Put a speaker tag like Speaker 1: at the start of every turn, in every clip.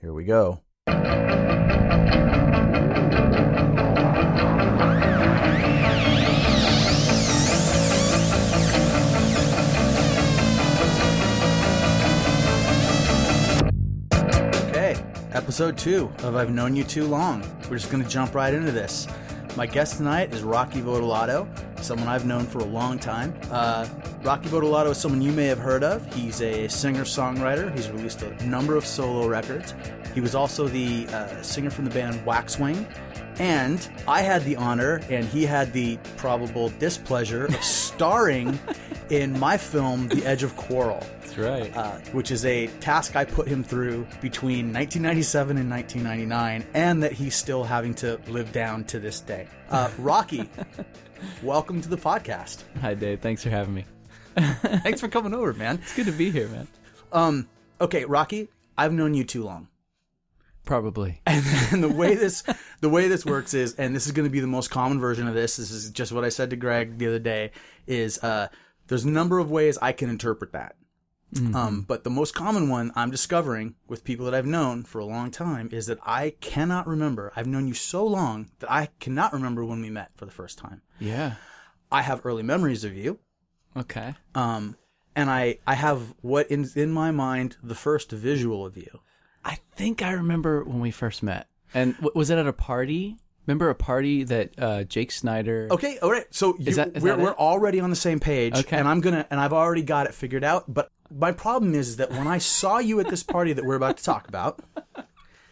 Speaker 1: Here we go. Okay, episode two of I've Known You Too Long. We're just going to jump right into this. My guest tonight is Rocky Votolato, someone I've known for a long time. Uh, Rocky Votolato is someone you may have heard of. He's a singer songwriter, he's released a number of solo records. He was also the uh, singer from the band Waxwing. And I had the honor, and he had the probable displeasure of starring in my film, The Edge of Quarrel
Speaker 2: That's right.
Speaker 1: uh, which is a task I put him through between 1997 and 1999, and that he's still having to live down to this day. Uh, Rocky, welcome to the podcast.
Speaker 2: Hi, Dave. Thanks for having me.
Speaker 1: Thanks for coming over, man.
Speaker 2: It's good to be here, man.
Speaker 1: Um, okay, Rocky, I've known you too long.
Speaker 2: Probably.
Speaker 1: and the way this the way this works is and this is going to be the most common version of this this is just what i said to greg the other day is uh there's a number of ways i can interpret that um but the most common one i'm discovering with people that i've known for a long time is that i cannot remember i've known you so long that i cannot remember when we met for the first time
Speaker 2: Yeah.
Speaker 1: i have early memories of you
Speaker 2: Okay.
Speaker 1: um and i i have what is in my mind the first visual of you
Speaker 2: I think I remember when we first met. And w- was it at a party? Remember a party that uh, Jake Snyder?
Speaker 1: Okay, all right. So you,
Speaker 2: that- is
Speaker 1: we're,
Speaker 2: that it?
Speaker 1: we're already on the same page,
Speaker 2: Okay.
Speaker 1: and I'm gonna and I've already got it figured out. But my problem is that when I saw you at this party that we're about to talk about,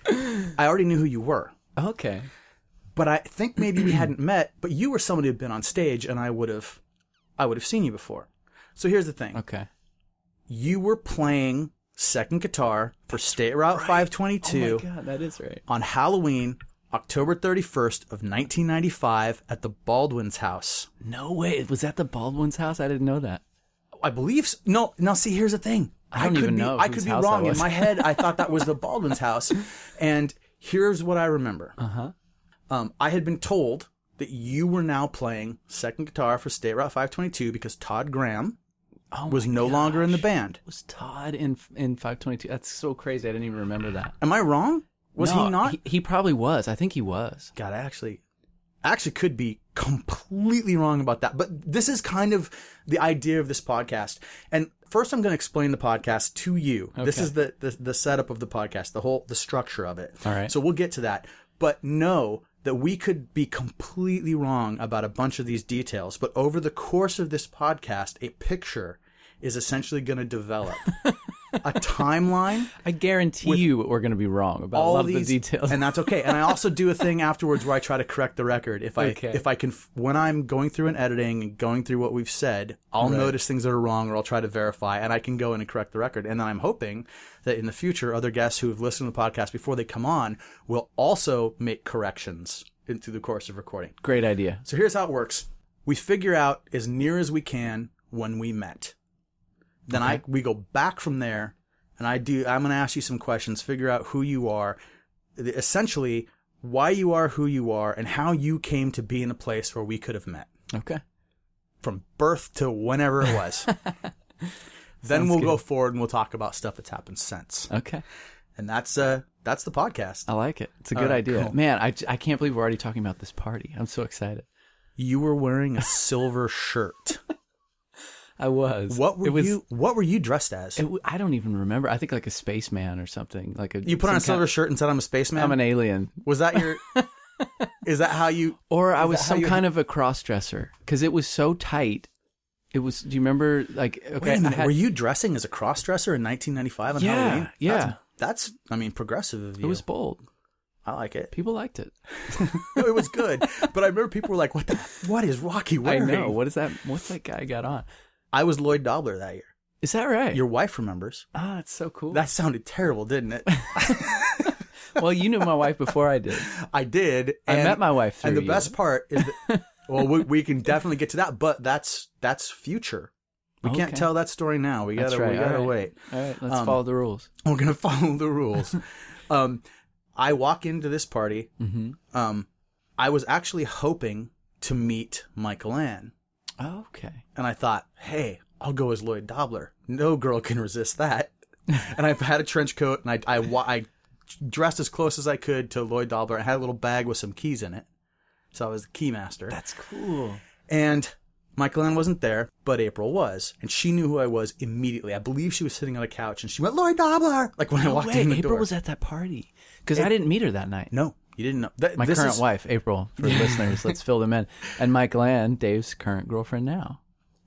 Speaker 1: I already knew who you were.
Speaker 2: Oh, Okay.
Speaker 1: But I think maybe we hadn't met. But you were somebody who'd been on stage, and I would have, I would have seen you before. So here's the thing:
Speaker 2: Okay.
Speaker 1: you were playing second guitar for State Route 522
Speaker 2: Oh my God, that is right.
Speaker 1: on Halloween, October 31st of 1995, at the Baldwin's house.
Speaker 2: No way. Was that the Baldwin's house? I didn't know that.
Speaker 1: I believe so. no. Now, see, here's the thing.
Speaker 2: I don't
Speaker 1: could
Speaker 2: even
Speaker 1: be,
Speaker 2: know
Speaker 1: I
Speaker 2: whose
Speaker 1: could be
Speaker 2: house that
Speaker 1: wrong. In
Speaker 2: was.
Speaker 1: my head, I thought that was the Baldwin's house, and here's what I remember. Uh
Speaker 2: Uh-huh.
Speaker 1: huh. Um, I had been told that you were now playing second guitar for State Route 522 because Todd Graham
Speaker 2: Oh,
Speaker 1: was
Speaker 2: my
Speaker 1: no
Speaker 2: gosh.
Speaker 1: longer in the band.
Speaker 2: Was Todd in in 522? That's so crazy. I didn't even remember that.
Speaker 1: Am I wrong? Was
Speaker 2: No,
Speaker 1: he not?
Speaker 2: He, he probably was. I think he was.
Speaker 1: God, I actually, I actually could be completely wrong about that. But this is kind of the idea of this podcast. And first, I'm going to explain the podcast to you. This
Speaker 2: Okay.
Speaker 1: is the, the the setup of the podcast, the whole the structure of it.
Speaker 2: All right.
Speaker 1: So we'll get to that. But know that we could be completely wrong about a bunch of these details. But over the course of this podcast, a picture is essentially going to develop. A timeline
Speaker 2: I guarantee you we're going to be wrong about a
Speaker 1: all
Speaker 2: lot
Speaker 1: these
Speaker 2: of the details.
Speaker 1: and that's okay. And I also do a thing afterwards where I try to correct the record if I
Speaker 2: Okay.
Speaker 1: if I can when I'm going through and editing and going through what we've said, I'll notice things that are wrong or I'll try to verify and I can go in and correct the record. And then I'm hoping that in the future other guests who have listened to the podcast before they come on will also make corrections in, through the course of recording.
Speaker 2: Great idea.
Speaker 1: So here's how it works. We figure out as near as we can when we met. Then I we go back from there and I do I'm going to ask you some questions, figure out who you are, the- essentially why you are who you are and how you came to be in a place where we could have met
Speaker 2: Okay.
Speaker 1: from birth to whenever it was. then
Speaker 2: Sounds
Speaker 1: we'll
Speaker 2: good.
Speaker 1: go forward and we'll talk about stuff that's happened since.
Speaker 2: Okay.
Speaker 1: And that's uh that's the podcast.
Speaker 2: I like it. It's a good
Speaker 1: right,
Speaker 2: idea.
Speaker 1: cool.
Speaker 2: Man, I, I can't believe we're already talking about this party. I'm so excited.
Speaker 1: You were wearing a silver shirt.
Speaker 2: I was.
Speaker 1: What were
Speaker 2: it was,
Speaker 1: you what were you dressed as?
Speaker 2: It, w- I don't even remember. I think like a spaceman or something. Like a,
Speaker 1: You put
Speaker 2: some
Speaker 1: on a silver
Speaker 2: kind-
Speaker 1: shirt and said, "I'm a spaceman."
Speaker 2: I'm an alien.
Speaker 1: was that your? is that how you?
Speaker 2: Or I
Speaker 1: Is
Speaker 2: was
Speaker 1: that how
Speaker 2: some
Speaker 1: you-
Speaker 2: kind of a cross dresser because it was so tight. It was. Do you remember? Like okay,
Speaker 1: Wait a
Speaker 2: I
Speaker 1: minute.
Speaker 2: had-
Speaker 1: were you dressing as a crossdresser in 1995 on
Speaker 2: Yeah,
Speaker 1: Halloween?
Speaker 2: yeah.
Speaker 1: That's, that's, I mean, progressive of you.
Speaker 2: it was bold.
Speaker 1: I like it.
Speaker 2: People liked it.
Speaker 1: it was good, but I remember people were like, "What the? What is Rocky
Speaker 2: I
Speaker 1: wearing?"
Speaker 2: know. What is that? What's that guy got on?
Speaker 1: I was Lloyd Dobler that year.
Speaker 2: Is that right?
Speaker 1: Your wife remembers.
Speaker 2: ah, it's so cool.
Speaker 1: That sounded terrible, didn't it?
Speaker 2: well, you knew my wife before I did.
Speaker 1: I did.
Speaker 2: I
Speaker 1: and-
Speaker 2: met my wife
Speaker 1: And the
Speaker 2: through you.
Speaker 1: best part is, that, well, we, we can definitely get to that, but that's that's future. We can't
Speaker 2: Okay.
Speaker 1: tell that story now. We
Speaker 2: That's
Speaker 1: gotta we
Speaker 2: right. All
Speaker 1: gotta
Speaker 2: right.
Speaker 1: wait.
Speaker 2: All right,
Speaker 1: Um,
Speaker 2: let's follow the rules.
Speaker 1: we're gonna follow the rules. um, I walk into this party.
Speaker 2: Mm-hmm.
Speaker 1: Um, I was actually hoping to meet Michael Ann,
Speaker 2: Okay.
Speaker 1: and I thought, hey, I'll go as Lloyd Dobler. No girl can resist that. and I had a trench coat, and I I, wa- I dressed as close as I could to Lloyd Dobler. I had a little bag with some keys in it, so I was the key master.
Speaker 2: That's cool.
Speaker 1: And Michael Ann wasn't there, but April was, and she knew who I was immediately. I believe she was sitting on a couch, and she went, "Lloyd Dobler!" Like when I
Speaker 2: No
Speaker 1: walked
Speaker 2: way.
Speaker 1: in the
Speaker 2: April
Speaker 1: door.
Speaker 2: was at that party because I didn't meet her that night.
Speaker 1: no, you didn't know. Th-
Speaker 2: My
Speaker 1: this
Speaker 2: current
Speaker 1: is-
Speaker 2: wife, April, for listeners, let's fill them in. And Mike Land, Dave's current girlfriend now.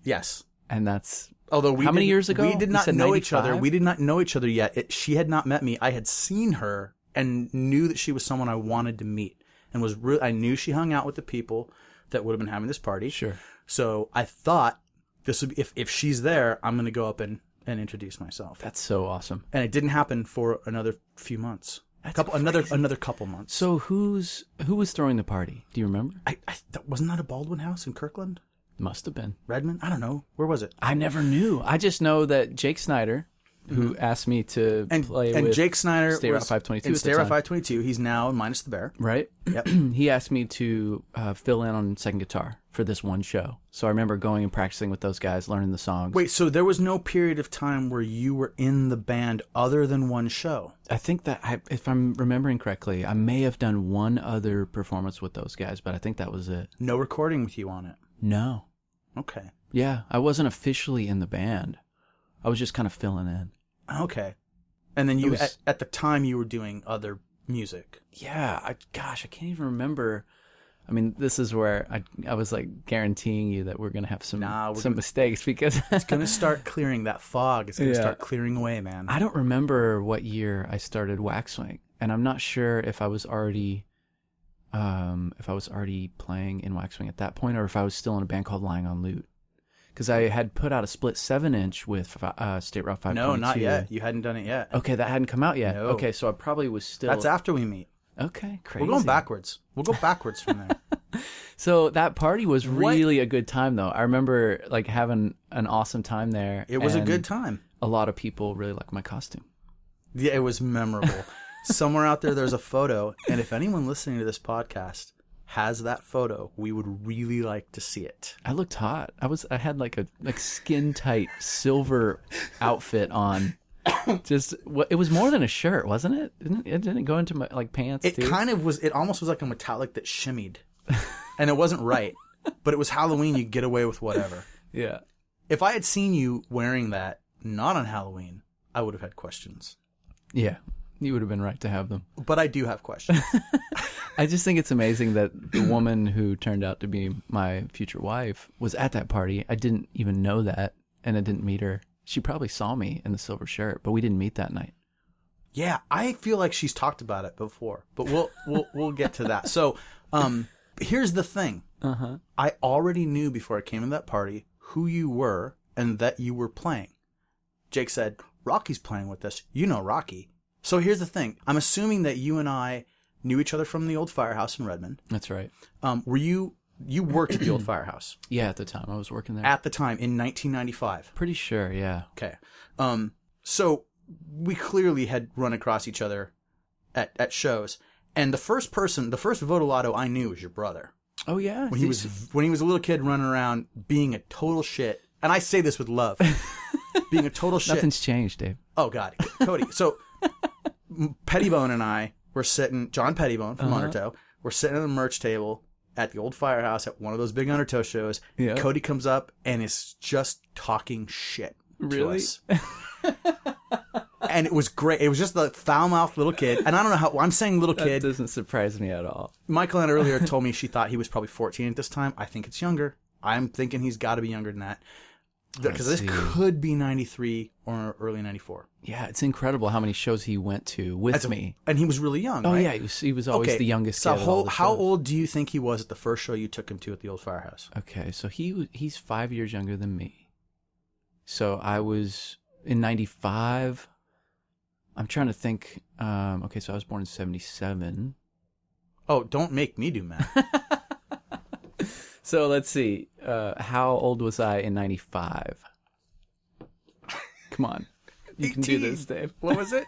Speaker 1: Yes.
Speaker 2: And that's
Speaker 1: Although we
Speaker 2: How many
Speaker 1: didn't-
Speaker 2: years ago?
Speaker 1: we did
Speaker 2: You
Speaker 1: not
Speaker 2: said
Speaker 1: know each other.
Speaker 2: 95?
Speaker 1: We did not know each other yet. It, she had not met me. I had seen her and knew that she was someone I wanted to meet, and was re- I knew she hung out with the people that would have been having this party.
Speaker 2: Sure.
Speaker 1: So I thought this would be, if if she's there, I'm going to go up and and introduce myself.
Speaker 2: that's so awesome.
Speaker 1: And it didn't happen for another few months. A couple another another couple months.
Speaker 2: So who's who was throwing the party? Do you remember?
Speaker 1: I, I that, wasn't that a Baldwin house in Kirkland,
Speaker 2: Must have been.
Speaker 1: Redmond? I don't know. Where was it?
Speaker 2: I never knew. I just know that Jake Snyder, who asked me to
Speaker 1: And
Speaker 2: play
Speaker 1: and
Speaker 2: with
Speaker 1: Jake Snyder
Speaker 2: Stay Route
Speaker 1: was
Speaker 2: 522
Speaker 1: in
Speaker 2: at the
Speaker 1: Stay Route
Speaker 2: time.
Speaker 1: 522. He's now in minus the bear.
Speaker 2: right?
Speaker 1: Yep.
Speaker 2: he asked me to uh, fill in on second guitar for this one show. So I remember going and practicing with those guys, learning the songs.
Speaker 1: Wait, so there was no period of time where you were in the band other than one show?
Speaker 2: I think that I, if I'm remembering correctly, I may have done one other performance with those guys, but I think that was it.
Speaker 1: No recording with you on it.
Speaker 2: No.
Speaker 1: Okay.
Speaker 2: Yeah, I wasn't officially in the band. I was just kind of filling in.
Speaker 1: Okay. And then
Speaker 2: It
Speaker 1: you
Speaker 2: was-
Speaker 1: at, at the time you were doing other music.
Speaker 2: Yeah, I, gosh, I can't even remember. I mean, this is where I I was like guaranteeing you that we're gonna have some
Speaker 1: Nah, we're
Speaker 2: some mistakes because
Speaker 1: Gonna start clearing that fog. It's gonna
Speaker 2: Yeah.
Speaker 1: start clearing away, man.
Speaker 2: I don't remember what year I started Waxwing, and I'm not sure if I was already um, if I was already playing in Waxwing at that point, or if I was still in a band called Lying on Loot, because I had put out a split seven inch with uh, State Route Five.
Speaker 1: No, not yet. You hadn't done it yet.
Speaker 2: Okay, that hadn't come out yet.
Speaker 1: No.
Speaker 2: Okay, so I probably was still.
Speaker 1: That's after we meet.
Speaker 2: okay, crazy.
Speaker 1: We're going backwards. We'll go backwards from there.
Speaker 2: So that party was
Speaker 1: What-
Speaker 2: really a good time, though. I remember like having an awesome time there.
Speaker 1: It was a
Speaker 2: and
Speaker 1: good time.
Speaker 2: A lot of people really liked my costume.
Speaker 1: Yeah, it was memorable. Somewhere out there, there's a photo, and if anyone listening to this podcast has that photo, we would really like to see it.
Speaker 2: I looked hot. I was I had like a like skin tight silver outfit on. Just what it was more than a shirt, wasn't it? Didn't it didn't go into my like pants
Speaker 1: It
Speaker 2: too?
Speaker 1: kind of was. It almost was like a metallic that shimmied, and it wasn't right. but it was Halloween. You get away with whatever.
Speaker 2: yeah.
Speaker 1: If I had seen you wearing that not on Halloween, I would have had questions.
Speaker 2: Yeah. You would have been right to have them.
Speaker 1: But I do have questions.
Speaker 2: I just think it's amazing that the woman who turned out to be my future wife was at that party. I didn't even know that and I didn't meet her. She probably saw me in the silver shirt, but we didn't meet that night.
Speaker 1: yeah, I feel like she's talked about it before, but we'll we'll we'll get to that. So, um, here's the thing.
Speaker 2: Uh-huh.
Speaker 1: I already knew before I came to that party who you were and that you were playing. Jake said, Rocky's playing with us. You know Rocky. So here's the thing. I'm assuming that you and I knew each other from the old firehouse in Redmond.
Speaker 2: That's right.
Speaker 1: Um, were you, you worked at the old firehouse
Speaker 2: Yeah, at the time I was working there.
Speaker 1: at the time in 1995.
Speaker 2: Pretty sure, yeah.
Speaker 1: Okay. Um, so we clearly had run across each other at, at shows. And the first person, the first Votolato I knew was your brother.
Speaker 2: Oh yeah.
Speaker 1: when he was when he was a little kid running around being a total shit. And I say this with love, being a total shit.
Speaker 2: Nothing's changed, Dave.
Speaker 1: Oh God, Cody. So M- Pettibone and I were sitting. John Pettibone from
Speaker 2: Uh-huh.
Speaker 1: Undertow. We're sitting at the merch table at the old firehouse at one of those big Undertow shows.
Speaker 2: Yeah.
Speaker 1: Cody comes up and is just talking shit. to
Speaker 2: Really?
Speaker 1: us. and it was great. It was just the foul mouthed little kid. And I don't know how I'm saying little
Speaker 2: It
Speaker 1: kid.
Speaker 2: doesn't surprise me at all.
Speaker 1: Michael Ann earlier told me she thought he was probably 14 at this time. I think it's younger. I'm thinking he's got to be younger than that. Because this
Speaker 2: see.
Speaker 1: could be 93 or early 94.
Speaker 2: Yeah, it's incredible how many shows he went to with
Speaker 1: That's
Speaker 2: me.
Speaker 1: And he was really young.
Speaker 2: oh
Speaker 1: right?
Speaker 2: yeah, he was, he was always the youngest.
Speaker 1: So
Speaker 2: kid at
Speaker 1: how,
Speaker 2: all the
Speaker 1: how
Speaker 2: shows.
Speaker 1: old do you think he was at the first show you took him to at the old firehouse?
Speaker 2: Okay, so he w- he's five years younger than me. So I was in '95. I'm trying to think. Um, okay, so I was born in '77.
Speaker 1: Oh, don't make me do math.
Speaker 2: So let's see. Uh, how old was I in '95? Come on, you can do
Speaker 1: 18.
Speaker 2: this, Dave.
Speaker 1: what was it?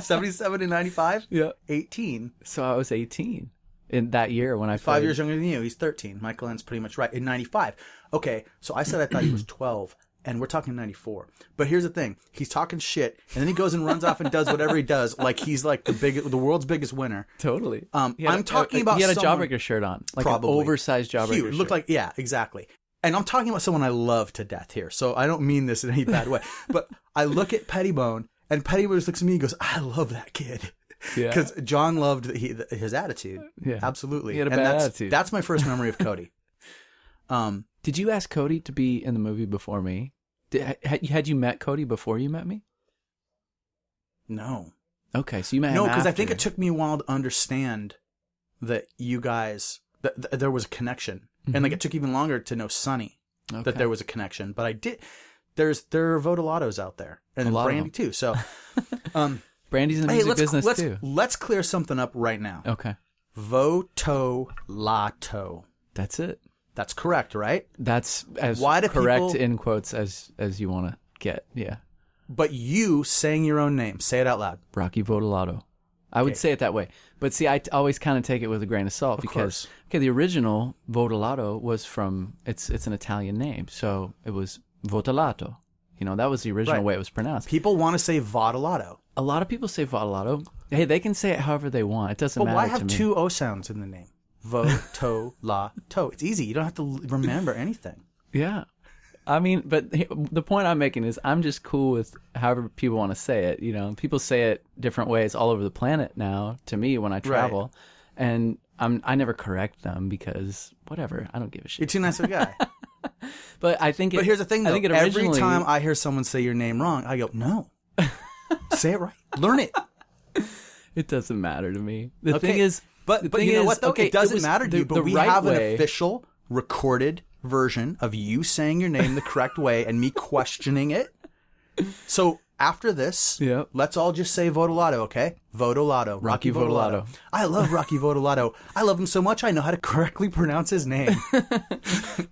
Speaker 1: 77 and 95?
Speaker 2: Yeah.
Speaker 1: 18.
Speaker 2: So I was 18 in that year when I
Speaker 1: Five
Speaker 2: played-
Speaker 1: years younger than you. He's 13. Michael Ann's pretty much right. In 95. Okay, so I said I thought he was 12. and we're talking 94. But here's the thing. He's talking shit and then he goes and runs off and does whatever he does like he's like the big the world's biggest winner.
Speaker 2: Totally.
Speaker 1: Um,
Speaker 2: He had
Speaker 1: I'm
Speaker 2: a-
Speaker 1: talking
Speaker 2: a-
Speaker 1: about
Speaker 2: He had a
Speaker 1: someone-
Speaker 2: Jawbreaker shirt on, like
Speaker 1: Probably.
Speaker 2: an oversized Jawbreaker.
Speaker 1: Huge. Looked
Speaker 2: shirt.
Speaker 1: like yeah, exactly. And I'm talking about someone I love to death here, so I don't mean this in any bad way. But I look at Pettibone, and Pettibone just looks at me and goes, "I love that kid,"
Speaker 2: yeah.
Speaker 1: because John loved that he, th- his attitude.
Speaker 2: Yeah.
Speaker 1: absolutely.
Speaker 2: He had a
Speaker 1: and
Speaker 2: bad
Speaker 1: that's,
Speaker 2: attitude.
Speaker 1: That's my first memory of Cody. um,
Speaker 2: Did you ask Cody to be in the movie before me? Did, had, had you met Cody before you met me?
Speaker 1: no,
Speaker 2: Okay, so you met
Speaker 1: no,
Speaker 2: him
Speaker 1: because I think it
Speaker 2: after.
Speaker 1: took me a while to understand that you guys that, that there was a connection, and
Speaker 2: Mm-hmm.
Speaker 1: like it took even longer to know Sonny. that
Speaker 2: Okay.
Speaker 1: there was a connection. But I did. There's there are Vodolatos out there and
Speaker 2: A lot of
Speaker 1: Brandy too. So, um,
Speaker 2: Brandy's in the
Speaker 1: hey,
Speaker 2: music
Speaker 1: let's
Speaker 2: business
Speaker 1: let's
Speaker 2: too. Oh.
Speaker 1: let's clear something up right now.
Speaker 2: Okay,
Speaker 1: Votolato.
Speaker 2: that's it.
Speaker 1: That's correct, right?
Speaker 2: That's as
Speaker 1: Why do
Speaker 2: correct
Speaker 1: people-
Speaker 2: in quotes as as you want to get. Yeah,
Speaker 1: But you sang your own name. Say it out loud.
Speaker 2: Rocky Votolato. I would say it that way, but see, I t- always kind of take it with a grain of salt because
Speaker 1: course.
Speaker 2: okay, the original Votolato was from it's it's an Italian name, so it was Votolato. You know, that was the original
Speaker 1: Right.
Speaker 2: way it was pronounced.
Speaker 1: People want to say Vodolato,
Speaker 2: A lot of people say Votolato. Hey, they can say it however they want. It doesn't
Speaker 1: but
Speaker 2: matter
Speaker 1: why
Speaker 2: to
Speaker 1: have
Speaker 2: me.
Speaker 1: two O sounds in the name? Votolato. It's easy. You don't have to l- remember anything.
Speaker 2: Yeah. I mean, but he- the point I'm making is I'm just cool with however people want to say it. You know, people say it different ways all over the planet now to me when I travel. And I'm, I never correct them because whatever. I don't give a shit.
Speaker 1: You're too nice of a guy.
Speaker 2: But I think it,
Speaker 1: But here's the thing, though.
Speaker 2: I think it
Speaker 1: Every
Speaker 2: originally-
Speaker 1: time I hear someone say your name wrong, I go, no. say it right. Learn it.
Speaker 2: it doesn't matter to me. The
Speaker 1: Okay,
Speaker 2: thing is, the
Speaker 1: But but
Speaker 2: thing
Speaker 1: you know
Speaker 2: is,
Speaker 1: what though?
Speaker 2: okay,
Speaker 1: it doesn't
Speaker 2: was
Speaker 1: matter to
Speaker 2: the-
Speaker 1: you. But
Speaker 2: the
Speaker 1: we
Speaker 2: right
Speaker 1: have an
Speaker 2: way-
Speaker 1: official recorded version of you saying your name the correct way and me questioning it. So after this,
Speaker 2: Yep.
Speaker 1: let's all just say Vodolato, okay? Vodolato. Rocky,
Speaker 2: Rocky
Speaker 1: Vodolato.
Speaker 2: Vodolato.
Speaker 1: I love Rocky Vodolato. I love him so much I know how to correctly pronounce his name.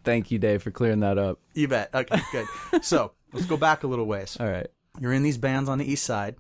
Speaker 2: Thank you, Dave, for clearing that up.
Speaker 1: you bet. Okay, good. So let's go back a little ways.
Speaker 2: All right.
Speaker 1: You're in these bands on the east side.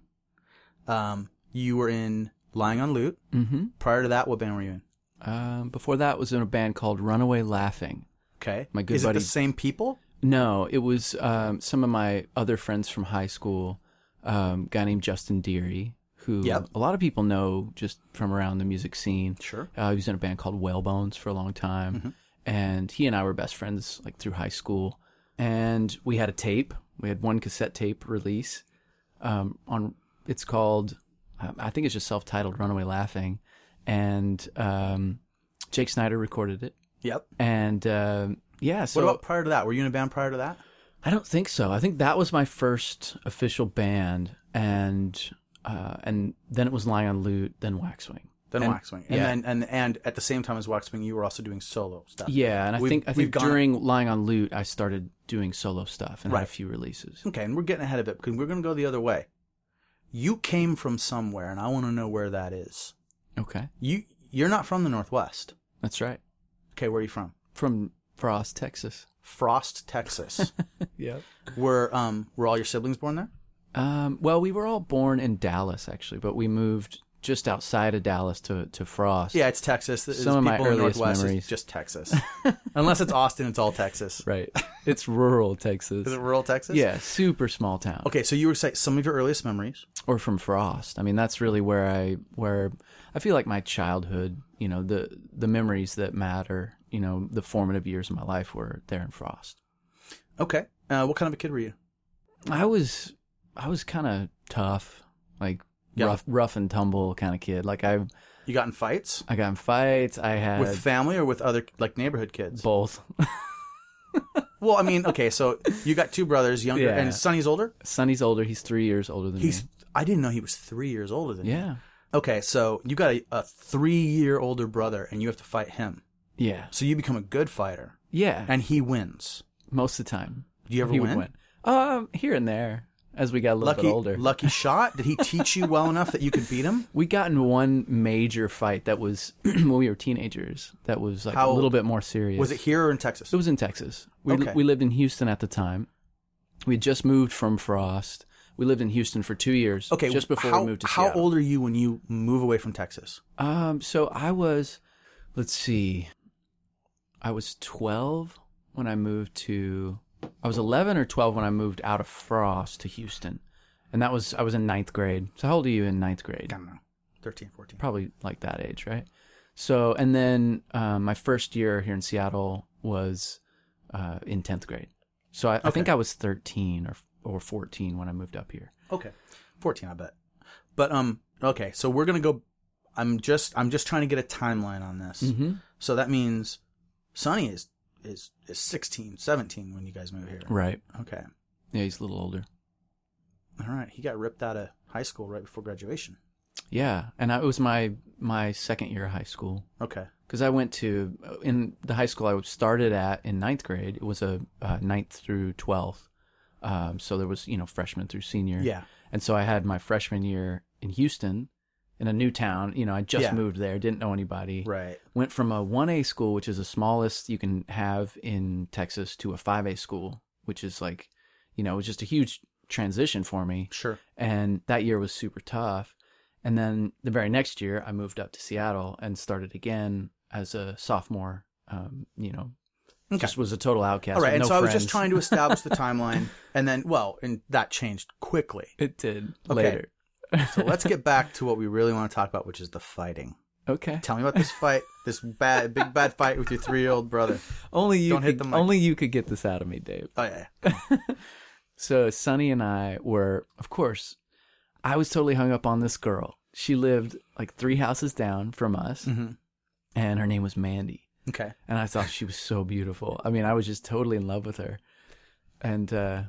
Speaker 1: Um, you were in Lying on Loot. Mm-hmm. Prior to that, what band were you in?
Speaker 2: Um, before that was in a band called Runaway Laughing.
Speaker 1: Okay.
Speaker 2: My good
Speaker 1: Is it
Speaker 2: buddy-
Speaker 1: the same people?
Speaker 2: No, it was um, some of my other friends from high school. Um, guy named Justin Deary, who
Speaker 1: Yep.
Speaker 2: a lot of people know just from around the music scene.
Speaker 1: Sure. Mm-hmm.
Speaker 2: uh, he was in a band called Whalebones for a long time, and he and I were best friends like through high school. And we had a tape. We had one cassette tape release. Um, on it's called, um, I think it's just self-titled "Runaway Laughing," and um, Jake Snyder recorded it.
Speaker 1: Yep.
Speaker 2: And um yeah, so
Speaker 1: what about prior to that? Were you in a band prior to that?
Speaker 2: I don't think so. I think that was my first official band, and uh, and then it was Lying on Loot, then Waxwing.
Speaker 1: Then
Speaker 2: And-
Speaker 1: Waxwing, and
Speaker 2: yeah.
Speaker 1: then and and at the same time as Waxwing, you were also doing solo stuff.
Speaker 2: Yeah, and I
Speaker 1: We've-
Speaker 2: think I
Speaker 1: we've
Speaker 2: think
Speaker 1: gone-
Speaker 2: during Lying on Loot, I started doing solo stuff and
Speaker 1: Right.
Speaker 2: had a few releases.
Speaker 1: Okay, and we're getting ahead of it because we're going to go the other way. You came from somewhere, and I want to know where that is.
Speaker 2: Okay,
Speaker 1: You you're not from the Northwest.
Speaker 2: that's right.
Speaker 1: Okay, where are you from?
Speaker 2: From Frost, Texas.
Speaker 1: Frost, Texas.
Speaker 2: Yeah.
Speaker 1: were um were all your siblings born there?
Speaker 2: Um, well, we were all born in Dallas actually, but we moved just outside of Dallas to to Frost.
Speaker 1: Yeah, it's Texas. There's
Speaker 2: Some of my
Speaker 1: people in the
Speaker 2: earliest
Speaker 1: Northwest. It's
Speaker 2: memories.
Speaker 1: just Texas. Unless it's Austin, it's all Texas.
Speaker 2: Right. It's rural Texas.
Speaker 1: Is it rural Texas?
Speaker 2: yeah, super small town.
Speaker 1: Okay, so you were say some of your earliest memories.
Speaker 2: or from frost i mean that's really where i where i feel like my childhood you know the the memories that matter you know the formative years of my life were there in frost
Speaker 1: Okay, uh, what kind of a kid were you?
Speaker 2: i was i was kind of tough like
Speaker 1: Yeah.
Speaker 2: rough rough and tumble kind of kid like i
Speaker 1: You got in fights?
Speaker 2: i got in fights i had
Speaker 1: with family or with other like neighborhood kids.
Speaker 2: both
Speaker 1: Well, I mean, okay, so you got two brothers, younger,
Speaker 2: Yeah.
Speaker 1: and Sonny's older.
Speaker 2: sonny's older he's three years older than
Speaker 1: He's
Speaker 2: me
Speaker 1: I didn't know he was three years older than you.
Speaker 2: yeah
Speaker 1: Okay, so you got a, a three-year older brother, and you have to fight him.
Speaker 2: yeah
Speaker 1: So you become a good fighter,
Speaker 2: yeah
Speaker 1: and he wins.
Speaker 2: most of the time
Speaker 1: Do you ever
Speaker 2: he
Speaker 1: win?
Speaker 2: would win um here and there as we got a little
Speaker 1: Lucky,
Speaker 2: bit older
Speaker 1: lucky shot. Did he teach you well enough that you could beat him?
Speaker 2: We got in one major fight that was when we were teenagers. That was like
Speaker 1: How-
Speaker 2: a little bit more serious.
Speaker 1: Was it here or in Texas?
Speaker 2: It was in Texas. We
Speaker 1: Okay.
Speaker 2: we lived in Houston at the time. We had just moved from Frost. We lived in Houston for two years.
Speaker 1: Okay,
Speaker 2: just before
Speaker 1: how,
Speaker 2: we moved to
Speaker 1: how
Speaker 2: Seattle.
Speaker 1: old are you when you move away from Texas?
Speaker 2: Um, so I was, let's see, I was twelve when I moved to I was 11 or 12 when I moved out of Frost to Houston, and that was I was in ninth grade. So how old are you in ninth grade?
Speaker 1: I don't know, 13, 14.
Speaker 2: probably like that age, right? So, and then um, my first year here in Seattle was uh, in tenth grade. So I, I think I was thirteen or or fourteen when I moved up here.
Speaker 1: Okay, fourteen, I bet. But um, okay, so we're gonna go. I'm just I'm just trying to get a timeline on this.
Speaker 2: Mm-hmm.
Speaker 1: So that means Sonny is is is 16, 17 when you guys move here.
Speaker 2: Right.
Speaker 1: Okay,
Speaker 2: Yeah, he's a little older.
Speaker 1: all right. He got ripped out of high school right before graduation.
Speaker 2: Yeah, and I, it was my my second year of high school
Speaker 1: Okay,
Speaker 2: because I went to uh, in the high school I started at in ninth grade. It was a uh, ninth through twelfth. Um, so there was you know freshman through senior.
Speaker 1: yeah,
Speaker 2: And so I had my freshman year in Houston in a new town. You know, I just
Speaker 1: Yeah.
Speaker 2: moved there, didn't know anybody.
Speaker 1: right.
Speaker 2: Went from a 1A school, which is the smallest you can have in Texas, to a 5A school, which is like, you know, it was just a huge transition for me.
Speaker 1: Sure.
Speaker 2: And that year was super tough. And then the very next year, I moved up to Seattle and started again as a sophomore. Um, you know,
Speaker 1: Okay.
Speaker 2: just was a total outcast.
Speaker 1: all right,
Speaker 2: with
Speaker 1: and
Speaker 2: no
Speaker 1: so I was just
Speaker 2: friends.
Speaker 1: trying to establish the timeline, and then well, and that changed quickly.
Speaker 2: It did
Speaker 1: Okay.
Speaker 2: later.
Speaker 1: So let's get back to what we really want to talk about, which is the fighting.
Speaker 2: Okay.
Speaker 1: Tell me about this fight, this bad, big bad fight with your three-year-old brother.
Speaker 2: Only you
Speaker 1: Don't hit
Speaker 2: could-
Speaker 1: the mic.
Speaker 2: only you could get this out of me, Dave.
Speaker 1: Oh yeah,
Speaker 2: So Sonny and I were, of course, I was totally hung up on this girl. She lived like three houses down from us,
Speaker 1: Mhm.
Speaker 2: and her name was Mandy.
Speaker 1: okay.
Speaker 2: And I thought she was so beautiful. I mean, I was just totally in love with her. And uh,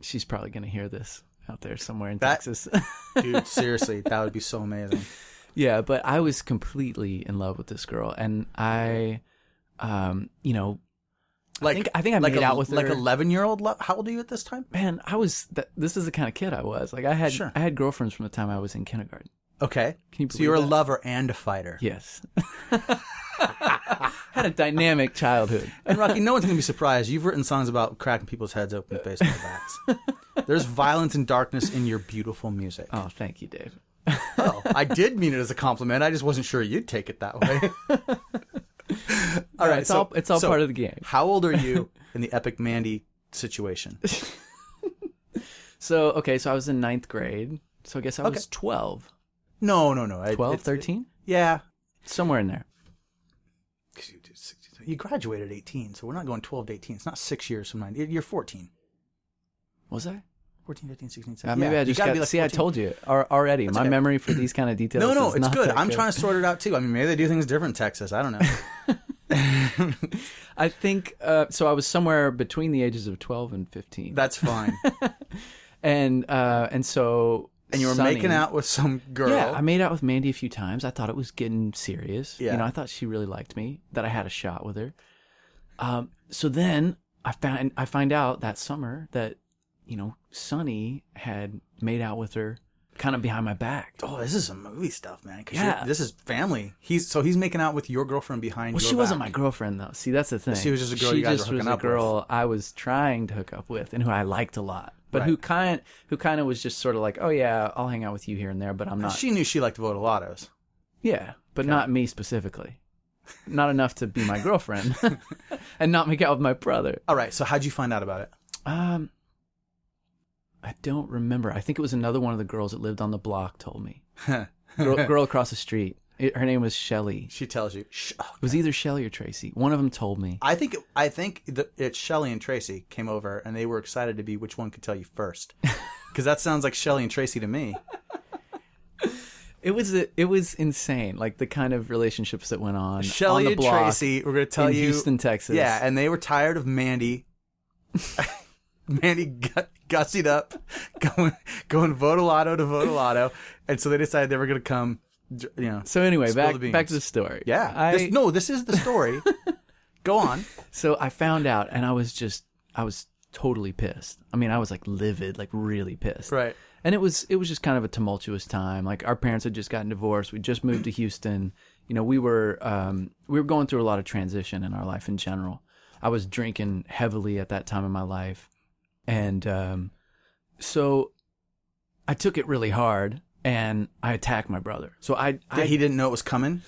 Speaker 2: she's probably going to hear this out there somewhere in
Speaker 1: That-
Speaker 2: Texas.
Speaker 1: Dude, seriously, that would be so amazing.
Speaker 2: Yeah, but I was completely in love with this girl, and I, um, you know,
Speaker 1: Like,
Speaker 2: think- I think I
Speaker 1: like
Speaker 2: made out with
Speaker 1: like
Speaker 2: her.
Speaker 1: eleven year old. Lo- how old are you at this time?
Speaker 2: man, I was. Th- this is the kind of kid I was. Like, I had
Speaker 1: Sure.
Speaker 2: I had girlfriends from the time I was in kindergarten.
Speaker 1: Okay,
Speaker 2: Can you
Speaker 1: so you're a
Speaker 2: believe that?
Speaker 1: lover and a fighter.
Speaker 2: Yes. Had a dynamic childhood.
Speaker 1: And Rocky, no one's gonna be surprised. You've written songs about cracking people's heads open with baseball bats. There's violence and darkness in your beautiful music.
Speaker 2: Oh, thank you, Dave.
Speaker 1: Oh, I did mean it as a compliment. I just wasn't sure you'd take it that way. all right,
Speaker 2: it's all it's all part of the game.
Speaker 1: How old are you in the epic Mandy situation?
Speaker 2: So okay, so I was in ninth grade. So I guess I was 12,
Speaker 1: No, no, no. I,
Speaker 2: 12,
Speaker 1: it's-
Speaker 2: 13,
Speaker 1: Yeah.
Speaker 2: somewhere in there.
Speaker 1: You graduated at 18, so we're not going 12 to 18. It's not six years from nine. You're 14.
Speaker 2: Was I?
Speaker 1: 14, 15, 16,
Speaker 2: Uh,
Speaker 1: 17.
Speaker 2: maybe
Speaker 1: Yeah,
Speaker 2: I
Speaker 1: you
Speaker 2: just
Speaker 1: gotta
Speaker 2: got.
Speaker 1: be like
Speaker 2: see, I
Speaker 1: 14.
Speaker 2: told you al- already. my
Speaker 1: okay.
Speaker 2: memory for these kind of details.
Speaker 1: No, no,
Speaker 2: is
Speaker 1: it's
Speaker 2: not
Speaker 1: good.
Speaker 2: that
Speaker 1: I'm trying to sort it out too. I mean, maybe they do things different in Texas. I don't know.
Speaker 2: I think uh, so. I was somewhere between the ages of 12 and 15,
Speaker 1: That's fine.
Speaker 2: and uh, and so
Speaker 1: And you were
Speaker 2: Sunny-
Speaker 1: making out with some girl.
Speaker 2: Yeah, I made out with Mandy a few times. I thought it was getting serious.
Speaker 1: Yeah.
Speaker 2: You know, I thought she really liked me, that I had a shot with her. Um, so then I found I find out that summer that, you know, Sonny had made out with her kind of behind my back.
Speaker 1: oh, this is some movie stuff, man. 'cause
Speaker 2: Yeah.
Speaker 1: you're- this is family. He's so he's making out with your girlfriend behind.
Speaker 2: Well,
Speaker 1: your
Speaker 2: she wasn't my
Speaker 1: back.
Speaker 2: girlfriend though. See, that's the thing.
Speaker 1: She was just a girl
Speaker 2: She
Speaker 1: you guys
Speaker 2: just
Speaker 1: were
Speaker 2: was
Speaker 1: hooking
Speaker 2: a
Speaker 1: up with.
Speaker 2: girl I was trying to hook up with, and who I liked a lot, but who kind who kind of was just sort of like, oh yeah, I'll hang out with you here and there, but I'm not.
Speaker 1: She knew she liked Vodolatos.
Speaker 2: Yeah, but not me specifically. Not enough to be my girlfriend and not make out with my brother.
Speaker 1: All right. So how'd you find out about it?
Speaker 2: Um, I don't remember. I think it was another one of the girls that lived on the block told me. girl, girl across the street. It, her name was Shelly.
Speaker 1: She tells you. Shh. Oh,
Speaker 2: It was either Shelly or Tracy. One of them told me.
Speaker 1: I think I think that it's Shelly and Tracy came over and they were excited to be which one could tell you first, because that sounds like Shelly and Tracy to me.
Speaker 2: It was a, it was insane. Like the kind of relationships that went on. on
Speaker 1: Shelly
Speaker 2: the
Speaker 1: and
Speaker 2: block
Speaker 1: Tracy were going to tell
Speaker 2: in
Speaker 1: you
Speaker 2: Houston, Texas.
Speaker 1: Yeah, and they were tired of Mandy. Mandy gu- gussied up, going going Vodolato to Vodolato, and so they decided they were going to come. You know,
Speaker 2: So anyway,
Speaker 1: Spill the
Speaker 2: back
Speaker 1: beans.
Speaker 2: back to the story.
Speaker 1: yeah.
Speaker 2: I,
Speaker 1: This- no, this is the story. Go on.
Speaker 2: So I found out, and I was just, I was totally pissed. I mean, I was like livid, like really pissed.
Speaker 1: Right.
Speaker 2: And it was, it was just kind of a tumultuous time. Like our parents had just gotten divorced. We just moved to Houston. You know, we were, um, we were going through a lot of transition in our life in general. I was drinking heavily at that time in my life, and um, so I took it really hard, and I attacked my brother. So I, I,
Speaker 1: he didn't know it was coming,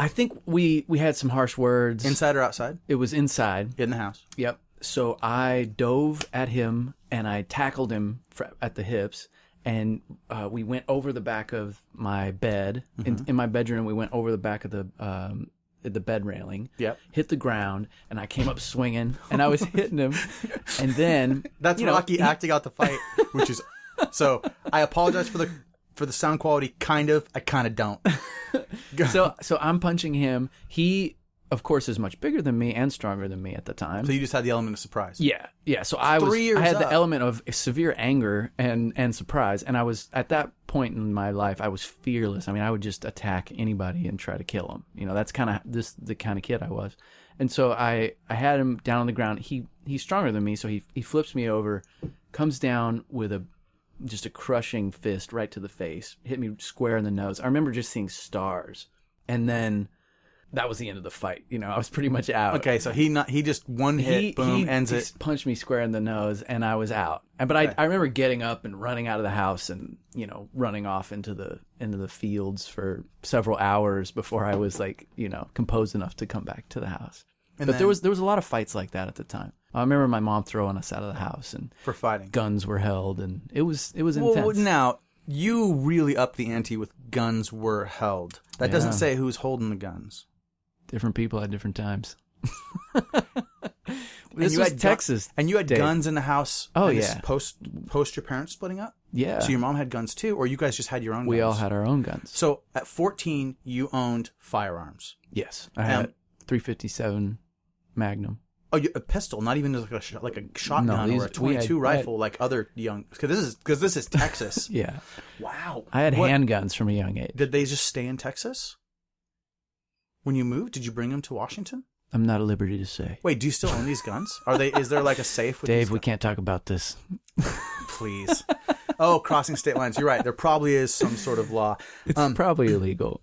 Speaker 2: I think we we had some harsh words.
Speaker 1: inside or outside,
Speaker 2: it was inside.
Speaker 1: in the house.
Speaker 2: Yep. so I dove at him and I tackled him fr- at the hips, and uh, we went over the back of my bed in, in my bedroom. We went over the back of the um, the bed railing.
Speaker 1: Yep.
Speaker 2: Hit the ground, and I came up swinging, and I was hitting him, and then
Speaker 1: That's
Speaker 2: you know,
Speaker 1: Rocky acting out the fight, which is so. I apologize for the for the sound quality. Kind of, I kind of don't.
Speaker 2: So so I'm punching him. He of course is much bigger than me and stronger than me at the time.
Speaker 1: So you just had the element of surprise.
Speaker 2: Yeah, yeah. So I was
Speaker 1: Three years
Speaker 2: I had
Speaker 1: up.
Speaker 2: the element of severe anger and and surprise, and I was at that point in my life I was fearless. I mean, I would just attack anybody and try to kill him. You know, that's kind of this the kind of kid I was, and so I I had him down on the ground. He he's stronger than me, so he he flips me over, comes down with a just a crushing fist right to the face, hit me square in the nose. I remember just seeing stars, and then. That was the end of the fight. You know, I was pretty much out
Speaker 1: Okay, so he not he just one hit, boom, ends it.
Speaker 2: s- punched me square in the nose, and I was out. And- But I, I remember getting up and running out of the house, and you know, running off into the into the fields for several hours before I was like, you know, composed enough to come back to the house. but
Speaker 1: then-
Speaker 2: there was there was a lot of fights like that at the time. I remember my mom throwing us out of the house, and
Speaker 1: for fighting.
Speaker 2: guns were held, and it was it was intense.
Speaker 1: Well, now you really up the ante with guns were held. That doesn't
Speaker 2: Yeah.
Speaker 1: say who's holding the guns.
Speaker 2: Different people at different times.
Speaker 1: And
Speaker 2: this
Speaker 1: you
Speaker 2: was
Speaker 1: had gu-
Speaker 2: Texas,
Speaker 1: And you had
Speaker 2: Dave.
Speaker 1: guns in the house.
Speaker 2: Oh,
Speaker 1: and this is
Speaker 2: yeah.
Speaker 1: Post post your parents splitting up.
Speaker 2: Yeah,
Speaker 1: So your mom had guns too, or you guys just had your own.
Speaker 2: we
Speaker 1: guns.
Speaker 2: all had our own guns.
Speaker 1: So at 14, you owned firearms.
Speaker 2: Yes, I had
Speaker 1: Um,
Speaker 2: 357 Magnum.
Speaker 1: Oh, you, a pistol, not even just like a, sh- like a shotgun
Speaker 2: these-
Speaker 1: or a
Speaker 2: we had-
Speaker 1: 22
Speaker 2: we had-
Speaker 1: rifle, like other young. Because this is because this is Texas.
Speaker 2: Yeah,
Speaker 1: wow.
Speaker 2: I had
Speaker 1: What-
Speaker 2: handguns from a young age.
Speaker 1: Did they just stay in Texas? When you moved, did you bring them to Washington?
Speaker 2: I'm not at liberty to say.
Speaker 1: Wait, do you still own these guns? Are they? Is there like a safe? With
Speaker 2: Dave,
Speaker 1: these
Speaker 2: we
Speaker 1: guns?
Speaker 2: can't talk about this.
Speaker 1: please. Oh, crossing state lines. You're right. There probably is some sort of law.
Speaker 2: It's probably illegal.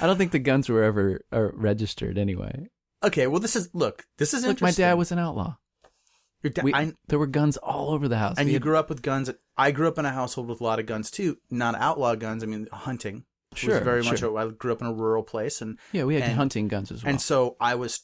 Speaker 2: I don't think the guns were ever uh, registered anyway.
Speaker 1: Okay. Well, this is look. This is
Speaker 2: Look, my
Speaker 1: interesting.
Speaker 2: dad was an outlaw.
Speaker 1: Your da-
Speaker 2: We,
Speaker 1: I,
Speaker 2: there were guns all over the house.
Speaker 1: and
Speaker 2: We
Speaker 1: you
Speaker 2: had-
Speaker 1: grew up with guns. I grew up in a household with a lot of guns too. Not outlaw guns. I mean, hunting.
Speaker 2: Sure,
Speaker 1: Was very much.
Speaker 2: sure.
Speaker 1: a- I grew up in a rural place, and
Speaker 2: yeah, we had
Speaker 1: and-
Speaker 2: hunting guns as well.
Speaker 1: and so I was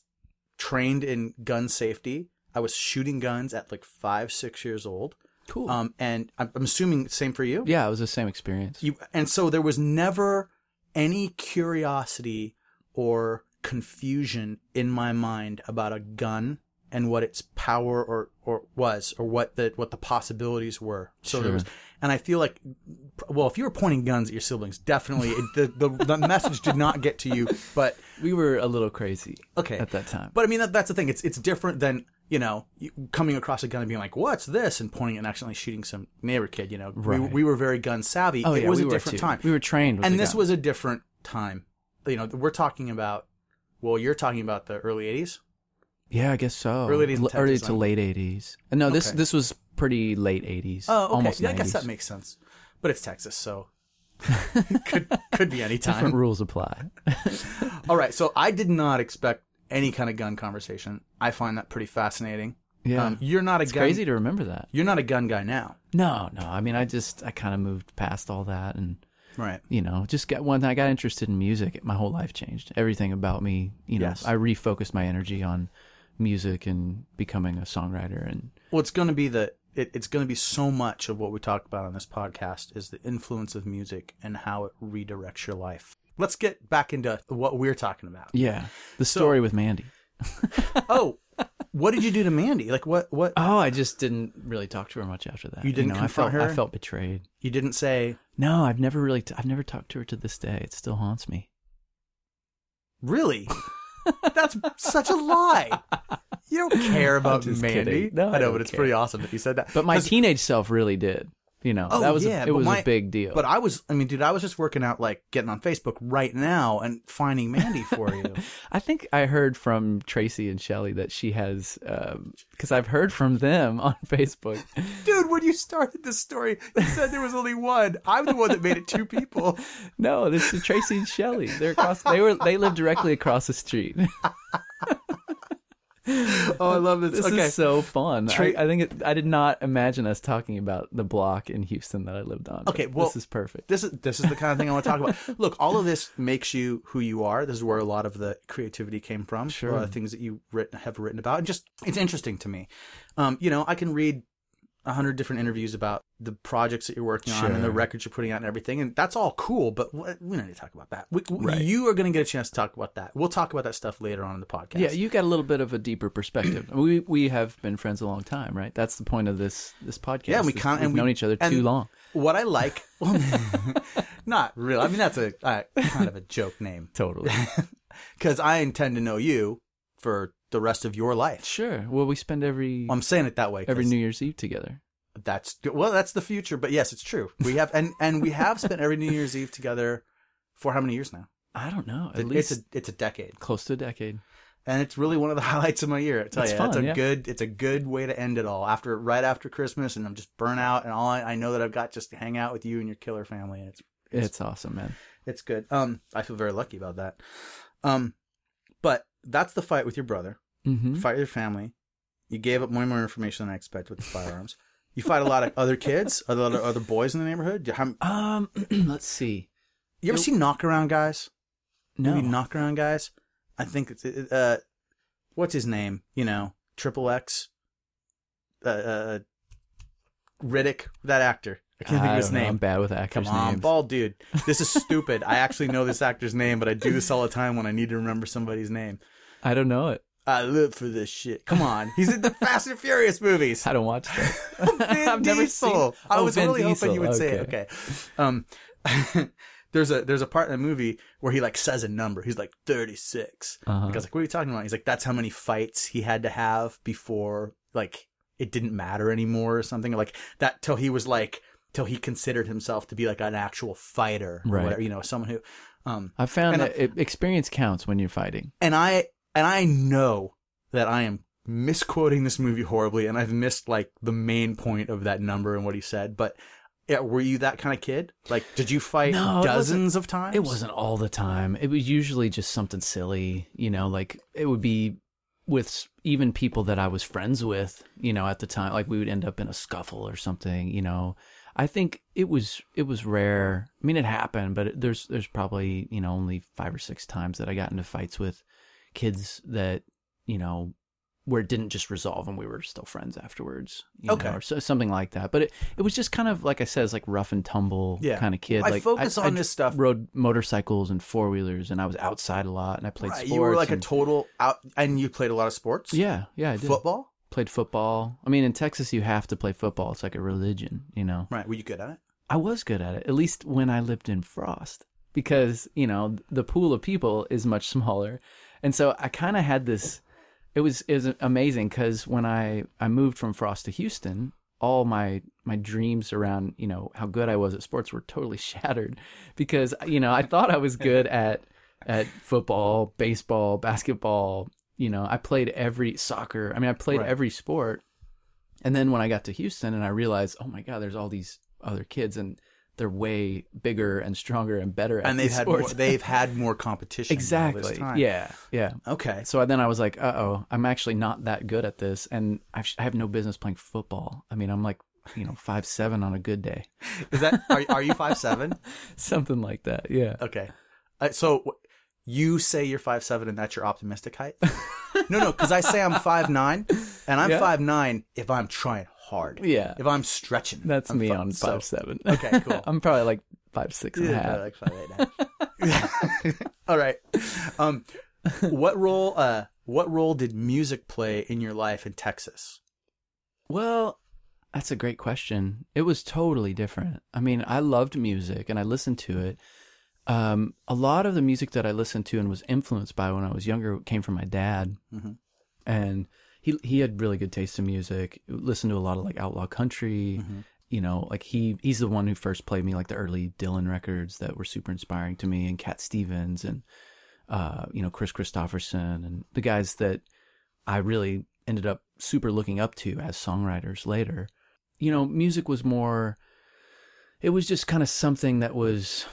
Speaker 1: trained in gun safety. I was shooting guns at like five, six years old.
Speaker 2: cool.
Speaker 1: Um, and I'm, I'm assuming same for you.
Speaker 2: yeah, it was the same experience.
Speaker 1: You and so there was never any curiosity or confusion in my mind about a gun and what its power or or was or what the what the possibilities were. So there
Speaker 2: Sure.
Speaker 1: was, and I feel like, well, if you were pointing guns at your siblings, definitely it, the, the the message did not get to you. But
Speaker 2: we were a little crazy.
Speaker 1: Okay.
Speaker 2: at that time.
Speaker 1: but I mean that, that's the thing. It's it's different than you know you- coming across a gun and being like, "What's this?" and pointing it and accidentally shooting some neighbor kid. You know, we,
Speaker 2: Right.
Speaker 1: we were very gun savvy.
Speaker 2: oh
Speaker 1: it
Speaker 2: yeah,
Speaker 1: was
Speaker 2: we
Speaker 1: a
Speaker 2: were
Speaker 1: different
Speaker 2: too.
Speaker 1: time
Speaker 2: We were trained. With
Speaker 1: and
Speaker 2: the
Speaker 1: this
Speaker 2: gun.
Speaker 1: was a different time. You know, we're talking about. Well, you're talking about the early '80s.
Speaker 2: Yeah, I guess so.
Speaker 1: Early 80s in
Speaker 2: L- early
Speaker 1: Texas,
Speaker 2: to
Speaker 1: I'm-
Speaker 2: late eighties. No, this
Speaker 1: Okay.
Speaker 2: this was pretty late eighties.
Speaker 1: Oh, okay.
Speaker 2: Almost
Speaker 1: yeah, I guess
Speaker 2: 90s.
Speaker 1: that makes sense. But it's Texas, so could could be any
Speaker 2: different
Speaker 1: time.
Speaker 2: rules apply.
Speaker 1: All right. So I did not expect any kind of gun conversation. I find that pretty fascinating.
Speaker 2: Yeah.
Speaker 1: Um, you're not a
Speaker 2: it's
Speaker 1: gun.
Speaker 2: crazy to remember that.
Speaker 1: You're not a gun guy now,
Speaker 2: No, no. I mean, I just I kind of moved past all that, and
Speaker 1: right?
Speaker 2: you know, just got when I got interested in music, my whole life changed. Everything about me, you know,
Speaker 1: Yes.
Speaker 2: I refocused my energy on music and becoming a songwriter and
Speaker 1: Well, it's going to be the it, it's going to be so much of what we talk about on this podcast is the influence of music and how it redirects your life. Let's get back into what we're talking about.
Speaker 2: yeah, the story with Mandy.
Speaker 1: oh, what did you do to Mandy? Like what? What
Speaker 2: Oh, I just didn't really talk to her much after that.
Speaker 1: You didn't
Speaker 2: know,
Speaker 1: confront
Speaker 2: I felt,
Speaker 1: her?
Speaker 2: I felt betrayed.
Speaker 1: you didn't say?
Speaker 2: No, I've never really t- I've never talked to her to this day. It still haunts me.
Speaker 1: Really? That's such a lie. You don't care about
Speaker 2: just
Speaker 1: Mandy.
Speaker 2: kidding. No, I
Speaker 1: I know,
Speaker 2: don't
Speaker 1: but it's
Speaker 2: care.
Speaker 1: pretty awesome that you said that.
Speaker 2: But my
Speaker 1: 'Cause-
Speaker 2: teenage self really did. You know,
Speaker 1: Oh,
Speaker 2: that was
Speaker 1: yeah,
Speaker 2: a, it
Speaker 1: but
Speaker 2: was
Speaker 1: my-
Speaker 2: a big deal.
Speaker 1: But I was, I mean, dude, I was just working out, like getting on Facebook right now and finding Mandy for you.
Speaker 2: I think I heard from Tracy and Shelly that she has, because I've heard from them on Facebook.
Speaker 1: Dude, when you started this story, you said there was only one. I'm the one that made it two people.
Speaker 2: no, this is Tracy and Shelly. They're across. They were. They live directly across the street. oh, I love this.
Speaker 1: Okay.
Speaker 2: is so fun. I-
Speaker 1: Tra-
Speaker 2: I, think it, I did not imagine us talking about the block in Houston that I lived on. but
Speaker 1: Okay, well-
Speaker 2: this is perfect.
Speaker 1: This is this is the kind of thing I want to talk about. Look, all of this makes you who you are. This is where a lot of the creativity came from.
Speaker 2: Sure.
Speaker 1: a lot of things that you writ- have written about, and just it's interesting to me. Um, you know, I can read a hundred different interviews about the projects that you're working on and the
Speaker 2: Sure.
Speaker 1: records you're putting out and everything, and that's all cool. But what, we don't need to talk about that. We, we-
Speaker 2: Right.
Speaker 1: You are going to get a chance to talk about that. We'll talk about that stuff later on in the podcast.
Speaker 2: Yeah, you got a little bit of a deeper perspective. we we have been friends a long time, right? That's the point of this this podcast.
Speaker 1: Yeah, and we
Speaker 2: is
Speaker 1: con-
Speaker 2: we've
Speaker 1: and we-
Speaker 2: known each other
Speaker 1: and-
Speaker 2: too long.
Speaker 1: What I like, well, not real. I mean, that's a uh, kind of a joke name.
Speaker 2: Totally.
Speaker 1: because I intend to know you for the rest of your life.
Speaker 2: sure. Well, we spend every
Speaker 1: I'm saying it that way. 'cause
Speaker 2: every New Year's Eve together.
Speaker 1: that's well, that's the future. But yes, it's true. We have and and we have spent every New Year's Eve together for how many years now?
Speaker 2: I don't know. At
Speaker 1: It-
Speaker 2: least
Speaker 1: it's a it's a decade,
Speaker 2: close to a decade.
Speaker 1: and it's really one of the highlights of my year. I tell
Speaker 2: It's
Speaker 1: you,
Speaker 2: fun,
Speaker 1: it's a
Speaker 2: yeah.
Speaker 1: good it's a good way to end it all after right after Christmas, and I'm just burnt out, and all I, I know that I've got just to hang out with you and your killer family, and it's
Speaker 2: It's, awesome, man.
Speaker 1: it's good. Um, I feel very lucky about that. Um, but that's the fight with your brother.
Speaker 2: Mm-hmm.
Speaker 1: fight your family. You gave up way more information than I expected with the firearms. You fight a lot of other kids, other other, other boys in the neighborhood. You, how-
Speaker 2: Um, let's see.
Speaker 1: you ever
Speaker 2: Nope.
Speaker 1: see knock around guys?
Speaker 2: No,
Speaker 1: Maybe knock around guys. I think it's it- uh, what's his name? You know, Triple X, uh, uh, Riddick, that actor. I can't think
Speaker 2: I
Speaker 1: of his
Speaker 2: don't know. I'm
Speaker 1: name.
Speaker 2: bad with actors'
Speaker 1: Come on,
Speaker 2: names.
Speaker 1: bald dude. This is stupid. I actually know this actor's name, but I do this all the time when I need to remember somebody's name.
Speaker 2: I don't know it.
Speaker 1: I live for this shit. Come on, he's in the Fast and Furious movies.
Speaker 2: I don't watch that.
Speaker 1: Vin
Speaker 2: I've never seen-
Speaker 1: Diesel. I
Speaker 2: Oh,
Speaker 1: was
Speaker 2: Vin
Speaker 1: really
Speaker 2: Diesel.
Speaker 1: hoping you would say it.
Speaker 2: Okay.
Speaker 1: Okay. Um, there's a there's a part in the movie where he like says a number. He's like 36.
Speaker 2: Uh-huh.
Speaker 1: Like, I was like, what are you talking about? He's like, that's how many fights he had to have before like it didn't matter anymore or something like that till he was like till he considered himself to be like an actual fighter, or
Speaker 2: Right.
Speaker 1: whatever, you know, someone who. Um,
Speaker 2: I found
Speaker 1: And I-
Speaker 2: that it, experience counts when you're fighting.
Speaker 1: and I and I know that I am misquoting this movie horribly, and I've missed like the main point of that number and what he said. But yeah, were you that kind of kid? Like, did you fight
Speaker 2: No, it
Speaker 1: dozens of times?
Speaker 2: It wasn't all the time. It was usually just something silly, you know, like it would be with s- even people that I was friends with, you know, at the time, like we would end up in a scuffle or something, you know. I think it was it was rare. I mean, it happened, but it, there's there's probably you know only five or six times that I got into fights with kids that you know where it didn't just resolve and we were still friends afterwards, you
Speaker 1: Okay.
Speaker 2: know, or so, something like that. But it, it was just kind of like I said, it's like rough and tumble
Speaker 1: Yeah.
Speaker 2: kind of kid.
Speaker 1: I
Speaker 2: like
Speaker 1: focus on
Speaker 2: just
Speaker 1: this stuff-
Speaker 2: Rode motorcycles and four wheelers, and I was outside a lot, and I played
Speaker 1: Right,
Speaker 2: sports.
Speaker 1: you were like a
Speaker 2: and-
Speaker 1: total out, and you played a lot of sports.
Speaker 2: yeah, yeah, I did.
Speaker 1: football.
Speaker 2: played football. I mean, in Texas, you have to play football. It's like a religion, you know.
Speaker 1: Right? Were you good at it?
Speaker 2: I was good at it, at least when I lived in Frost, because, you know, the pool of people is much smaller. And so I kind of had this, it was, it was amazing because when I, I moved from Frost to Houston, all my, my dreams around, you know, how good I was at sports were totally shattered because, you know, I thought I was good at, at football, baseball, basketball, you know, I played every soccer. I mean, I played
Speaker 1: Right.
Speaker 2: every sport. And then when I got to Houston and I realized, oh my God, there's all these other kids and they're way bigger and stronger and better at
Speaker 1: And they've
Speaker 2: these
Speaker 1: had more,
Speaker 2: sports.
Speaker 1: they've had more competition. all this
Speaker 2: exactly.
Speaker 1: time.
Speaker 2: Yeah. Yeah.
Speaker 1: Okay.
Speaker 2: So then I was like, uh oh, I'm actually not that good at this. And I've, I have no business playing football. I mean, I'm like, you know, five seven on a good day,
Speaker 1: Is that are, are you five seven?
Speaker 2: something like that. Yeah.
Speaker 1: Okay. Uh, so w- you say you're five seven, and that's your optimistic height. no, no, because I say I'm five nine, and I'm
Speaker 2: Yeah.
Speaker 1: five nine if I'm trying hard.
Speaker 2: Yeah.
Speaker 1: If I'm stretching.
Speaker 2: That's
Speaker 1: I'm
Speaker 2: me
Speaker 1: fuck-
Speaker 2: on
Speaker 1: so-
Speaker 2: five seven.
Speaker 1: Okay, cool.
Speaker 2: I'm probably like five six and a
Speaker 1: Yeah,
Speaker 2: half.
Speaker 1: like five eight and a half. All right. Um, what role? Uh, what role did music play in your life in Texas?
Speaker 2: Well, that's a great question. It was totally different. I mean, I loved music and I listened to it. Um, a lot of the music that I listened to and was influenced by when I was younger came from my dad,
Speaker 1: Mhm.
Speaker 2: and he he had really good taste in music. Listened to a lot of like outlaw country.
Speaker 1: Mm-hmm.
Speaker 2: You know, like he he's the one who first played me like the early Dylan records that were super inspiring to me, and Cat Stevens and uh, you know Chris Christopherson and the guys that I really ended up super looking up to as songwriters later. You know, music was more, it was just kind of something that was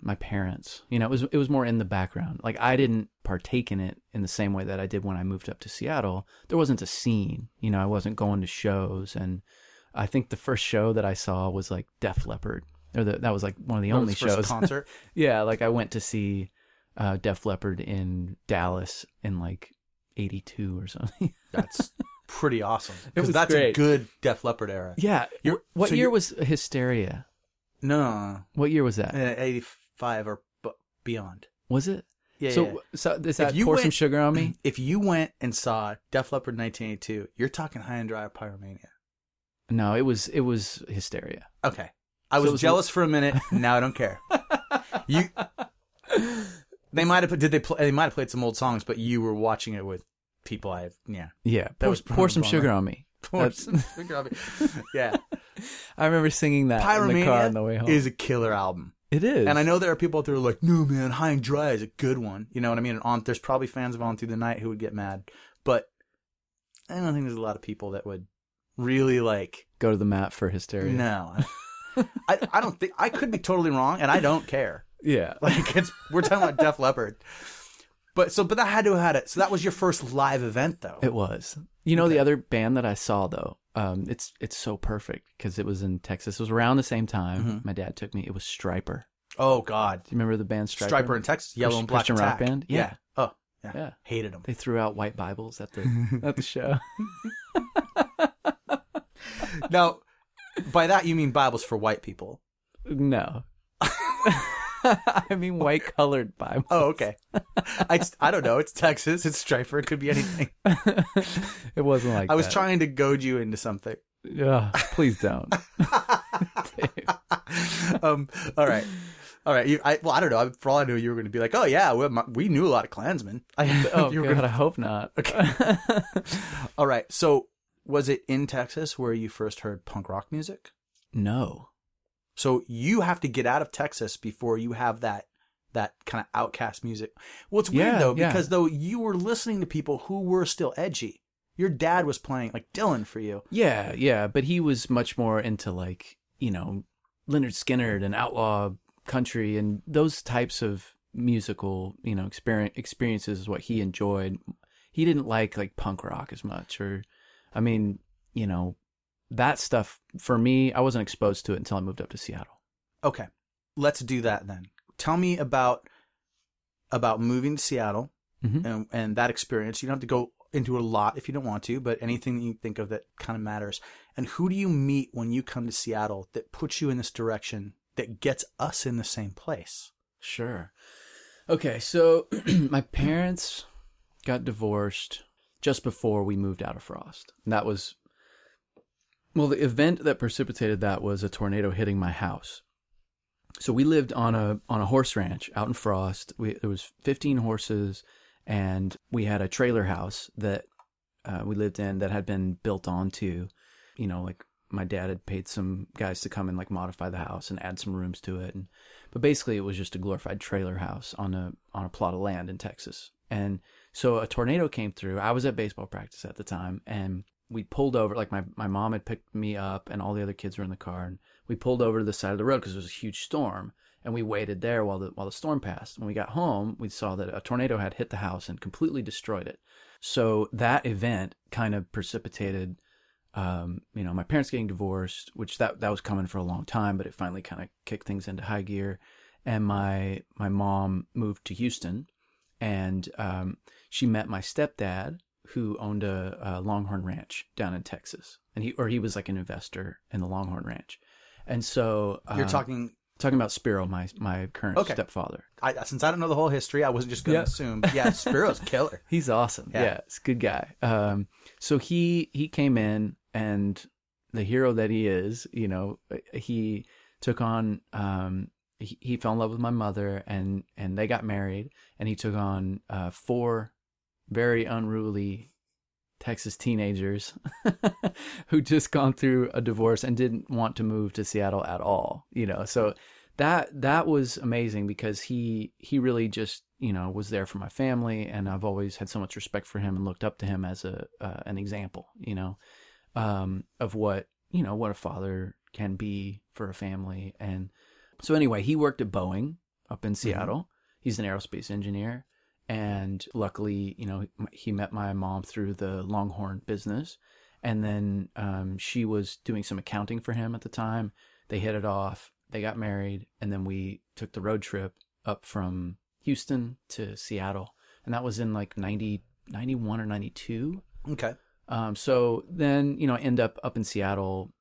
Speaker 2: my parents. You know, it was it was more in the background. Like I didn't partake in it in the same way that I did when I moved up to Seattle. There wasn't a scene, you know, I wasn't going to shows. And I think the first show that I saw was like Def Leppard, or the, that was like one of the
Speaker 1: That was
Speaker 2: only
Speaker 1: the first
Speaker 2: shows.
Speaker 1: concert.
Speaker 2: yeah, like I went to see uh, Def Leppard in Dallas in like 82 or something.
Speaker 1: That's pretty awesome. Because
Speaker 2: was
Speaker 1: that's a
Speaker 2: great.
Speaker 1: good Def Leppard era.
Speaker 2: yeah.
Speaker 1: You're-
Speaker 2: what
Speaker 1: so
Speaker 2: year
Speaker 1: you're-
Speaker 2: was Hysteria?
Speaker 1: No, no,
Speaker 2: What year was that?
Speaker 1: no, no. Uh, 85 or b- beyond.
Speaker 2: Was it?
Speaker 1: Yeah.
Speaker 2: so,
Speaker 1: yeah.
Speaker 2: so is that
Speaker 1: you
Speaker 2: pour some
Speaker 1: went-
Speaker 2: sugar on me?
Speaker 1: If you went and saw Def Leppard 1982, you're talking high and dry pyromania.
Speaker 2: No, it was it was hysteria.
Speaker 1: Okay. I
Speaker 2: So
Speaker 1: was
Speaker 2: it was-
Speaker 1: jealous for a minute. Now I don't care. you. They might have did they play, they might have played some old songs, but you were watching it with people. I yeah.
Speaker 2: Yeah, pour,
Speaker 1: was
Speaker 2: pour some
Speaker 1: probably
Speaker 2: sugar on me. That's-
Speaker 1: yeah.
Speaker 2: I remember singing that in the car on the way
Speaker 1: Pyromania
Speaker 2: home.
Speaker 1: is a killer album.
Speaker 2: it is,
Speaker 1: And I know there are people out there who are like, no, man, High and Dry is a good one. You know what I mean? And on, there's probably fans of On Through the Night who would get mad, but I don't think there's a lot of people that would really like.
Speaker 2: go to the mat for hysteria.
Speaker 1: No, I, I don't think I could be totally wrong, and I don't care.
Speaker 2: Yeah,
Speaker 1: Like it's we're talking about Def Leppard, but so but that had to have had it. So that was your first live event, though.
Speaker 2: it was. You know the other band that I saw though. Um, it's it's so perfect because it was in Texas. It was around the same time my dad took me. It was Striper.
Speaker 1: oh God,
Speaker 2: Do you remember the band
Speaker 1: Striper,
Speaker 2: Striper?
Speaker 1: in Texas, Yellow
Speaker 2: Christian-
Speaker 1: and Black
Speaker 2: Christian rock
Speaker 1: Attack.
Speaker 2: band? Yeah.
Speaker 1: Oh yeah,
Speaker 2: Yeah.
Speaker 1: hated them.
Speaker 2: They threw out white Bibles at the at the show.
Speaker 1: Now, by that you mean Bibles for white people.
Speaker 2: No. I mean white colored Bible.
Speaker 1: Oh, okay. I, I don't know. It's Texas. It's Striper. It could be anything.
Speaker 2: it wasn't like
Speaker 1: I was
Speaker 2: that.
Speaker 1: trying to goad you into something.
Speaker 2: Ugh, please don't.
Speaker 1: Um. All right. All right. You, I, well, I don't know. I, for all I knew, you were going to be like, "Oh yeah, we, my, we knew a lot of Klansmen." I,
Speaker 2: Oh
Speaker 1: you were
Speaker 2: God,
Speaker 1: gonna-
Speaker 2: I hope not.
Speaker 1: all right. So, was it in Texas where you first heard punk rock music?
Speaker 2: no.
Speaker 1: So you have to get out of Texas before you have that that kind of outcast music. Well, it's weird
Speaker 2: Yeah,
Speaker 1: though
Speaker 2: yeah.
Speaker 1: because though you were listening to people who were still edgy. Your dad was playing like Dylan for you.
Speaker 2: Yeah, yeah, but he was much more into like you know Leonard Skinner and outlaw country and those types of musical you know experience experiences is what he enjoyed. He didn't like like punk rock as much, or I mean, you know, that stuff for me. I wasn't exposed to it until I moved up to Seattle.
Speaker 1: Okay, let's do that then. Tell me about about moving to Seattle
Speaker 2: Mhm.
Speaker 1: and and that experience. You don't have to go into a lot if you don't want to, but anything that you think of that kind of matters. And who do you meet when you come to Seattle that puts you in this direction that gets us in the same place?
Speaker 2: Sure. Okay, so my parents got divorced just before we moved out of Frost. And that was well, the event that precipitated that was a tornado hitting my house. So we lived on a on a horse ranch out in Frost. We, there was 15 horses and we had a trailer house that uh, we lived in that had been built onto, you know, like my dad had paid some guys to come and like modify the house and add some rooms to it and but basically it was just a glorified trailer house on a on a plot of land in Texas. And so a tornado came through. I was at baseball practice at the time and we pulled over like my my mom had picked me up and all the other kids were in the car and we pulled over to the side of the road cuz it was a huge storm and we waited there while the while the storm passed. When we got home, we saw that a tornado had hit the house and completely destroyed it. So that event kind of precipitated um, you know, my parents getting divorced, which that that was coming for a long time, but it finally kind of kicked things into high gear. And my my mom moved to Houston, and um, she met my stepdad, who owned a, a Longhorn Ranch down in Texas, and he or he was like an investor in the Longhorn Ranch, and so
Speaker 1: You're
Speaker 2: um,
Speaker 1: talking
Speaker 2: talking about Spiro, my my current
Speaker 1: Okay.
Speaker 2: stepfather.
Speaker 1: I, since I don't know the whole history, I wasn't just going to
Speaker 2: Yeah.
Speaker 1: assume. Yeah, Spiro's killer.
Speaker 2: He's awesome.
Speaker 1: Yeah.
Speaker 2: Yeah. he's a good guy. Um, so he he came in and the hero that he is, you know, uh, he took on. Um, he, he fell in love with my mother and and they got married and he took on uh, four very unruly Texas teenagers who just gone through a divorce and didn't want to move to Seattle at all. You know, so that that was amazing because he he really just you know was there for my family and I've always had so much respect for him and looked up to him as a uh, an example. You know, um, of what you know what a father can be for a family and so anyway he worked at Boeing up in Seattle. He's an aerospace engineer and luckily, you know, he met my mom through the Longhorn business, and then um, she was doing some accounting for him at the time. They hit it off. They got married, and then we took the road trip up from Houston to Seattle, and that was in like 90, 91 or ninety two.
Speaker 1: Okay.
Speaker 2: Um, so then you know, I end up up in Seattle.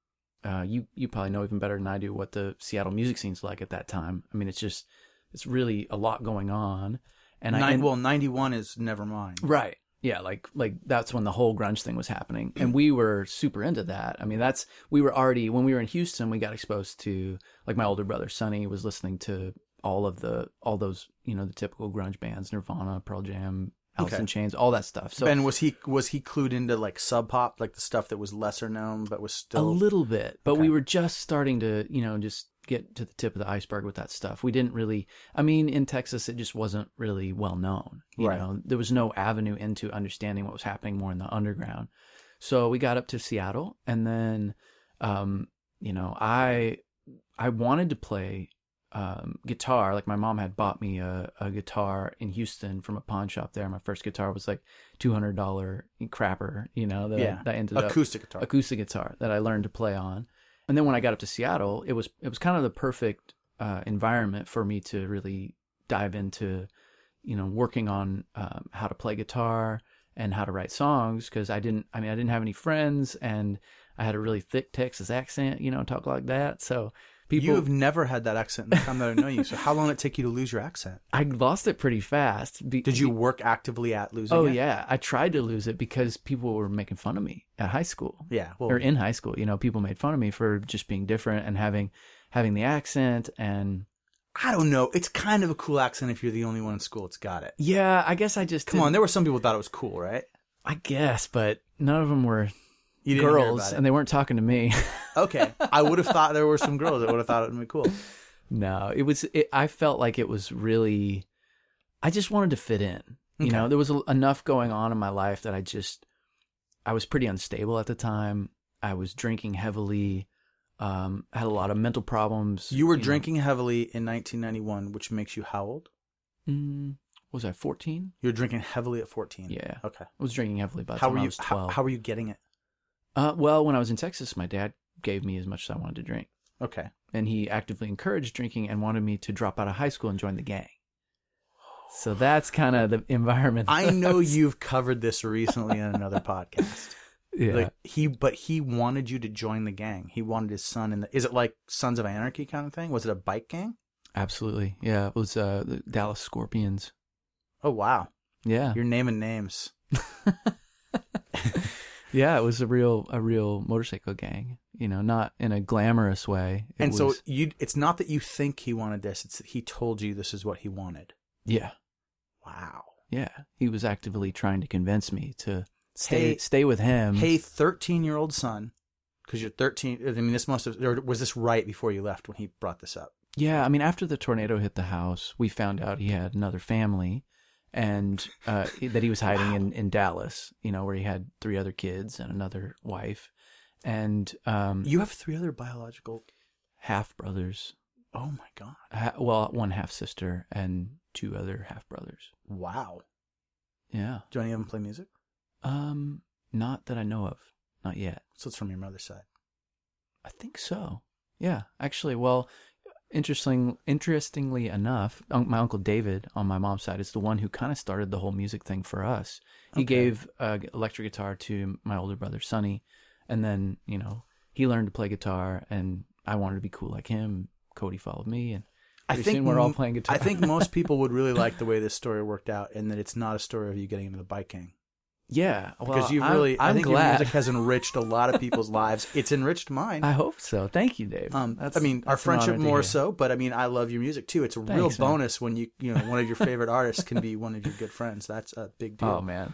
Speaker 2: Uh, you you probably know even better than I do what the Seattle music scene's like at that time. I mean, it's just it's really a lot going on, and
Speaker 1: Nine,
Speaker 2: I end-
Speaker 1: well, 91 is never mind.
Speaker 2: right yeah like like that's when the whole grunge thing was happening, and we were super into that. I mean, that's we were already when we were in Houston, we got exposed to like my older brother Sonny was listening to all of the all those you know the typical grunge bands, Nirvana, Pearl Jam, Alice
Speaker 1: Okay.
Speaker 2: in Chains, all that stuff. So
Speaker 1: and was he was he clued into like sub pop, like the stuff that was lesser known but was
Speaker 2: a
Speaker 1: still
Speaker 2: little bit but
Speaker 1: Okay.
Speaker 2: we were just starting to you know just get to the tip of the iceberg with that stuff we didn't really i mean in texas it just wasn't really well known you
Speaker 1: Right.
Speaker 2: know there was no avenue into understanding what was happening more in the underground so we got up to seattle and then um you know i i wanted to play um, guitar like my mom had bought me a, a guitar in houston from a pawn shop there my first guitar was like $200 crapper you know that, I-
Speaker 1: Yeah.
Speaker 2: that ended up
Speaker 1: acoustic guitar.
Speaker 2: acoustic guitar that I learned to play on. And then when I got up to Seattle, it was it was kind of the perfect uh, environment for me to really dive into, you know, working on um, how to play guitar and how to write songs because I didn't I mean I didn't have any friends and I had a really thick Texas accent, you know, talk like that. So people
Speaker 1: you have never had that accent in the time that I know you. So how long did it take you to lose your accent?
Speaker 2: I lost it pretty fast. be-
Speaker 1: Did you work actively at losing
Speaker 2: Oh
Speaker 1: it?
Speaker 2: yeah, I tried to lose it because people were making fun of me at high school.
Speaker 1: Yeah. Well,
Speaker 2: or in high school, you know, people made fun of me for just being different and having having the accent and
Speaker 1: I don't know. It's kind of a cool accent if you're the only one in school that's got it.
Speaker 2: yeah, I guess I just
Speaker 1: Come on,
Speaker 2: didn't-
Speaker 1: there were some people who thought it was cool, right?
Speaker 2: I guess, but none of them were
Speaker 1: You didn't hear
Speaker 2: girls
Speaker 1: about
Speaker 2: and
Speaker 1: it.
Speaker 2: they weren't talking to me.
Speaker 1: okay, I would have thought there were some girls that would have thought it would be cool.
Speaker 2: no, it was it, I felt like it was really I just wanted to fit in. You
Speaker 1: Okay.
Speaker 2: know, there was a, enough going on in my life that I just I was pretty unstable at the time. I was drinking heavily. Um, had a lot of mental problems.
Speaker 1: You were
Speaker 2: know.
Speaker 1: drinking heavily in 1991, which makes you how old?
Speaker 2: Mm, what was I 14?
Speaker 1: You were drinking heavily at 14.
Speaker 2: Yeah.
Speaker 1: Okay.
Speaker 2: I was drinking heavily by the
Speaker 1: How
Speaker 2: time
Speaker 1: were
Speaker 2: I
Speaker 1: you?
Speaker 2: was 12.
Speaker 1: How, how were you getting it?
Speaker 2: Uh, well, when I was in Texas, my dad gave me as much as I wanted to drink,
Speaker 1: Okay.
Speaker 2: and he actively encouraged drinking and wanted me to drop out of high school and join the gang. So that's kind of the environment.
Speaker 1: I
Speaker 2: that
Speaker 1: know
Speaker 2: was-
Speaker 1: you've covered this recently in another podcast.
Speaker 2: Yeah.
Speaker 1: Like he, but he wanted you to join the gang. He wanted his son in the. Is it like Sons of Anarchy kind of thing? Was it a bike gang?
Speaker 2: absolutely. Yeah. It was uh, the Dallas Scorpions.
Speaker 1: Oh wow,
Speaker 2: Yeah.
Speaker 1: you're naming names.
Speaker 2: Yeah. It was a real, a real motorcycle gang, you know, not in a glamorous way. It
Speaker 1: and so
Speaker 2: was-
Speaker 1: you, it's not that you think he wanted this. It's that he told you this is what he wanted.
Speaker 2: yeah.
Speaker 1: Wow.
Speaker 2: Yeah. He was actively trying to convince me to stay,
Speaker 1: Hey-
Speaker 2: stay with him.
Speaker 1: Hey, thirteen-year-old son, because you're thirteen. I mean, this must have. Or was this right before you left when he brought this up?
Speaker 2: Yeah, I mean, after the tornado hit the house, we found out he had another family, and uh, that he was hiding in, in Dallas. You know, where he had three other kids and another wife, and um,
Speaker 1: You have three other biological.
Speaker 2: half brothers.
Speaker 1: Oh my god.
Speaker 2: Ha- well, one half sister and two other half brothers.
Speaker 1: Wow.
Speaker 2: Yeah,
Speaker 1: Do any of them play music?
Speaker 2: um, not that I know of, not yet.
Speaker 1: So it's from your mother's side.
Speaker 2: I think so. Yeah, actually, well, interesting, interestingly enough, un- my uncle David on my mom's side is the one who kind of started the whole music thing for us. He
Speaker 1: Okay.
Speaker 2: gave uh, electric guitar to my older brother Sonny, and then you know he learned to play guitar, and I wanted to be cool like him. Cody followed me, and pretty soon we're all
Speaker 1: m-
Speaker 2: playing guitar.
Speaker 1: I think most people would really like the way this story worked out, and that it's not a story of you getting into the bike gang
Speaker 2: yeah, well,
Speaker 1: because you
Speaker 2: I'm-
Speaker 1: really.
Speaker 2: I'm,
Speaker 1: I think your
Speaker 2: glad.
Speaker 1: music has enriched a lot of people's lives. It's enriched mine.
Speaker 2: I hope so. Thank you, Dave.
Speaker 1: Um,
Speaker 2: That's-
Speaker 1: I mean, our
Speaker 2: that's an honor
Speaker 1: friendship
Speaker 2: to
Speaker 1: more
Speaker 2: hear.
Speaker 1: so, but I mean, I love your music too. It's a real
Speaker 2: Thanks, man.
Speaker 1: bonus when you, you know, one of your favorite artists can be one of your good friends. That's a big
Speaker 2: Oh
Speaker 1: deal.
Speaker 2: man,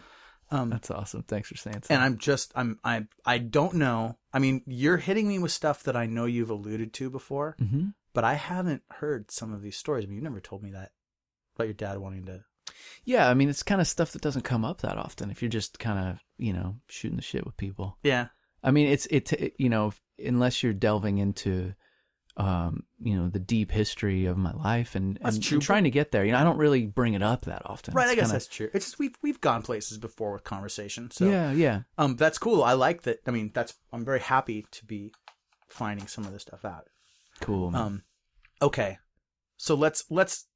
Speaker 1: um,
Speaker 2: that's awesome. Thanks for saying.
Speaker 1: and
Speaker 2: something.
Speaker 1: I'm just, I'm, I, I don't know. I mean, you're hitting me with stuff that I know you've alluded to before,
Speaker 2: Mhm.
Speaker 1: but I haven't heard some of these stories. I mean, you never told me that about your dad wanting to.
Speaker 2: Yeah, I mean, it's kind of stuff that doesn't come up that often if you're just kind of, you know, shooting the shit with people.
Speaker 1: Yeah.
Speaker 2: I mean, it's, it, it you know, unless you're delving into um, you know, the deep history of my life and,
Speaker 1: That's
Speaker 2: and,
Speaker 1: true,
Speaker 2: and
Speaker 1: but-
Speaker 2: trying to get there. You know, I don't really bring it up that often.
Speaker 1: Right,
Speaker 2: It's
Speaker 1: I guess
Speaker 2: kinda-
Speaker 1: that's true. It's just we've we've gone places before with conversation. So
Speaker 2: Yeah, yeah.
Speaker 1: um that's cool. I like that I mean that's I'm very happy to be finding some of this stuff out.
Speaker 2: Cool. man.
Speaker 1: Um okay. So let's let's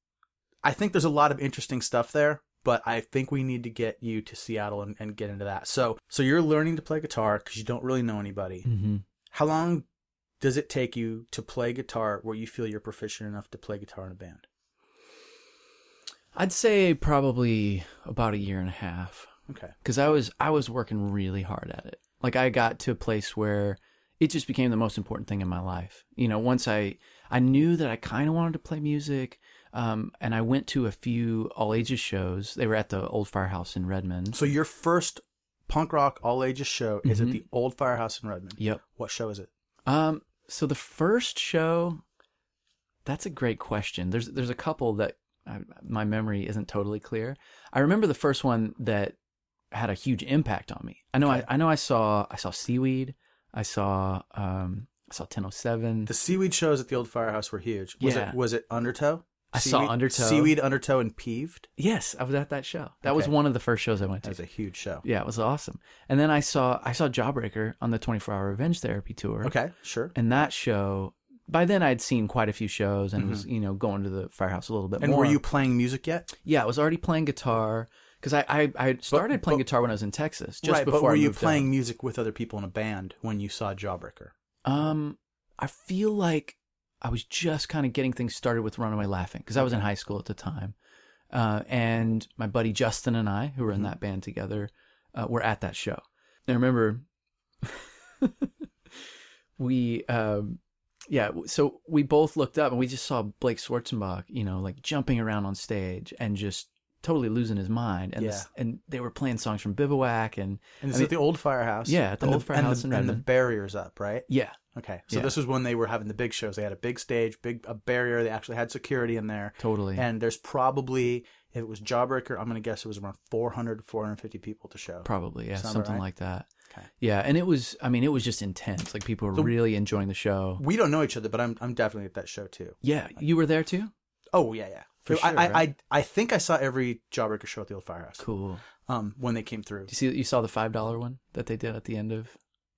Speaker 1: I think there's a lot of interesting stuff there, but I think we need to get you to Seattle and, and get into that. So so you're learning to play guitar because you don't really know anybody.
Speaker 2: hmm
Speaker 1: How long does it take you to play guitar where you feel you're proficient enough to play guitar in a band?
Speaker 2: I'd say probably about a year and a half.
Speaker 1: Okay.
Speaker 2: because I was I was working really hard at it. Like I got to a place where it just became the most important thing in my life. You know, once I I knew that I kind of wanted to play music, um, and I went to a few all ages shows. They were at the old firehouse in Redmond.
Speaker 1: So your first punk rock all ages show is
Speaker 2: Mm-hmm.
Speaker 1: at the old firehouse in Redmond.
Speaker 2: Yep.
Speaker 1: What show is it?
Speaker 2: Um. So the first show, that's a great question. There's there's a couple that I, my memory isn't totally clear. I remember the first one that had a huge impact on me. I know
Speaker 1: Okay.
Speaker 2: I, I know I saw I saw seaweed. I saw um I saw 1007.
Speaker 1: The seaweed shows at the old firehouse were huge. Was
Speaker 2: Yeah.
Speaker 1: it was it Undertow?
Speaker 2: I saw Undertow.
Speaker 1: Seaweed, Undertow, and Peeved.
Speaker 2: yes, I was at that show. That was
Speaker 1: Okay.
Speaker 2: one of the first shows I went
Speaker 1: That
Speaker 2: to.
Speaker 1: was a huge show.
Speaker 2: Yeah, it was awesome. And then I saw I saw Jawbreaker on the 24 Hour Revenge Therapy tour.
Speaker 1: Okay, sure.
Speaker 2: And that show, by then I'd seen quite a few shows and was you know going to the firehouse a little bit
Speaker 1: Mm-hmm. And
Speaker 2: more.
Speaker 1: were you playing music yet?
Speaker 2: Yeah, I was already playing guitar because I, I I had started playing
Speaker 1: but-
Speaker 2: guitar when I was in Texas, just
Speaker 1: right,
Speaker 2: before
Speaker 1: but were
Speaker 2: I
Speaker 1: you
Speaker 2: moved
Speaker 1: playing music with other people in a band when you saw Jawbreaker?
Speaker 2: Out. Um, I feel like I was just kind of getting things started with Runaway Laughing because I was in high school at the time, uh, and my buddy Justin and I, who were in that band together, uh, were at that show. And I remember we um yeah w- so we both looked up and we just saw blake schwarzenbach you know like jumping around on stage and just totally losing his mind and
Speaker 1: Yeah.
Speaker 2: this, and they were playing songs from bivouac and
Speaker 1: And is
Speaker 2: I mean-
Speaker 1: it the old firehouse?
Speaker 2: Yeah, at the
Speaker 1: And
Speaker 2: old firehouse
Speaker 1: and
Speaker 2: in
Speaker 1: the, and the
Speaker 2: Redmond.
Speaker 1: barriers up, right?
Speaker 2: yeah
Speaker 1: Okay, so
Speaker 2: Yeah.
Speaker 1: this was when they were having the big shows. They had a big stage, big a barrier. They actually had security in there.
Speaker 2: totally
Speaker 1: And there's probably, if it was Jawbreaker, I'm going to guess it was around 400, 450 people to show.
Speaker 2: probably yeah
Speaker 1: Sound about
Speaker 2: something
Speaker 1: right?
Speaker 2: like that
Speaker 1: Okay.
Speaker 2: yeah and it was i mean it was just intense like people were really enjoying the show
Speaker 1: we don't know each other, but I'm, I'm definitely at that show too.
Speaker 2: yeah you were there too
Speaker 1: Oh, yeah, yeah.
Speaker 2: For
Speaker 1: I,
Speaker 2: sure,
Speaker 1: I,
Speaker 2: right?
Speaker 1: I, I think I saw every Jawbreaker show at the old firehouse
Speaker 2: cool
Speaker 1: um, when they came through.
Speaker 2: do you see you saw the five dollar one that they did at the end of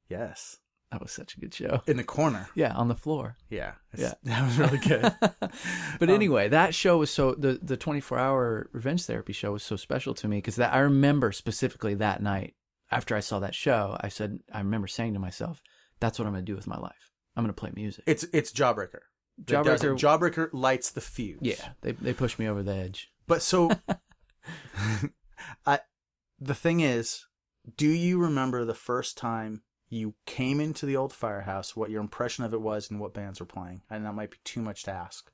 Speaker 1: Yes.
Speaker 2: that was such a good show
Speaker 1: In the corner.
Speaker 2: yeah on the floor
Speaker 1: Yeah. It's- That was really good. Um,
Speaker 2: but anyway, that show was so the the 24 hour revenge therapy show was so special to me because that I remember specifically that night after I saw that show, I said I remember saying to myself, "That's what I'm going to do with my life. I'm going to play music."
Speaker 1: it's, it's Jawbreaker. That does it.
Speaker 2: Jawbreaker,
Speaker 1: Jawbreaker lights the fuse.
Speaker 2: yeah, they they pushed me over the edge.
Speaker 1: But so, I, the thing is, do you remember the first time you came into the old firehouse? What your impression of it was, and what bands were playing? And that might be too much to ask.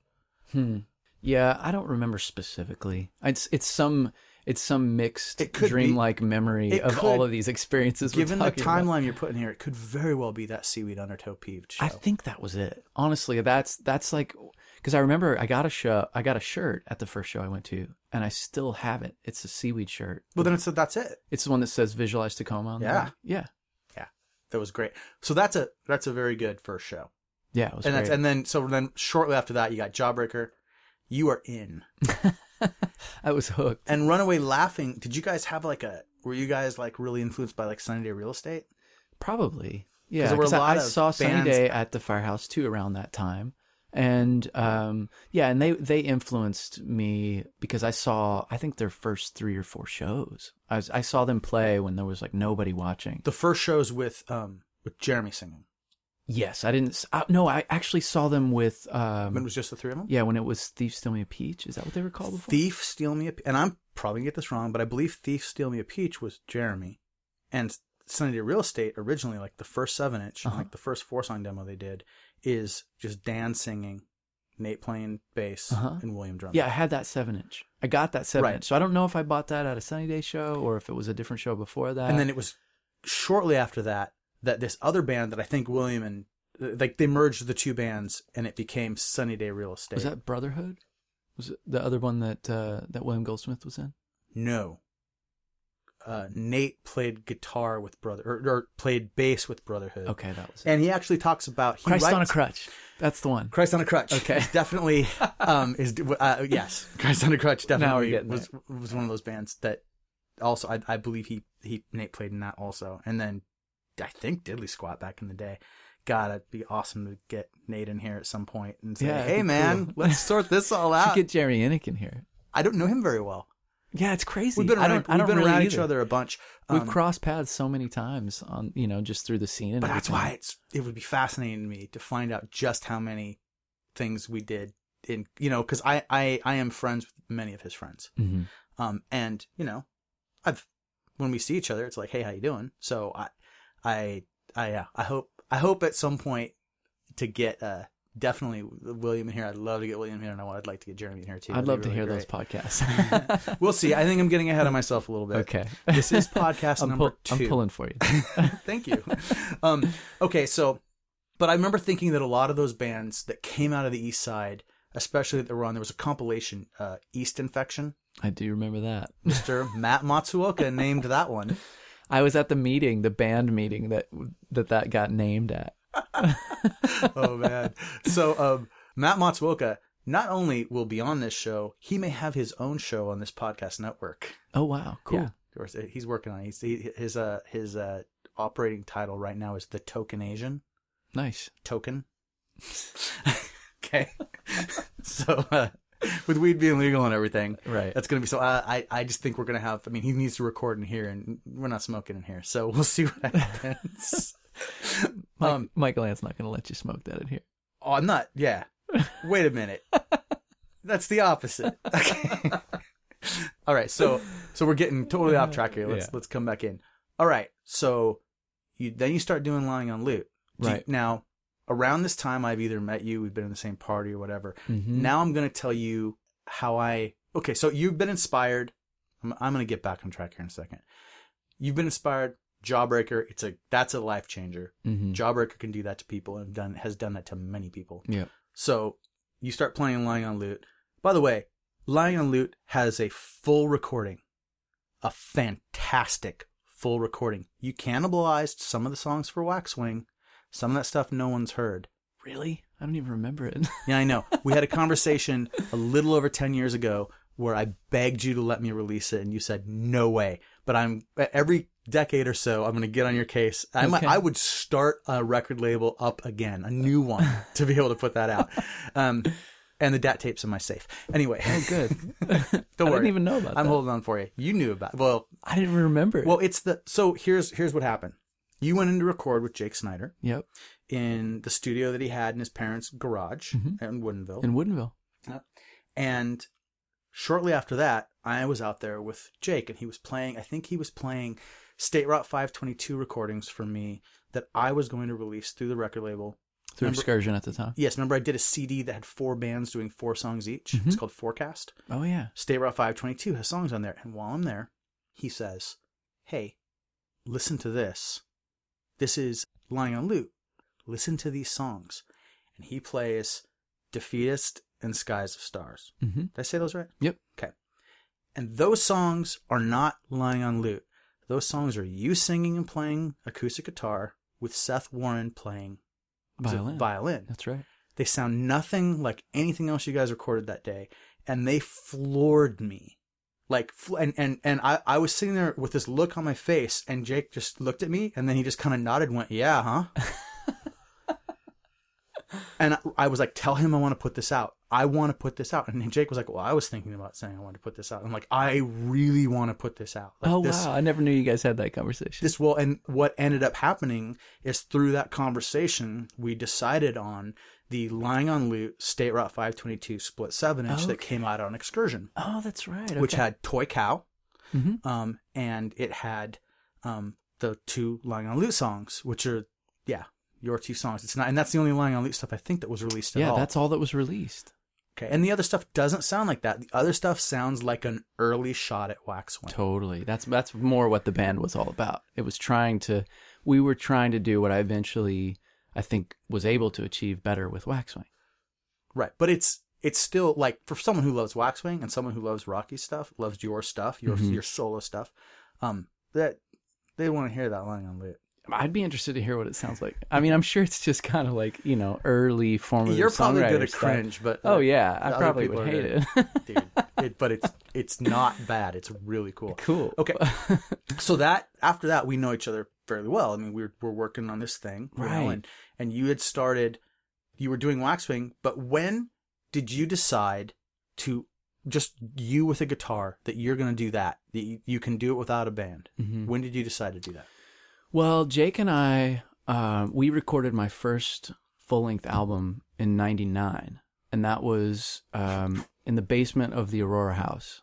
Speaker 2: Hmm. Yeah, I don't remember specifically. It's it's some it's some mixed
Speaker 1: It could be.
Speaker 2: dreamlike memory
Speaker 1: It
Speaker 2: of
Speaker 1: could.
Speaker 2: all of these experiences. we're
Speaker 1: Given the
Speaker 2: talking about.
Speaker 1: timeline you're putting here, it could very well be that seaweed undertow peeved show.
Speaker 2: I think that was it. Honestly, that's that's like because I remember I got a show, I got a shirt at the first show I went to, and I still have it. It's a seaweed shirt.
Speaker 1: well, then it's that's it.
Speaker 2: It's the one that says "Visualize Tacoma." On the
Speaker 1: Yeah.
Speaker 2: back. yeah,
Speaker 1: That was great. So that's a that's a very good first show.
Speaker 2: yeah. It was
Speaker 1: and
Speaker 2: great.
Speaker 1: that's and then so then shortly after that you got Jawbreaker. You are in.
Speaker 2: I was hooked.
Speaker 1: And Runaway Laughing, did you guys have like a were you guys like really influenced by like Sunny Day Real Estate?
Speaker 2: Probably, yeah.
Speaker 1: there were a
Speaker 2: 'cause I,
Speaker 1: lot
Speaker 2: I
Speaker 1: of
Speaker 2: saw Sunny
Speaker 1: bands-
Speaker 2: Day at the Firehouse too around that time, and um, yeah, and they they influenced me because I saw I think their first three or four shows. I was, I saw them play when there was like nobody watching.
Speaker 1: the first shows with um with Jeremy singing.
Speaker 2: Yes, I didn't. s- I, no, I actually saw them with.
Speaker 1: I mean, it
Speaker 2: Um,
Speaker 1: was just the three of them.
Speaker 2: yeah, when it was "Thief Steal Me a Peach," is that what they were called before?
Speaker 1: Thief, steal me a Pe- and I'm probably gonna get this wrong, but I believe Thief, steal me a peach was Jeremy, and Sunny Day Real Estate originally like the first seven inch, and,
Speaker 2: Uh-huh.
Speaker 1: like the first four song demo they did is just Dan singing, Nate playing bass,
Speaker 2: Uh-huh.
Speaker 1: and William drumming.
Speaker 2: Yeah, I had that seven inch. I got that seven
Speaker 1: Right.
Speaker 2: inch. So I don't know if I bought that at a Sunny Day show or if it was a different show before that.
Speaker 1: and then it was shortly after that that this other band that I think William and like they merged the two bands and it became Sunny Day Real Estate.
Speaker 2: was that Brotherhood. Was it the other one that uh, that William Goldsmith was in?
Speaker 1: No. uh, Nate played guitar with brother or, or played bass with Brotherhood.
Speaker 2: Okay, that was it.
Speaker 1: And he actually talks about he
Speaker 2: Christ on a
Speaker 1: writes-
Speaker 2: crutch. That's the one.
Speaker 1: Christ on a crutch.
Speaker 2: Okay.
Speaker 1: is definitely um, is uh, yes. Christ on a crutch
Speaker 2: Now
Speaker 1: definitely
Speaker 2: we're getting
Speaker 1: was was one of those bands that also I, I believe he he Nate played in that also, and then I think Diddley Squat back in the day. God, it'd be awesome to get Nate in here at some point and say,
Speaker 2: Yeah, it'd
Speaker 1: "Hey,
Speaker 2: be
Speaker 1: man,
Speaker 2: cool."
Speaker 1: let's sort this all
Speaker 2: Should
Speaker 1: out."
Speaker 2: get Jeremy Innick in here.
Speaker 1: I don't know him very well.
Speaker 2: Yeah, it's crazy.
Speaker 1: We've been
Speaker 2: I
Speaker 1: around,
Speaker 2: don't, I don't
Speaker 1: we've been
Speaker 2: really
Speaker 1: around each
Speaker 2: either.
Speaker 1: other a bunch.
Speaker 2: We've
Speaker 1: Um,
Speaker 2: crossed paths so many times on you know just through the scene. And
Speaker 1: But that's
Speaker 2: everything.
Speaker 1: why it's it would be fascinating to me to find out just how many things we did in you know because I, I I am friends with many of his friends
Speaker 2: Mhm.
Speaker 1: um and you know I've when we see each other it's like hey how you doing so I I I uh, I hope I hope at some point to get uh definitely William in here I'd love to get William here and I would like to get Jeremy in here too
Speaker 2: I'd
Speaker 1: That'd
Speaker 2: love
Speaker 1: be
Speaker 2: to
Speaker 1: really
Speaker 2: hear
Speaker 1: great.
Speaker 2: those podcasts.
Speaker 1: we'll see I think I'm getting ahead of myself a little bit
Speaker 2: okay,
Speaker 1: this is podcast
Speaker 2: I'm,
Speaker 1: number
Speaker 2: pull-
Speaker 1: two
Speaker 2: I'm pulling for you.
Speaker 1: Thank you. um, okay, so, but I remember thinking that a lot of those bands that came out of the East Side, especially that were on, there was a compilation, uh, East Infection.
Speaker 2: I do remember that.
Speaker 1: Mr. Matt Matsuoka named that one.
Speaker 2: I was at the meeting, the band meeting that that that got named at.
Speaker 1: Oh man. So um, Matt Matsuoka not only will be on this show, he may have his own show on this podcast network.
Speaker 2: Oh wow, cool.
Speaker 1: Yeah. Or is it- He's working on it. He's, he, his uh his uh operating title right now is the Token Asian.
Speaker 2: Nice.
Speaker 1: token. okay. so uh, with weed being legal and everything,
Speaker 2: Right.
Speaker 1: that's gonna be so. uh, I I, I just think we're gonna have. I mean, he needs to record in here, and we're not smoking in here, so we'll see what happens.
Speaker 2: Mike,
Speaker 1: um,
Speaker 2: Michael Ant's not going to let you smoke that in here.
Speaker 1: oh, I'm not. Yeah. Wait a minute. That's the opposite. Okay. All right. So so we're getting totally off track here. Let's
Speaker 2: Yeah.
Speaker 1: let's come back in. All right. So you then you start doing lying on loot. Do you-
Speaker 2: Right.
Speaker 1: now, around this time, I've either met you, we've been in the same party or whatever.
Speaker 2: Mhm.
Speaker 1: Now I'm going to tell you how I. Okay, so you've been inspired. I'm, I'm going to get back on track here in a second. You've been inspired. Jawbreaker, it's a that's a life changer.
Speaker 2: Mhm.
Speaker 1: Jawbreaker can do that to people and have done has done that to many people.
Speaker 2: Yep.
Speaker 1: So you start playing Lying on Loot. By the way, Lying on Loot has a full recording, a fantastic full recording. You cannibalized some of the songs for Waxwing, some of that stuff no one's heard.
Speaker 2: Really? I don't even remember it.
Speaker 1: Yeah, I know. We had a conversation a little over 10 years ago where I begged you to let me release it and you said, no way. But I'm e, every decade or so, I'm going to get on your case. I, might,
Speaker 2: Okay.
Speaker 1: I would start a record label up again, a new one to be able to put that out. Um, and the DAT tape's in my safe. Anyway,
Speaker 2: oh, good.
Speaker 1: don't
Speaker 2: I
Speaker 1: worry.
Speaker 2: didn't even know about
Speaker 1: I'm
Speaker 2: that.
Speaker 1: holding on for you. You knew about Well,
Speaker 2: I didn't even remember it.
Speaker 1: well, it's the, so here's, here's what happened. You went in to record with Jake Snyder
Speaker 2: yep.
Speaker 1: in the studio that he had in his parents' garage
Speaker 2: Mhm.
Speaker 1: in Woodinville.
Speaker 2: In Woodinville.
Speaker 1: And shortly after that, I was out there with Jake, and he was playing, I think he was playing State Route 522 recordings for me that I was going to release through the record label.
Speaker 2: Through
Speaker 1: Remember-
Speaker 2: excursion at the time.
Speaker 1: Yes, remember I did a CD that had four bands doing four songs each? It's
Speaker 2: Mhm.
Speaker 1: called Forecast.
Speaker 2: Oh yeah.
Speaker 1: State Route 522 has songs on there. And while I'm there, he says, Hey, listen to this. This is Lying on Loot. Listen to these songs. And he plays Defeatist and Skies of Stars.
Speaker 2: Mm-hmm.
Speaker 1: Did I say those right?
Speaker 2: Yep.
Speaker 1: Okay. And those songs are not lying on loot. Those songs are you singing and playing acoustic guitar with Seth Warren playing the
Speaker 2: Violin.
Speaker 1: violin.
Speaker 2: That's right.
Speaker 1: They sound nothing like anything else you guys recorded that day, and they floored me. Like, fl- and and and I I was sitting there with this look on my face, and Jake just looked at me, and then he just kind of nodded, and went, "Yeah, huh." and I, I was like, "Tell him I want to put this out. I want to put this out." And then Jake was like, "Well, I was thinking about saying I wanted to put this out." I'm like, "I really want to put this out." Like,
Speaker 2: oh
Speaker 1: this,
Speaker 2: wow. I never knew you guys had that conversation.
Speaker 1: this will and what ended up happening is through that conversation we decided on the lying on loot state route 522 split 7 inch that
Speaker 2: Okay.
Speaker 1: came out on excursion
Speaker 2: oh, that's right.
Speaker 1: which
Speaker 2: okay.
Speaker 1: had toy cow
Speaker 2: Mhm.
Speaker 1: um and it had um the two lying on loot songs which are yeah your two songs it's not and that's the only lying on loot stuff i think that was released at
Speaker 2: yeah,
Speaker 1: all
Speaker 2: that's all that was released.
Speaker 1: okay and the other stuff doesn't sound like that the other stuff sounds like an early shot at waxwing
Speaker 2: Totally. That's that's more what the band was all about. It was trying to we were trying to do what I eventually I think was able to achieve better with Waxwing.
Speaker 1: Right, but it's it's still like for someone who loves Waxwing and someone who loves Rocky stuff, loves your stuff, your
Speaker 2: Mhm.
Speaker 1: your solo stuff. Um, That they want to hear that lying on loot.
Speaker 2: I'd be interested to hear what it sounds like. I mean, I'm sure it's just kind of like you know early formative.
Speaker 1: You're probably
Speaker 2: songwriter
Speaker 1: good at
Speaker 2: stuff.
Speaker 1: cringe, but
Speaker 2: Oh yeah, I
Speaker 1: other
Speaker 2: probably
Speaker 1: people
Speaker 2: would
Speaker 1: are
Speaker 2: hate
Speaker 1: good.
Speaker 2: it.
Speaker 1: dude, it, but it's it's not bad. It's really cool.
Speaker 2: cool.
Speaker 1: Okay. So that after that, we know each other fairly well. I mean, we were, we're working on this thing, you know,
Speaker 2: Right.
Speaker 1: and and you had started, you were doing Waxwing, but when did you decide to just you with a guitar that you're going to do that? That you, you can do it without a band.
Speaker 2: Mhm.
Speaker 1: When did you decide to do that?
Speaker 2: Well, Jake and I, um, we recorded my first full length album in '99, and that was um, in the basement of the Aurora House.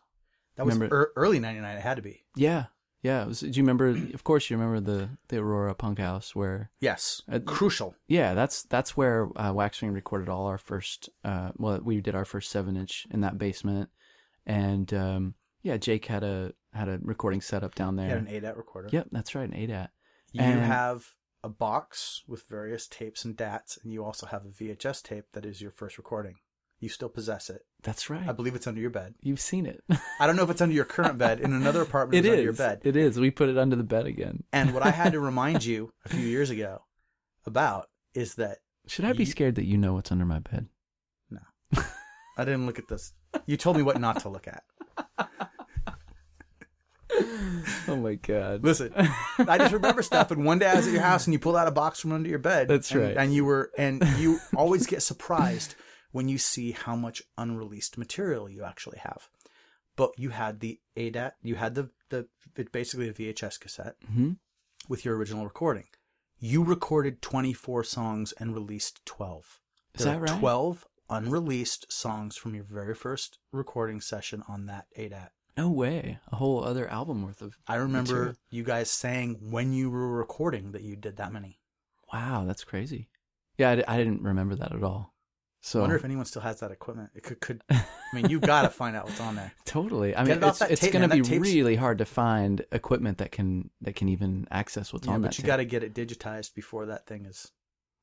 Speaker 1: That was
Speaker 2: Remember-
Speaker 1: ear early '99. It had to be.
Speaker 2: Yeah, yeah. It was, do you remember? Of course, you remember the the Aurora Punk House where.
Speaker 1: Yes,
Speaker 2: Uh,
Speaker 1: crucial.
Speaker 2: Yeah, that's that's where uh, Waxwing recorded all our first. Uh, well, we did our first seven inch in that basement, and um, yeah, Jake had a had a recording setup down
Speaker 1: You
Speaker 2: there.
Speaker 1: had an eight at recorder.
Speaker 2: Yep, that's right, an ADAT.
Speaker 1: You
Speaker 2: And-
Speaker 1: have a box with various tapes and DATs, and you also have a VHS tape that is your first recording. You still possess it.
Speaker 2: That's right.
Speaker 1: I believe it's under your bed.
Speaker 2: You've seen it.
Speaker 1: I don't know if it's under your current bed. In another apartment,
Speaker 2: It
Speaker 1: it's
Speaker 2: is.
Speaker 1: under your bed.
Speaker 2: It is. We put it under the bed again.
Speaker 1: And what I had to remind you a few years ago about is that
Speaker 2: Should I be
Speaker 1: You-
Speaker 2: scared that you know what's under my bed?
Speaker 1: I didn't look at this. You told me what not to look at.
Speaker 2: Oh my god.
Speaker 1: Listen, I just remember stuff. And one day I was at your house, and you pulled out a box from under your bed.
Speaker 2: That's
Speaker 1: and-
Speaker 2: right.
Speaker 1: And you were, and you always get surprised when you see how much unreleased material you actually have. But you had the ADAT. You had the the it basically a VHS cassette.
Speaker 2: hmm
Speaker 1: with your original recording. You recorded 24 songs and released 12.
Speaker 2: Is
Speaker 1: There
Speaker 2: that
Speaker 1: are
Speaker 2: right?
Speaker 1: 12 unreleased songs from your very first recording session on that ADAT.
Speaker 2: No way. A whole other album worth of.
Speaker 1: I remember
Speaker 2: Material.
Speaker 1: you guys saying when you were recording that you did that many.
Speaker 2: Wow, that's crazy. Yeah, I, di- I didn't remember that at all. So
Speaker 1: I wonder if anyone still has that equipment. It could, could I mean, you've got to find out what's on there.
Speaker 2: Totally. I
Speaker 1: Get
Speaker 2: mean,
Speaker 1: it off
Speaker 2: it's,
Speaker 1: that
Speaker 2: it's
Speaker 1: tape,
Speaker 2: going
Speaker 1: man.
Speaker 2: to be
Speaker 1: That tape's-
Speaker 2: really hard to find equipment that can that can even access what's
Speaker 1: Yeah,
Speaker 2: on
Speaker 1: but
Speaker 2: that.
Speaker 1: you
Speaker 2: tape.
Speaker 1: got to get it digitized before that thing is.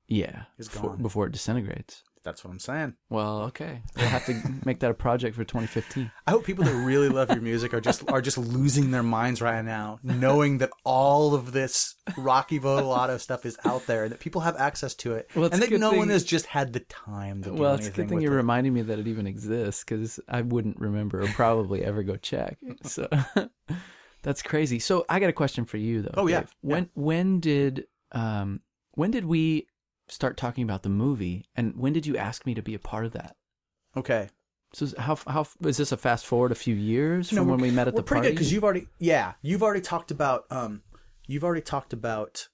Speaker 2: yeah,
Speaker 1: It's
Speaker 2: before,
Speaker 1: gone.
Speaker 2: before it disintegrates.
Speaker 1: That's what I'm saying.
Speaker 2: Well, okay, we'll have to make that a project for 2015.
Speaker 1: I hope people that really love your music are just are just losing their minds right now, knowing that all of this Rocky Vodolato stuff is out there and that people have access to it,
Speaker 2: Well, it's
Speaker 1: and
Speaker 2: a
Speaker 1: that
Speaker 2: good
Speaker 1: no one
Speaker 2: thing-
Speaker 1: has just had the time to do
Speaker 2: Well, it's a
Speaker 1: anything
Speaker 2: good thing
Speaker 1: with
Speaker 2: you're
Speaker 1: it.
Speaker 2: reminding me that it even exists because I wouldn't remember or probably ever go check. So that's crazy. So I got a question for you though.
Speaker 1: Oh, yeah.
Speaker 2: Dave. When when did um when did we start talking about the movie and when did you ask me to be a part of that?
Speaker 1: okay.
Speaker 2: So is- how how is this a fast forward a few years from when we met at
Speaker 1: we're
Speaker 2: the
Speaker 1: pretty
Speaker 2: party?
Speaker 1: good because you've already yeah you've already talked about um you've already talked about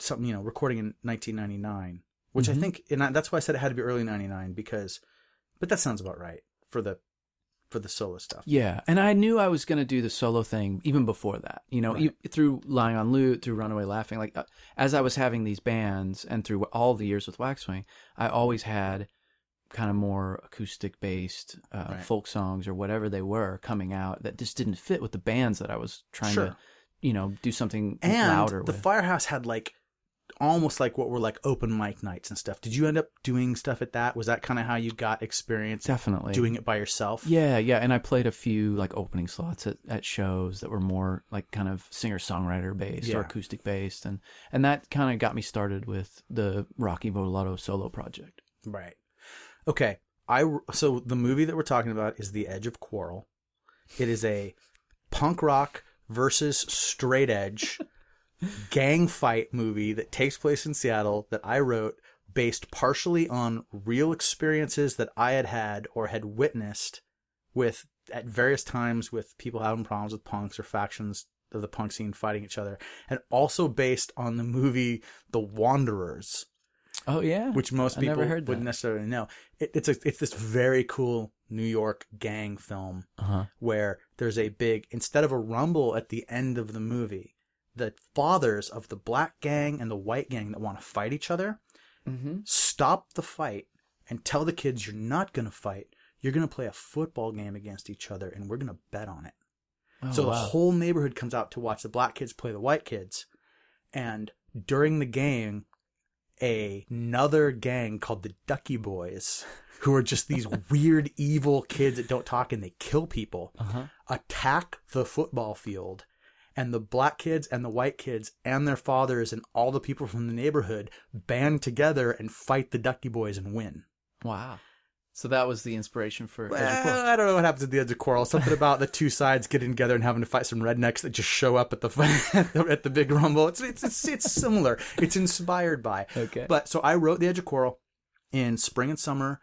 Speaker 1: something you know recording in 1999, which I
Speaker 2: Mhm.
Speaker 1: think and I, that's why I said it had to be early 99 because, but that sounds about right for the for the solo stuff.
Speaker 2: Yeah, and I knew I was going to do the solo thing even before that. You know,
Speaker 1: Right.
Speaker 2: e- through lying on loot, through Runaway Laughing, like uh, as I was having these bands, and through all the years with Waxwing, I always had kind of more acoustic based uh,
Speaker 1: Right.
Speaker 2: folk songs or whatever they were coming out that just didn't fit with the bands that I was trying
Speaker 1: Sure.
Speaker 2: to, you know, do something
Speaker 1: and
Speaker 2: louder
Speaker 1: the
Speaker 2: with.
Speaker 1: firehouse had like almost like what were like open mic nights and stuff did you end up doing stuff at that was that kind of how you got experience
Speaker 2: Definitely
Speaker 1: doing it by yourself
Speaker 2: Yeah, yeah, and I played a few like opening slots at, at shows that were more like kind of singer songwriter based
Speaker 1: Yeah.
Speaker 2: or acoustic based, and and that kind of got me started with the Rocky Volato solo project.
Speaker 1: right okay i so the movie that we're talking about is the edge of quarrel it is a punk rock versus straight edge gang fight movie that takes place in seattle that i wrote based partially on real experiences that i had had or had witnessed with at various times with people having problems with punks or factions of the punk scene fighting each other, and also based on the movie The Wanderers,
Speaker 2: Oh yeah,
Speaker 1: which most
Speaker 2: I
Speaker 1: people
Speaker 2: never heard that.
Speaker 1: wouldn't necessarily know. It, it's a, it's this very cool New York gang film
Speaker 2: uh-huh.
Speaker 1: where there's a big instead of a rumble at the end of the movie, the fathers of the black gang and the white gang that want to fight each other
Speaker 2: mm-hmm.
Speaker 1: stop the fight and tell the kids you're not going to fight. You're going to play a football game against each other and we're going to bet on it.
Speaker 2: Oh,
Speaker 1: so the
Speaker 2: wow.
Speaker 1: whole neighborhood comes out to watch the black kids play the white kids. And during the game, a- another gang called the Ducky Boys, who are just these weird, evil kids that don't talk and they kill people,
Speaker 2: uh-huh.
Speaker 1: attack the football field and the black kids and the white kids and their fathers and all the people from the neighborhood band together and fight the Ducky Boys and win.
Speaker 2: Wow. So that was the inspiration for Ezra
Speaker 1: Well,
Speaker 2: Pound.
Speaker 1: I don't know what happened to the Edge of Quarrel. Something about the two sides getting together and having to fight some rednecks that just show up at the at the, at the big rumble. It's, it's it's it's similar. It's inspired by.
Speaker 2: Okay.
Speaker 1: But so I wrote the Edge of Quarrel in spring and summer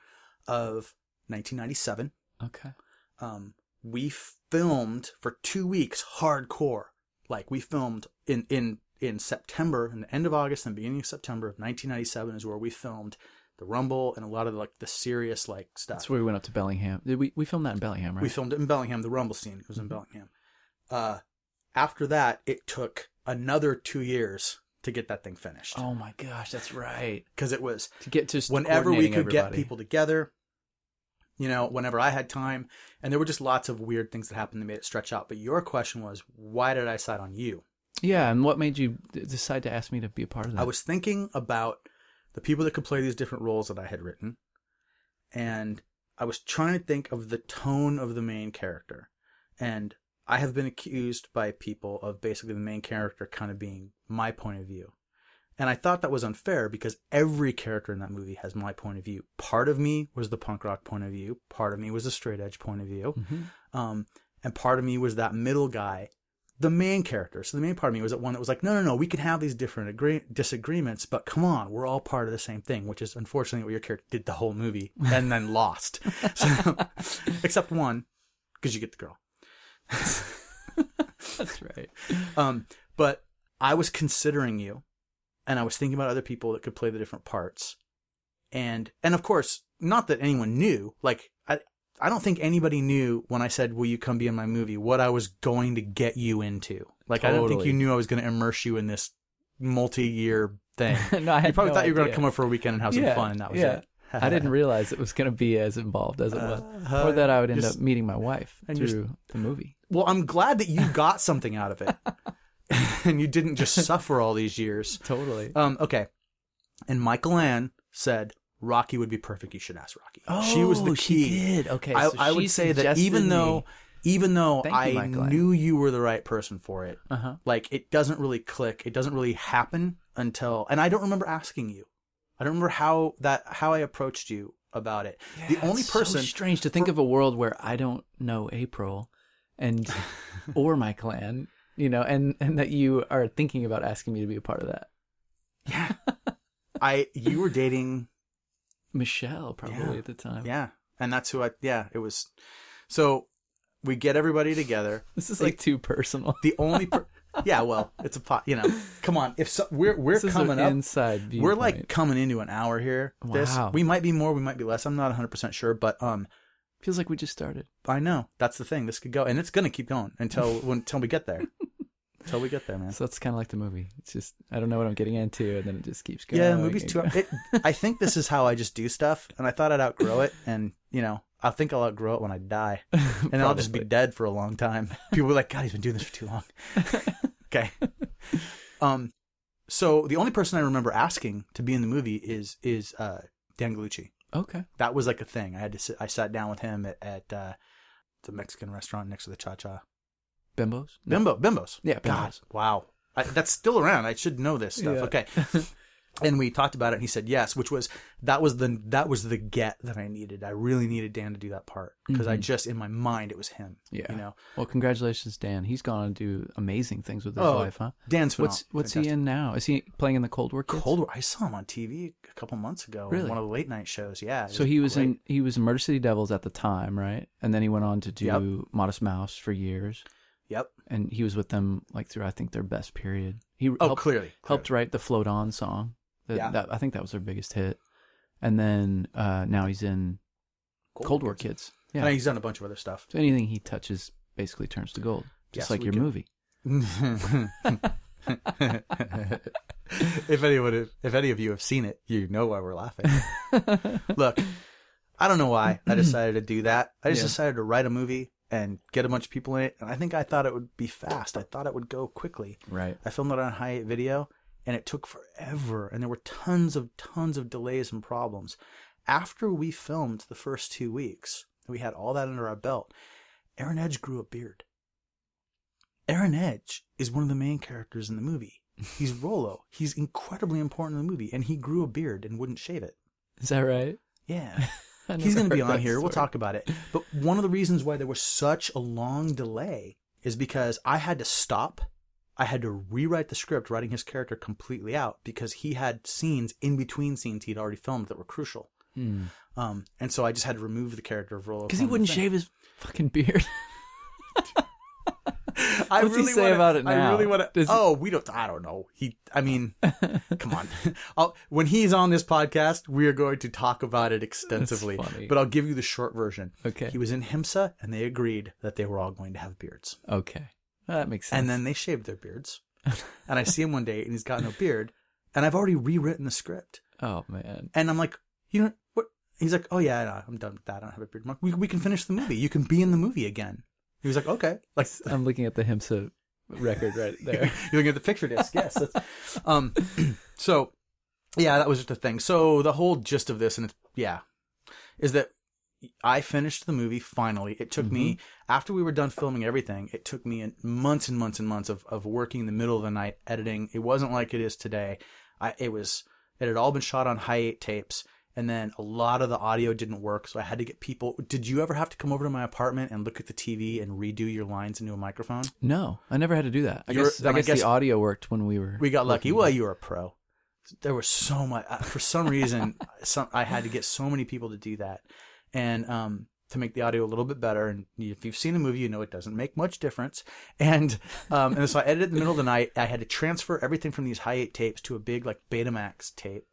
Speaker 1: of 1997.
Speaker 2: Okay.
Speaker 1: um, we filmed for two weeks hardcore. Like we filmed in in in September, in the end of August and beginning of September of 1997 is where we filmed the Rumble and a lot of like the serious like stuff.
Speaker 2: That's where we went up to Bellingham. Did we we filmed that in Bellingham, right? Mm-hmm.
Speaker 1: We filmed it in Bellingham. The Rumble scene was in Bellingham. Uh, after that, it took another two years to get that thing finished
Speaker 2: oh my gosh, that's right.
Speaker 1: because it was
Speaker 2: To get to
Speaker 1: whenever we
Speaker 2: coordinating
Speaker 1: could get
Speaker 2: everybody.
Speaker 1: people together you know whenever i had time and there were just lots of weird things that happened that made it stretch out but your question was why did i decide on you
Speaker 2: Yeah, and what made you d- decide to ask me to be a part of that?
Speaker 1: i was thinking about the people that could play these different roles that i had written and i was trying to think of the tone of the main character and i have been accused by people of basically the main character kind of being my point of view and I thought that was unfair because every character in that movie has my point of view. Part of me was the punk rock point of view. Part of me was the straight edge point of view.
Speaker 2: Mhm.
Speaker 1: Um, and part of me was that middle guy, the main character. So the main part of me was that one that was like, no, no, no, we can have these different agree- disagreements, but come on, we're all part of the same thing, which is unfortunately what your character did the whole movie and then lost. So, except one, because you get the girl.
Speaker 2: That's right.
Speaker 1: Um, but I was considering you, and I was thinking about other people that could play the different parts, and and of course, not that anyone knew. Like I, I don't think anybody knew when I said, "Will you come be in my movie?" What I was going to get you into. Like I don't think
Speaker 2: Totally.
Speaker 1: you knew I was going to immerse you in this multi-year thing.
Speaker 2: no, I
Speaker 1: You
Speaker 2: had
Speaker 1: probably
Speaker 2: no
Speaker 1: thought you were going to
Speaker 2: idea.
Speaker 1: come up for a weekend and have some
Speaker 2: Yeah,
Speaker 1: fun, and that was
Speaker 2: yeah.
Speaker 1: it.
Speaker 2: I didn't realize it was going to be as involved as it was,
Speaker 1: Uh,
Speaker 2: or that I would end
Speaker 1: just-
Speaker 2: up meeting my wife
Speaker 1: and
Speaker 2: through
Speaker 1: just-
Speaker 2: the movie.
Speaker 1: Well, I'm glad that you got something out of it, and you didn't just suffer all these years.
Speaker 2: Totally.
Speaker 1: Um, okay. And Michael Ann said Rocky would be perfect. You should ask Rocky. she was the key.
Speaker 2: Oh, did. Okay,
Speaker 1: I,
Speaker 2: so
Speaker 1: I
Speaker 2: she
Speaker 1: would say that
Speaker 2: suggested
Speaker 1: even though,
Speaker 2: me-
Speaker 1: even though
Speaker 2: Thank you,
Speaker 1: I
Speaker 2: Michael Ann.
Speaker 1: knew you were the right person for it,
Speaker 2: Uh-huh.
Speaker 1: like it doesn't really click. It doesn't really happen until, and I don't remember asking you. I don't remember how that how I approached you about it. the
Speaker 2: Yeah,
Speaker 1: only
Speaker 2: it's so
Speaker 1: person
Speaker 2: strange to think of a world where I don't know April, and or my clan, you know, and and that you are thinking about asking me to be a part of that.
Speaker 1: I you were dating
Speaker 2: Michelle probably
Speaker 1: Yeah.
Speaker 2: at the time.
Speaker 1: Yeah. And that's who I, yeah, it was. So we get everybody together.
Speaker 2: This is like too personal.
Speaker 1: The only, per- yeah, well, it's a pot, you know, come on. If so, we're, we're
Speaker 2: This is an
Speaker 1: coming up,
Speaker 2: inside viewpoint.
Speaker 1: we're like coming into an hour here. This,
Speaker 2: Wow.
Speaker 1: we might be more, we might be less. I'm not 100% sure, but, um,
Speaker 2: feels like we just started.
Speaker 1: I know that's the thing. This could go, and it's going to keep going until, when, until we get there. Until we get there, man.
Speaker 2: So that's kind of like the movie. It's just I don't know what I'm getting into, and then it just keeps going.
Speaker 1: Yeah, the movie's
Speaker 2: and
Speaker 1: too.
Speaker 2: going.
Speaker 1: It, I think this is how I just do stuff, and I thought I'd outgrow it, and you know, I think I'll outgrow it when I die, and I'll just be
Speaker 2: Probably.
Speaker 1: dead for a long time. People are like, God, he's been doing this for too long. okay. Um, so the only person I remember asking to be in the movie is is uh, Dan Galucci.
Speaker 2: okay.
Speaker 1: That was like a thing. I had to sit. I sat down with him at, at uh, the Mexican restaurant next to the Cha Cha.
Speaker 2: Bimbos. No.
Speaker 1: Bimbo, bimbos.
Speaker 2: Yeah,
Speaker 1: God,
Speaker 2: Bimbos.
Speaker 1: wow. I, that's still around. I should know this stuff.
Speaker 2: Yeah.
Speaker 1: Okay. and we talked about it and he said yes, which was that was the that was the get that I needed. I really needed Dan to do that part because I
Speaker 2: Mhm.
Speaker 1: just in my mind it was him.
Speaker 2: Yeah.
Speaker 1: You know.
Speaker 2: Well, congratulations, Dan. He's gone on to do amazing things with his
Speaker 1: Oh,
Speaker 2: life, huh?
Speaker 1: Dan's phenom-
Speaker 2: What's what's he in now? Is he playing in the Cold War? Kids?
Speaker 1: Cold War. I saw him on TV a couple months ago in
Speaker 2: Really?
Speaker 1: one of the late night shows. Yeah. it
Speaker 2: So he was
Speaker 1: great.
Speaker 2: in he was in Murder City Devils at the time, right? And then he went on to do
Speaker 1: Yep.
Speaker 2: Modest Mouse for years,
Speaker 1: Yep.
Speaker 2: and he was with them like through I think their best period. He
Speaker 1: Oh,
Speaker 2: helped,
Speaker 1: clearly.
Speaker 2: helped write the Float On song. The-
Speaker 1: Yeah.
Speaker 2: that, I think that was their biggest hit. And then uh, now he's in Cold, War Kids. Yeah.
Speaker 1: And he's done a bunch of other stuff.
Speaker 2: so anything he touches basically turns to gold,
Speaker 1: Yes,
Speaker 2: just like
Speaker 1: we
Speaker 2: your
Speaker 1: can-
Speaker 2: movie.
Speaker 1: if anyone, if any of you have seen it, you know why we're laughing. Look, I don't know why I decided to do that. I just
Speaker 2: Yeah.
Speaker 1: decided to write a movie and get a bunch of people in it, and I think I thought it would be fast. I thought it would go quickly.
Speaker 2: Right.
Speaker 1: I filmed it on high video, and it took forever, and there were tons of tons of delays and problems. After we filmed the first two weeks, we had all that under our belt. Aaron Edge grew a beard. Aaron Edge is one of the main characters in the movie. He's Rolo. He's incredibly important in the movie, and he grew a beard and wouldn't shave it.
Speaker 2: Is that right?
Speaker 1: Yeah.
Speaker 2: I
Speaker 1: He's going
Speaker 2: never
Speaker 1: to be
Speaker 2: heard
Speaker 1: on
Speaker 2: that
Speaker 1: here. We'll
Speaker 2: story.
Speaker 1: talk about it. But one of the reasons why there was such a long delay is because I had to stop. I had to rewrite the script, writing his character completely out because he had scenes in between scenes he'd already filmed that were crucial.
Speaker 2: Hmm.
Speaker 1: Um, and so I just had to remove the character of Rolo.
Speaker 2: Because he
Speaker 1: from the
Speaker 2: wouldn't
Speaker 1: thing.
Speaker 2: shave his fucking beard.
Speaker 1: I
Speaker 2: What's he
Speaker 1: really
Speaker 2: say
Speaker 1: wanna,
Speaker 2: about it
Speaker 1: I
Speaker 2: now?
Speaker 1: really want to.
Speaker 2: Does-
Speaker 1: Oh, we don't. I don't know. He. I mean, come on. I'll, when he's on this podcast, we are going to talk about it extensively.
Speaker 2: funny.
Speaker 1: But I'll give you the short version.
Speaker 2: Okay.
Speaker 1: He was in Himsa, and they agreed that they were all going to have beards,
Speaker 2: Okay. Well, that makes sense.
Speaker 1: and then they shaved their beards. and I see him one day, and he's got no beard, and I've already rewritten the script,
Speaker 2: oh man.
Speaker 1: and I'm like, you know what? He's like, oh yeah, no, I'm done with that. I don't have a beard. I'm like, we we can finish the movie. You can be in the movie again. He was like, okay, like
Speaker 2: I'm looking at the Himsa record right there.
Speaker 1: You're looking at the picture disc. Yes. That's, um. So, yeah, that was just a thing. So the whole gist of this, and it's, yeah, is that I finished the movie finally. It took me after we were done filming everything. It took me months and months and months of of working in the middle of the night editing. It wasn't like it is today. I it was it had all been shot on hi eight tapes. And then a lot of the audio didn't work, so I had to get people. Did you ever have to come over to my apartment and look at the TV and redo your lines into a microphone?
Speaker 2: No, I never had to do that. I
Speaker 1: You're-
Speaker 2: guess, I
Speaker 1: then I
Speaker 2: guess
Speaker 1: guess-
Speaker 2: the audio worked when we were.
Speaker 1: We got lucky. Well, you were a pro. There was so much. uh, For some reason, some, I had to get so many people to do that, and um, to make the audio a little bit better. And if you've seen a movie, you know it doesn't make much difference. And um, and so I edited in the middle of the night. I had to transfer everything from these hi eight tapes to a big like Betamax tape,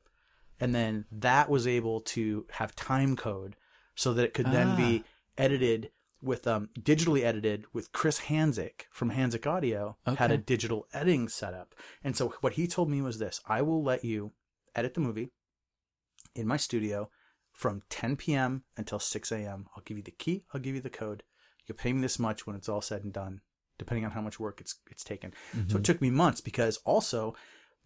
Speaker 1: and then that was able to have time code so that it could then be edited with um, digitally edited with Chris Hanzik from Hanzik Audio had a
Speaker 2: Okay.
Speaker 1: digital editing setup. And so what he told me was this, I will let you edit the movie in my studio from 10 p.m. until 6 a.m. I'll give you the key, I'll give you the code. You'll pay me this much when it's all said and done, depending on how much work it's it's taken. So it took me months because also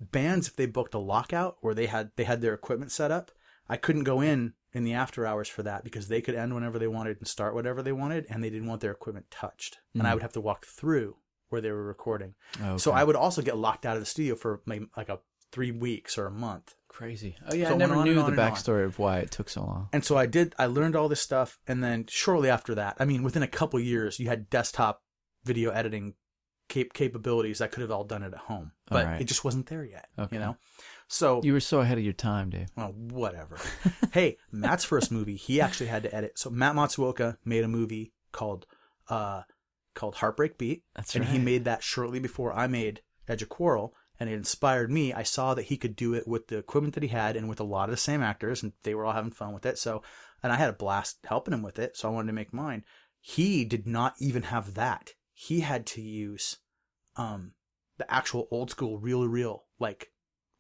Speaker 1: bands if they booked a lockout or they had they had their equipment set up, I couldn't go in in the after hours for that because they could end whenever they wanted and start whatever they wanted and they didn't want their equipment touched. And I
Speaker 2: Mhm.
Speaker 1: would have to walk through where they were recording.
Speaker 2: Oh,
Speaker 1: So
Speaker 2: okay.
Speaker 1: I would also get locked out of the studio for may- like a 3 weeks or a month.
Speaker 2: crazy. Oh yeah,
Speaker 1: So it
Speaker 2: I
Speaker 1: went
Speaker 2: never
Speaker 1: on and
Speaker 2: knew
Speaker 1: on and
Speaker 2: the
Speaker 1: on.
Speaker 2: backstory of why it took so long.
Speaker 1: And so I did. I learned all this stuff, and then shortly after that, I mean, within a couple years, you had desktop video editing cap- capabilities that could have all done it at home, but
Speaker 2: Alright.
Speaker 1: it just wasn't there yet.
Speaker 2: Okay.
Speaker 1: You know, so
Speaker 2: You were so ahead of your time, Dave.
Speaker 1: well, whatever. hey, Matt's first movie, he actually had to edit. So Matt Matsuoka made a movie called uh called Heartbreak Beat.
Speaker 2: That's
Speaker 1: and he
Speaker 2: right.
Speaker 1: made that shortly before I made Edge of Quarrel, and it inspired me. I saw that he could do it with the equipment that he had and with a lot of the same actors, and they were all having fun with it. So and I had a blast helping him with it, so I wanted to make mine. He did not even have that. He had to use um the actual old school reel to reel like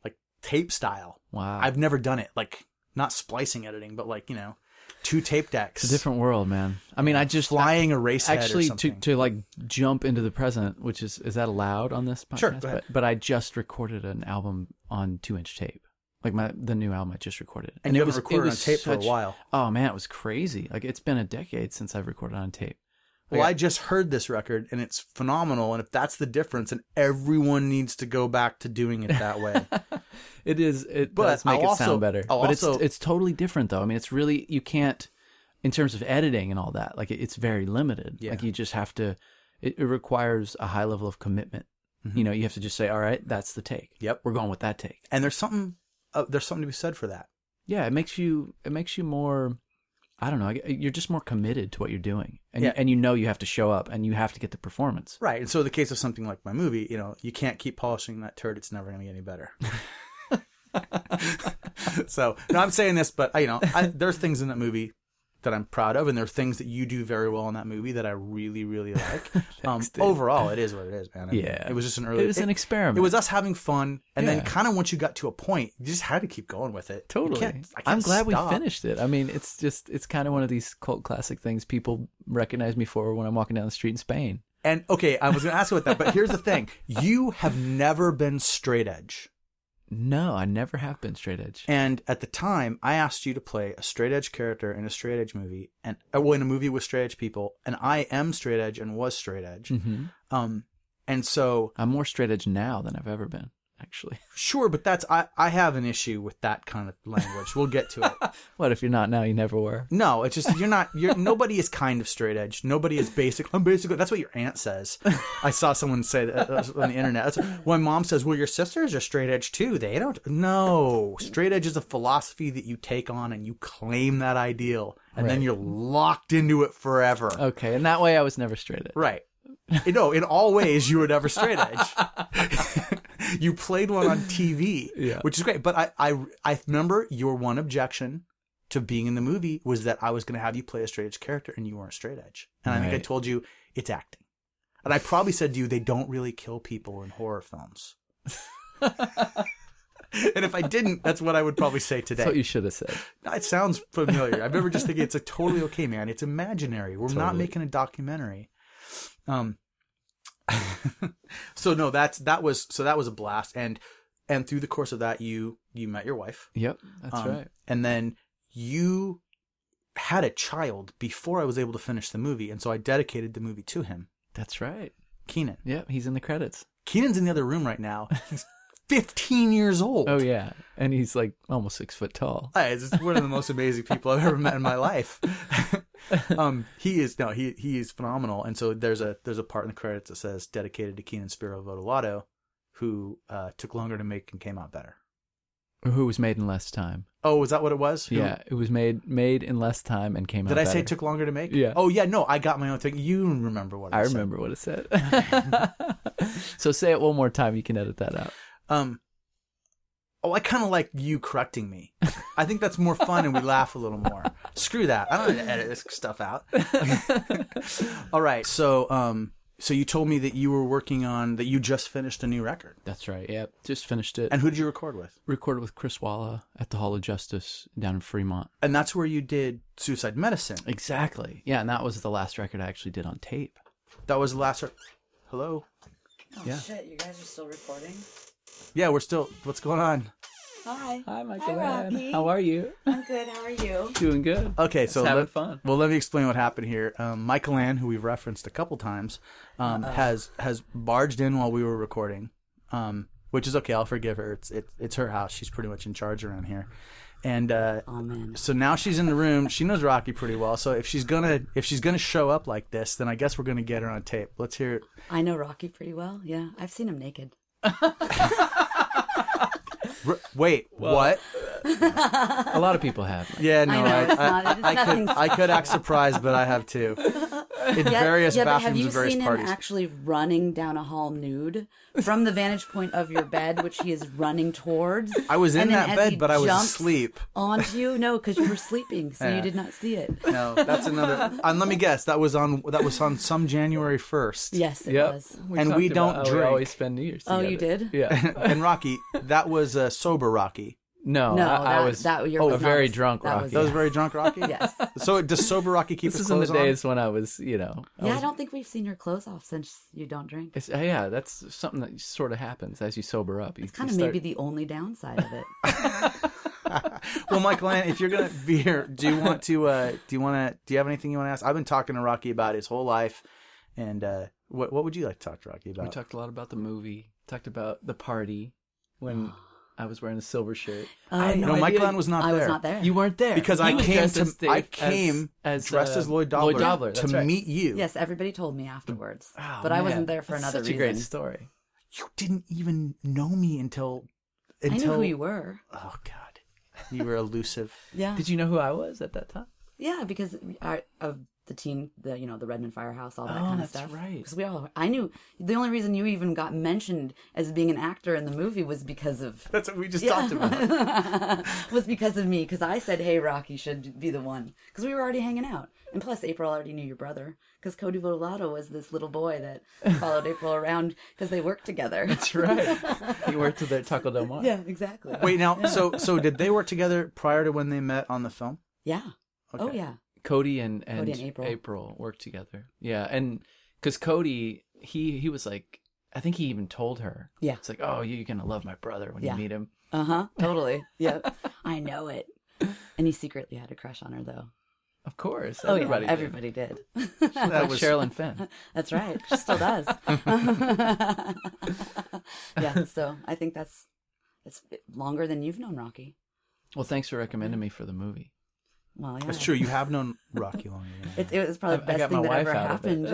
Speaker 1: like tape style
Speaker 2: Wow,
Speaker 1: I've never done it, like not splicing editing, but like you know, two tape decks.
Speaker 2: it's a different world, man. I mean, I just
Speaker 1: flying a race head or
Speaker 2: actually to
Speaker 1: something.
Speaker 2: to like jump into the present, which is is that allowed on this podcast?
Speaker 1: Sure, go ahead.
Speaker 2: but, but I just recorded an album on two inch tape, like my the new album I just recorded,
Speaker 1: and you
Speaker 2: it
Speaker 1: haven't
Speaker 2: was- it
Speaker 1: recorded on
Speaker 2: was
Speaker 1: tape for
Speaker 2: such-
Speaker 1: a while.
Speaker 2: Oh man, it was crazy. Like it's been a decade since I've recorded on tape.
Speaker 1: Well, I just heard this record and it's phenomenal. And if that's the difference, and everyone needs to go back to doing it that way.
Speaker 2: It is. It
Speaker 1: But
Speaker 2: does make
Speaker 1: I'll
Speaker 2: it
Speaker 1: also-
Speaker 2: sound better.
Speaker 1: I'll
Speaker 2: but
Speaker 1: also-
Speaker 2: it's it's totally different though. I mean, it's really you can't in terms of editing and all that. Like it, it's very limited.
Speaker 1: Yeah.
Speaker 2: Like you just have to. It, it requires a high level of commitment.
Speaker 1: Mm-hmm.
Speaker 2: You know, you have to just say, "All right, that's the take.
Speaker 1: Yep.
Speaker 2: we're going with that take."
Speaker 1: and there's something, uh, there's something to be said for that.
Speaker 2: Yeah, it makes you. It makes you more. I don't know. You're just more committed to what you're doing, and
Speaker 1: Yeah.
Speaker 2: you, and you know you have to show up, and you have to get the performance.
Speaker 1: Right. And so the case of something like my movie, you know, you can't keep polishing that turd. It's never going to get any better. so no, I'm saying this, but I, you know, I, there's things in that movie that I'm proud of, and there are things that you do very well in that movie that I really, really like. um,
Speaker 2: Thanks, dude.
Speaker 1: overall, it is what it is, man. I mean,
Speaker 2: Yeah.
Speaker 1: It was just an early.
Speaker 2: it was an experiment.
Speaker 1: It was us having fun, and then
Speaker 2: Yeah.
Speaker 1: kind of once you got to a point, you just had to keep going with it. You
Speaker 2: Totally.
Speaker 1: can't- I
Speaker 2: I'm
Speaker 1: can't
Speaker 2: glad
Speaker 1: stop.
Speaker 2: we finished it. I mean, it's just, it's kind of one of these cult classic things people recognize me for when I'm walking down the street in Spain.
Speaker 1: And okay, I was going to ask you about that, but here's the thing: you have never been straight edge.
Speaker 2: No, I never have been straight edge.
Speaker 1: And at the time, I asked you to play a straight edge character in a straight edge movie, and
Speaker 2: Hmm.
Speaker 1: uh, well, in a movie with straight edge people, and I am straight edge and was straight edge.
Speaker 2: Mm-hmm.
Speaker 1: Um, And so,
Speaker 2: I'm more straight edge now than I've ever been, actually.
Speaker 1: sure, but that's I, I have an issue with that kind of language. We'll get to it.
Speaker 2: what if you're not now? You never were.
Speaker 1: No, it's just you're not. You're nobody is kind of straight edge. Nobody is basic. I'm basically that's what your aunt says. I saw someone say that on the internet. That's what, my mom says, "Well, your sisters are straight edge too. They don't." No, straight edge is a philosophy that you take on and you claim that ideal, and then
Speaker 2: Right.
Speaker 1: you're locked into it forever.
Speaker 2: Okay, and that way I was never straight edge.
Speaker 1: Right. You know, in all ways, you were never straight edge. you played one on TV,
Speaker 2: Yeah.
Speaker 1: which is great. But I, I, I remember your one objection to being in the movie was that I was going to have you play a straight edge character and you weren't straight edge. And I think I
Speaker 2: Right.
Speaker 1: told you it's acting. And I probably said to you, they don't really kill people in horror films. and if I didn't, that's what I would probably say today.
Speaker 2: That's what you should have said.
Speaker 1: It sounds familiar. I remember just thinking it's a totally okay, man. It's imaginary. We're not
Speaker 2: Totally.
Speaker 1: making a documentary. Um. so no, that's that was so that was a blast, and and through the course of that, you you met your wife.
Speaker 2: Yep, that's
Speaker 1: Um,
Speaker 2: right.
Speaker 1: And then you had a child before I was able to finish the movie, and so I dedicated the movie to him,
Speaker 2: That's right.
Speaker 1: Keenan.
Speaker 2: Yep, he's in the credits.
Speaker 1: Keenan's in the other room right now. He's 15 years old.
Speaker 2: Oh yeah, and he's like almost six foot tall.
Speaker 1: Hey, It's just one of the most amazing people I've ever met in my life. um, he is no, he he is phenomenal. And so there's a there's a part in the credits that says dedicated to Keenan Spiro Vodolato, who uh, took longer to make and came out better.
Speaker 2: Who was made in less time?
Speaker 1: Oh, is that what it was? Who-
Speaker 2: Yeah, it was made made in less time and came out.
Speaker 1: Did I say
Speaker 2: better.
Speaker 1: took longer to make?
Speaker 2: Yeah.
Speaker 1: Oh yeah, no, I got my own thing. You remember what I,
Speaker 2: I
Speaker 1: said.
Speaker 2: remember what it said. so say it one more time. You can edit that out.
Speaker 1: Um. Oh, I kind of like you correcting me. I think that's more fun, and we laugh a little more. Screw that! I don't want to edit this stuff out. All right, so um, so you told me that you were working on that you just finished a new record,
Speaker 2: That's right. Yeah, just finished it.
Speaker 1: and who did you record with?
Speaker 2: recorded with Chris Walla at the Hall of Justice down in Fremont.
Speaker 1: And that's where you did Suicide Medicine.
Speaker 2: Exactly. Yeah, and that was the last record I actually did on tape.
Speaker 1: That was the last. Rec- Hello.
Speaker 3: Oh
Speaker 2: Yeah.
Speaker 3: shit, you guys are still recording?
Speaker 1: Yeah, we're still. What's going on?
Speaker 3: Hi.
Speaker 2: Hi,
Speaker 3: Hi, Rocky.
Speaker 2: How are you?
Speaker 3: I'm good, how are you?
Speaker 2: Doing good.
Speaker 1: Okay, so
Speaker 2: having
Speaker 1: let-
Speaker 2: fun.
Speaker 1: Well, let me explain what happened here. Um, Michael Ann, who we've referenced a couple times, um, has has barged in while we were recording, um, which is okay. I'll forgive her. It's it's it's her house. She's pretty much in charge around here, and uh,
Speaker 3: Amen.
Speaker 1: so now she's in the room. She knows Rocky pretty well. So if she's gonna if she's gonna show up like this, then I guess we're gonna get her on tape. Let's hear it.
Speaker 3: I know Rocky pretty well. Yeah, I've seen him naked.
Speaker 1: R- wait, what?
Speaker 2: A lot of people have. Like,
Speaker 1: Yeah, no,
Speaker 3: I know,
Speaker 1: I,
Speaker 3: it's
Speaker 1: I,
Speaker 3: not- it's
Speaker 1: I could
Speaker 3: nothing's-
Speaker 1: I could act surprised, but I have too. In various
Speaker 3: yeah, but have
Speaker 1: bathrooms
Speaker 3: you
Speaker 1: of various
Speaker 3: seen
Speaker 1: parties.
Speaker 3: him actually running down a hall nude from the vantage point of your bed, which he is running towards?
Speaker 1: I was in
Speaker 3: and then
Speaker 1: that
Speaker 3: as he
Speaker 1: bed, but I was
Speaker 3: jumps
Speaker 1: asleep.
Speaker 3: Onto you? No, because you were sleeping, so
Speaker 1: Yeah.
Speaker 3: you did not see it.
Speaker 1: No, that's another. And let me guess, that was on that was on some January first.
Speaker 3: Yes, it
Speaker 2: Yep.
Speaker 3: was.
Speaker 1: And
Speaker 2: talked
Speaker 1: we don't
Speaker 2: about how
Speaker 1: drink.
Speaker 2: We always spend New Year's.
Speaker 3: Oh, you
Speaker 2: together.
Speaker 3: did?
Speaker 2: Yeah.
Speaker 1: and Rocky, that was uh, sober Rocky.
Speaker 2: No,
Speaker 3: No,
Speaker 2: I, I
Speaker 3: that-
Speaker 2: was
Speaker 3: that year
Speaker 2: a
Speaker 3: was not-
Speaker 2: very drunk
Speaker 3: that was-
Speaker 2: Rocky.
Speaker 1: That was very drunk Rocky.
Speaker 3: Yes.
Speaker 1: So does sober Rocky keep
Speaker 2: this
Speaker 1: his
Speaker 2: is in the
Speaker 1: clothes on?
Speaker 2: days when I was, you know. I
Speaker 3: Yeah, I
Speaker 2: was-
Speaker 3: don't think we've seen your clothes off since you don't drink.
Speaker 2: It's, uh, yeah, that's something that sort of happens as you sober up. You,
Speaker 3: It's kind of
Speaker 2: you start-
Speaker 3: maybe the only downside of it.
Speaker 1: Well, Michael, Ann, if you're gonna be here, do you want to? Uh, do you want to? Do you have anything you want to ask? I've been talking to Rocky about his whole life, and uh, what what would you like to talk to Rocky
Speaker 2: We
Speaker 1: about?
Speaker 2: talked a lot about the movie. Talked about the party when I was wearing a silver shirt.
Speaker 3: Oh,
Speaker 2: I had
Speaker 3: no.
Speaker 1: no,
Speaker 2: idea
Speaker 1: Michael Ann was not
Speaker 3: I
Speaker 1: there.
Speaker 3: was not there.
Speaker 2: You weren't there
Speaker 1: Because
Speaker 2: He
Speaker 1: I
Speaker 2: was
Speaker 1: came
Speaker 2: dressed
Speaker 1: to-
Speaker 2: as Dave-
Speaker 1: I came dressed
Speaker 2: uh,
Speaker 1: as Lloyd Dobler,
Speaker 2: Dobler,
Speaker 1: to
Speaker 2: that's right.
Speaker 1: meet you.
Speaker 3: Yes, everybody told me afterwards,
Speaker 2: Oh,
Speaker 3: but I wasn't
Speaker 2: man.
Speaker 3: there for
Speaker 2: That's
Speaker 3: another
Speaker 2: such
Speaker 3: reason.
Speaker 2: a great story.
Speaker 1: you didn't even know me until
Speaker 3: I
Speaker 1: until
Speaker 3: knew who you were.
Speaker 1: Oh God, you were elusive.
Speaker 3: Yeah,
Speaker 2: Did you know who I was at that time?
Speaker 3: yeah, because I, of the team, the you know the Redmond Firehouse, all that
Speaker 2: Oh,
Speaker 3: kind of
Speaker 2: that's
Speaker 3: stuff.
Speaker 2: right.
Speaker 3: Because we all, I knew the only reason you even got mentioned as being an actor in the movie was because of
Speaker 1: That's what we just talked about.
Speaker 3: was because of me. Because I said, "Hey, Rocky should be the one," because we were already hanging out, and plus April already knew your brother. Because Cody Volato was this little boy that followed April around because they worked together.
Speaker 2: That's right. he worked at their Taco Del Mar.
Speaker 3: yeah, exactly.
Speaker 1: Wait, now, so so did they work together prior to when they met on the film?
Speaker 3: Yeah. Oh
Speaker 1: Okay.
Speaker 3: yeah.
Speaker 2: Cody and and,
Speaker 3: Cody and April.
Speaker 2: worked together. Yeah, and because Cody, he he was like, I think he even told her.
Speaker 3: Yeah.
Speaker 2: it's like, oh, you're gonna love my brother when
Speaker 3: Yeah.
Speaker 2: you meet him.
Speaker 3: Uh huh. Totally. Yeah. I know it. And he secretly had a crush on her, though.
Speaker 2: Of course.
Speaker 3: Oh, yeah,
Speaker 2: Everybody did.
Speaker 3: everybody did.
Speaker 2: That
Speaker 1: was-
Speaker 2: was Sherilyn Finn.
Speaker 3: That's right. She still does. yeah, so I think that's it's longer than you've known Rocky.
Speaker 2: Well, thanks for recommending me for the movie.
Speaker 3: Well, yeah.
Speaker 1: That's true. You have known Rocky longer. than I have.
Speaker 3: It's, it was probably the
Speaker 2: I- I
Speaker 3: best
Speaker 2: got
Speaker 3: thing
Speaker 2: my
Speaker 3: that ever
Speaker 2: wife out of
Speaker 3: happened.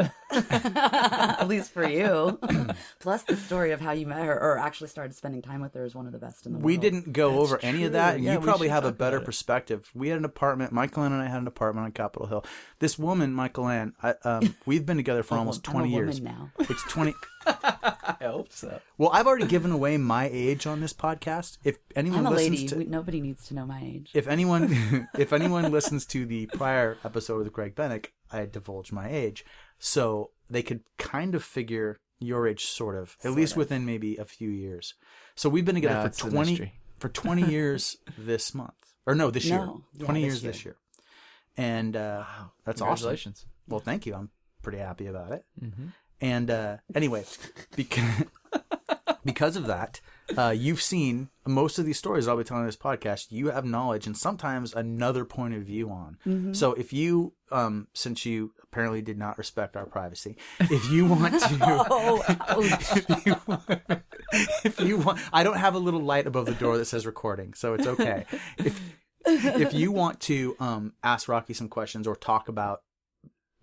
Speaker 2: it.
Speaker 3: At least for you. Plus, the story of how you met her or actually started spending time with her is one of the best in the world.
Speaker 1: We didn't go
Speaker 2: That's
Speaker 1: over any of that,
Speaker 2: true.
Speaker 1: and
Speaker 2: Yeah,
Speaker 1: you
Speaker 2: we
Speaker 1: probably
Speaker 2: should
Speaker 1: have a
Speaker 2: talk
Speaker 1: better
Speaker 2: about it.
Speaker 1: perspective. We had an apartment. Michael Ann and I had an apartment on Capitol Hill. This woman, Michael Ann, I, um, we've been together for
Speaker 3: I'm a-
Speaker 1: almost
Speaker 3: I'm a
Speaker 1: 20 years.
Speaker 3: woman now.
Speaker 1: It's 20.
Speaker 2: I hope so.
Speaker 1: Well, I've already given away my age on this podcast. If anyone
Speaker 3: I'm a
Speaker 1: listens
Speaker 3: lady.
Speaker 1: to,
Speaker 3: We- nobody needs to know my age.
Speaker 1: if anyone, if anyone listens to the prior episode with Greg Bennick, I divulged my age, so they could kind of figure your age, sort of, at least within maybe a few years. So we've been together
Speaker 2: No, it's
Speaker 1: for
Speaker 2: a
Speaker 1: twenty
Speaker 2: mystery.
Speaker 1: for twenty years this month, or no, this year,
Speaker 3: No. Yeah,
Speaker 1: twenty
Speaker 3: this
Speaker 1: years this year, and uh, that's awesome.
Speaker 2: Congratulations.
Speaker 1: Well, thank you. I'm pretty happy about it.
Speaker 2: Mm-hmm.
Speaker 1: And uh, anyway, because because of that, uh, you've seen most of these stories I'll be telling on this podcast. You have knowledge and sometimes another point of view on. So if you, um, since you apparently did not respect our privacy, if you want to,
Speaker 3: Oh, ouch.
Speaker 1: if you want, I don't have a little light above the door that says recording, so it's okay. If if you want to um, ask Rocky some questions or talk about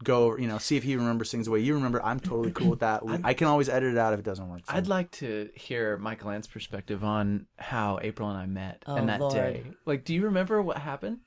Speaker 1: go you know see if he remembers things the way you remember i'm totally cool with that i can always edit it out if it doesn't work so.
Speaker 2: I'd like to hear Michael Ann's perspective on how April and I met
Speaker 3: Oh,
Speaker 2: and that
Speaker 3: Lord.
Speaker 2: day. Like, do you remember what happened?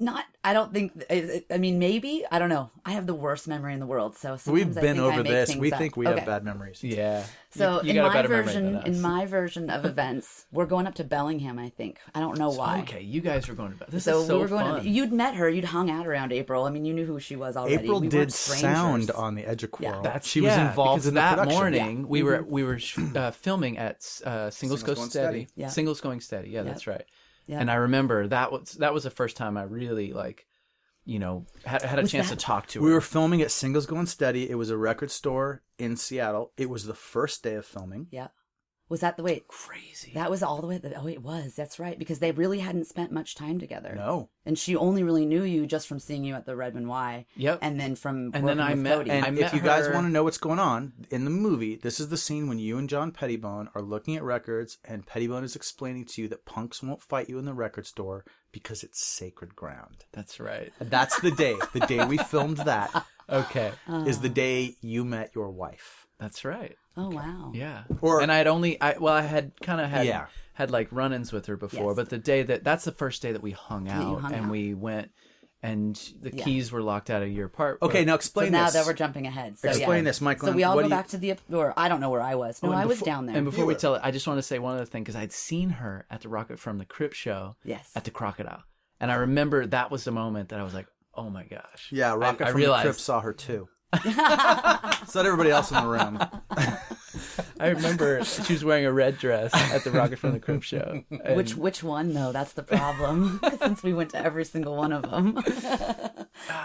Speaker 3: Not, I don't think. is it- I mean, maybe I don't know. I have the worst memory in the world, so
Speaker 1: We've
Speaker 3: sometimes I
Speaker 1: been
Speaker 3: think I
Speaker 1: over
Speaker 3: make
Speaker 1: this.
Speaker 3: things
Speaker 1: We
Speaker 3: up.
Speaker 1: think we
Speaker 3: Okay.
Speaker 1: have bad memories.
Speaker 2: Yeah.
Speaker 3: So
Speaker 2: you, you
Speaker 3: in
Speaker 2: got a
Speaker 3: my
Speaker 2: better memory
Speaker 3: version,
Speaker 2: than
Speaker 3: in
Speaker 2: us.
Speaker 3: my version of events, we're going up to Bellingham. I think I don't know why.
Speaker 2: Okay, you guys were going to bed. This
Speaker 3: So,
Speaker 2: is so
Speaker 3: we were going.
Speaker 2: fun.
Speaker 3: you'd met her. You'd hung out around April. I mean, you knew who she was already.
Speaker 1: April
Speaker 3: we weren't
Speaker 1: did
Speaker 3: strangers.
Speaker 1: sound on the Eduquarrel.
Speaker 3: Yeah.
Speaker 1: That's she was involved
Speaker 2: because
Speaker 1: in the
Speaker 2: that
Speaker 1: production.
Speaker 2: morning.
Speaker 3: Mm-hmm.
Speaker 2: We were we were sh- uh, filming at uh, Singles, Go
Speaker 1: Going
Speaker 2: Steady,
Speaker 1: Steady.
Speaker 3: Yeah.
Speaker 2: Singles Going Steady. Yeah,
Speaker 3: Yep.
Speaker 2: that's right.
Speaker 3: Yeah.
Speaker 2: And I remember that was that was the first time I really like, you know, had, had a
Speaker 3: Was
Speaker 2: chance
Speaker 3: that-
Speaker 2: to talk to her.
Speaker 1: We were filming at Singles Going Steady. It was a record store in Seattle. It was the first day of filming.
Speaker 3: Yeah. Was that the wait?
Speaker 2: crazy.
Speaker 3: That was all the way. The, oh, it was. That's right. Because they really hadn't spent much time together.
Speaker 1: No.
Speaker 3: And she only really knew you just from seeing you at the Redmond Y.
Speaker 2: Yep.
Speaker 3: And then from
Speaker 2: And then
Speaker 3: working
Speaker 2: I
Speaker 3: with
Speaker 2: met-
Speaker 3: Cody.
Speaker 1: And
Speaker 2: I
Speaker 1: if
Speaker 2: met
Speaker 1: you guys
Speaker 2: her-
Speaker 1: want to know what's going on in the movie, this is the scene when you and John Pettibone are looking at records, and Pettibone is explaining to you that punks won't fight you in the record store because it's sacred ground.
Speaker 2: that's right.
Speaker 1: That's the day. the day we filmed that is
Speaker 2: Okay,
Speaker 1: the day you met your wife.
Speaker 2: that's right.
Speaker 3: oh wow.
Speaker 2: Yeah.
Speaker 1: Or-
Speaker 2: and I had only I well I had kind of had
Speaker 1: Yeah.
Speaker 2: had like run-ins with her before,
Speaker 3: Yes.
Speaker 2: but the day that that's the first day that we hung
Speaker 3: you
Speaker 2: out
Speaker 3: hung
Speaker 2: and
Speaker 3: out.
Speaker 2: we went and the
Speaker 3: Yeah.
Speaker 2: keys were locked out of your apartment.
Speaker 1: Okay, now
Speaker 3: So
Speaker 1: explain
Speaker 3: now
Speaker 1: this.
Speaker 3: that we're jumping ahead. So,
Speaker 1: Explain
Speaker 3: yeah.
Speaker 1: this, Michael.
Speaker 3: So we all
Speaker 1: What
Speaker 3: go
Speaker 1: do you-
Speaker 3: back to the or I don't know where I was. No, I was down there.
Speaker 2: Oh, And before we
Speaker 1: were-
Speaker 2: tell it, I just want to say one other thing because I'd seen her at the Rocket from the Crip show
Speaker 3: yes.
Speaker 2: at the Crocodile, and I remember that was the moment that I was like, "Oh my gosh!"
Speaker 1: Yeah, Rocket
Speaker 2: I, I
Speaker 1: from
Speaker 2: realized,
Speaker 1: the Crip saw her too. it's not everybody else in the room.
Speaker 2: I remember she was wearing a red dress at the Rocket from the Crip show. And
Speaker 3: which which one though? That's the problem. Since we went to every single one of them.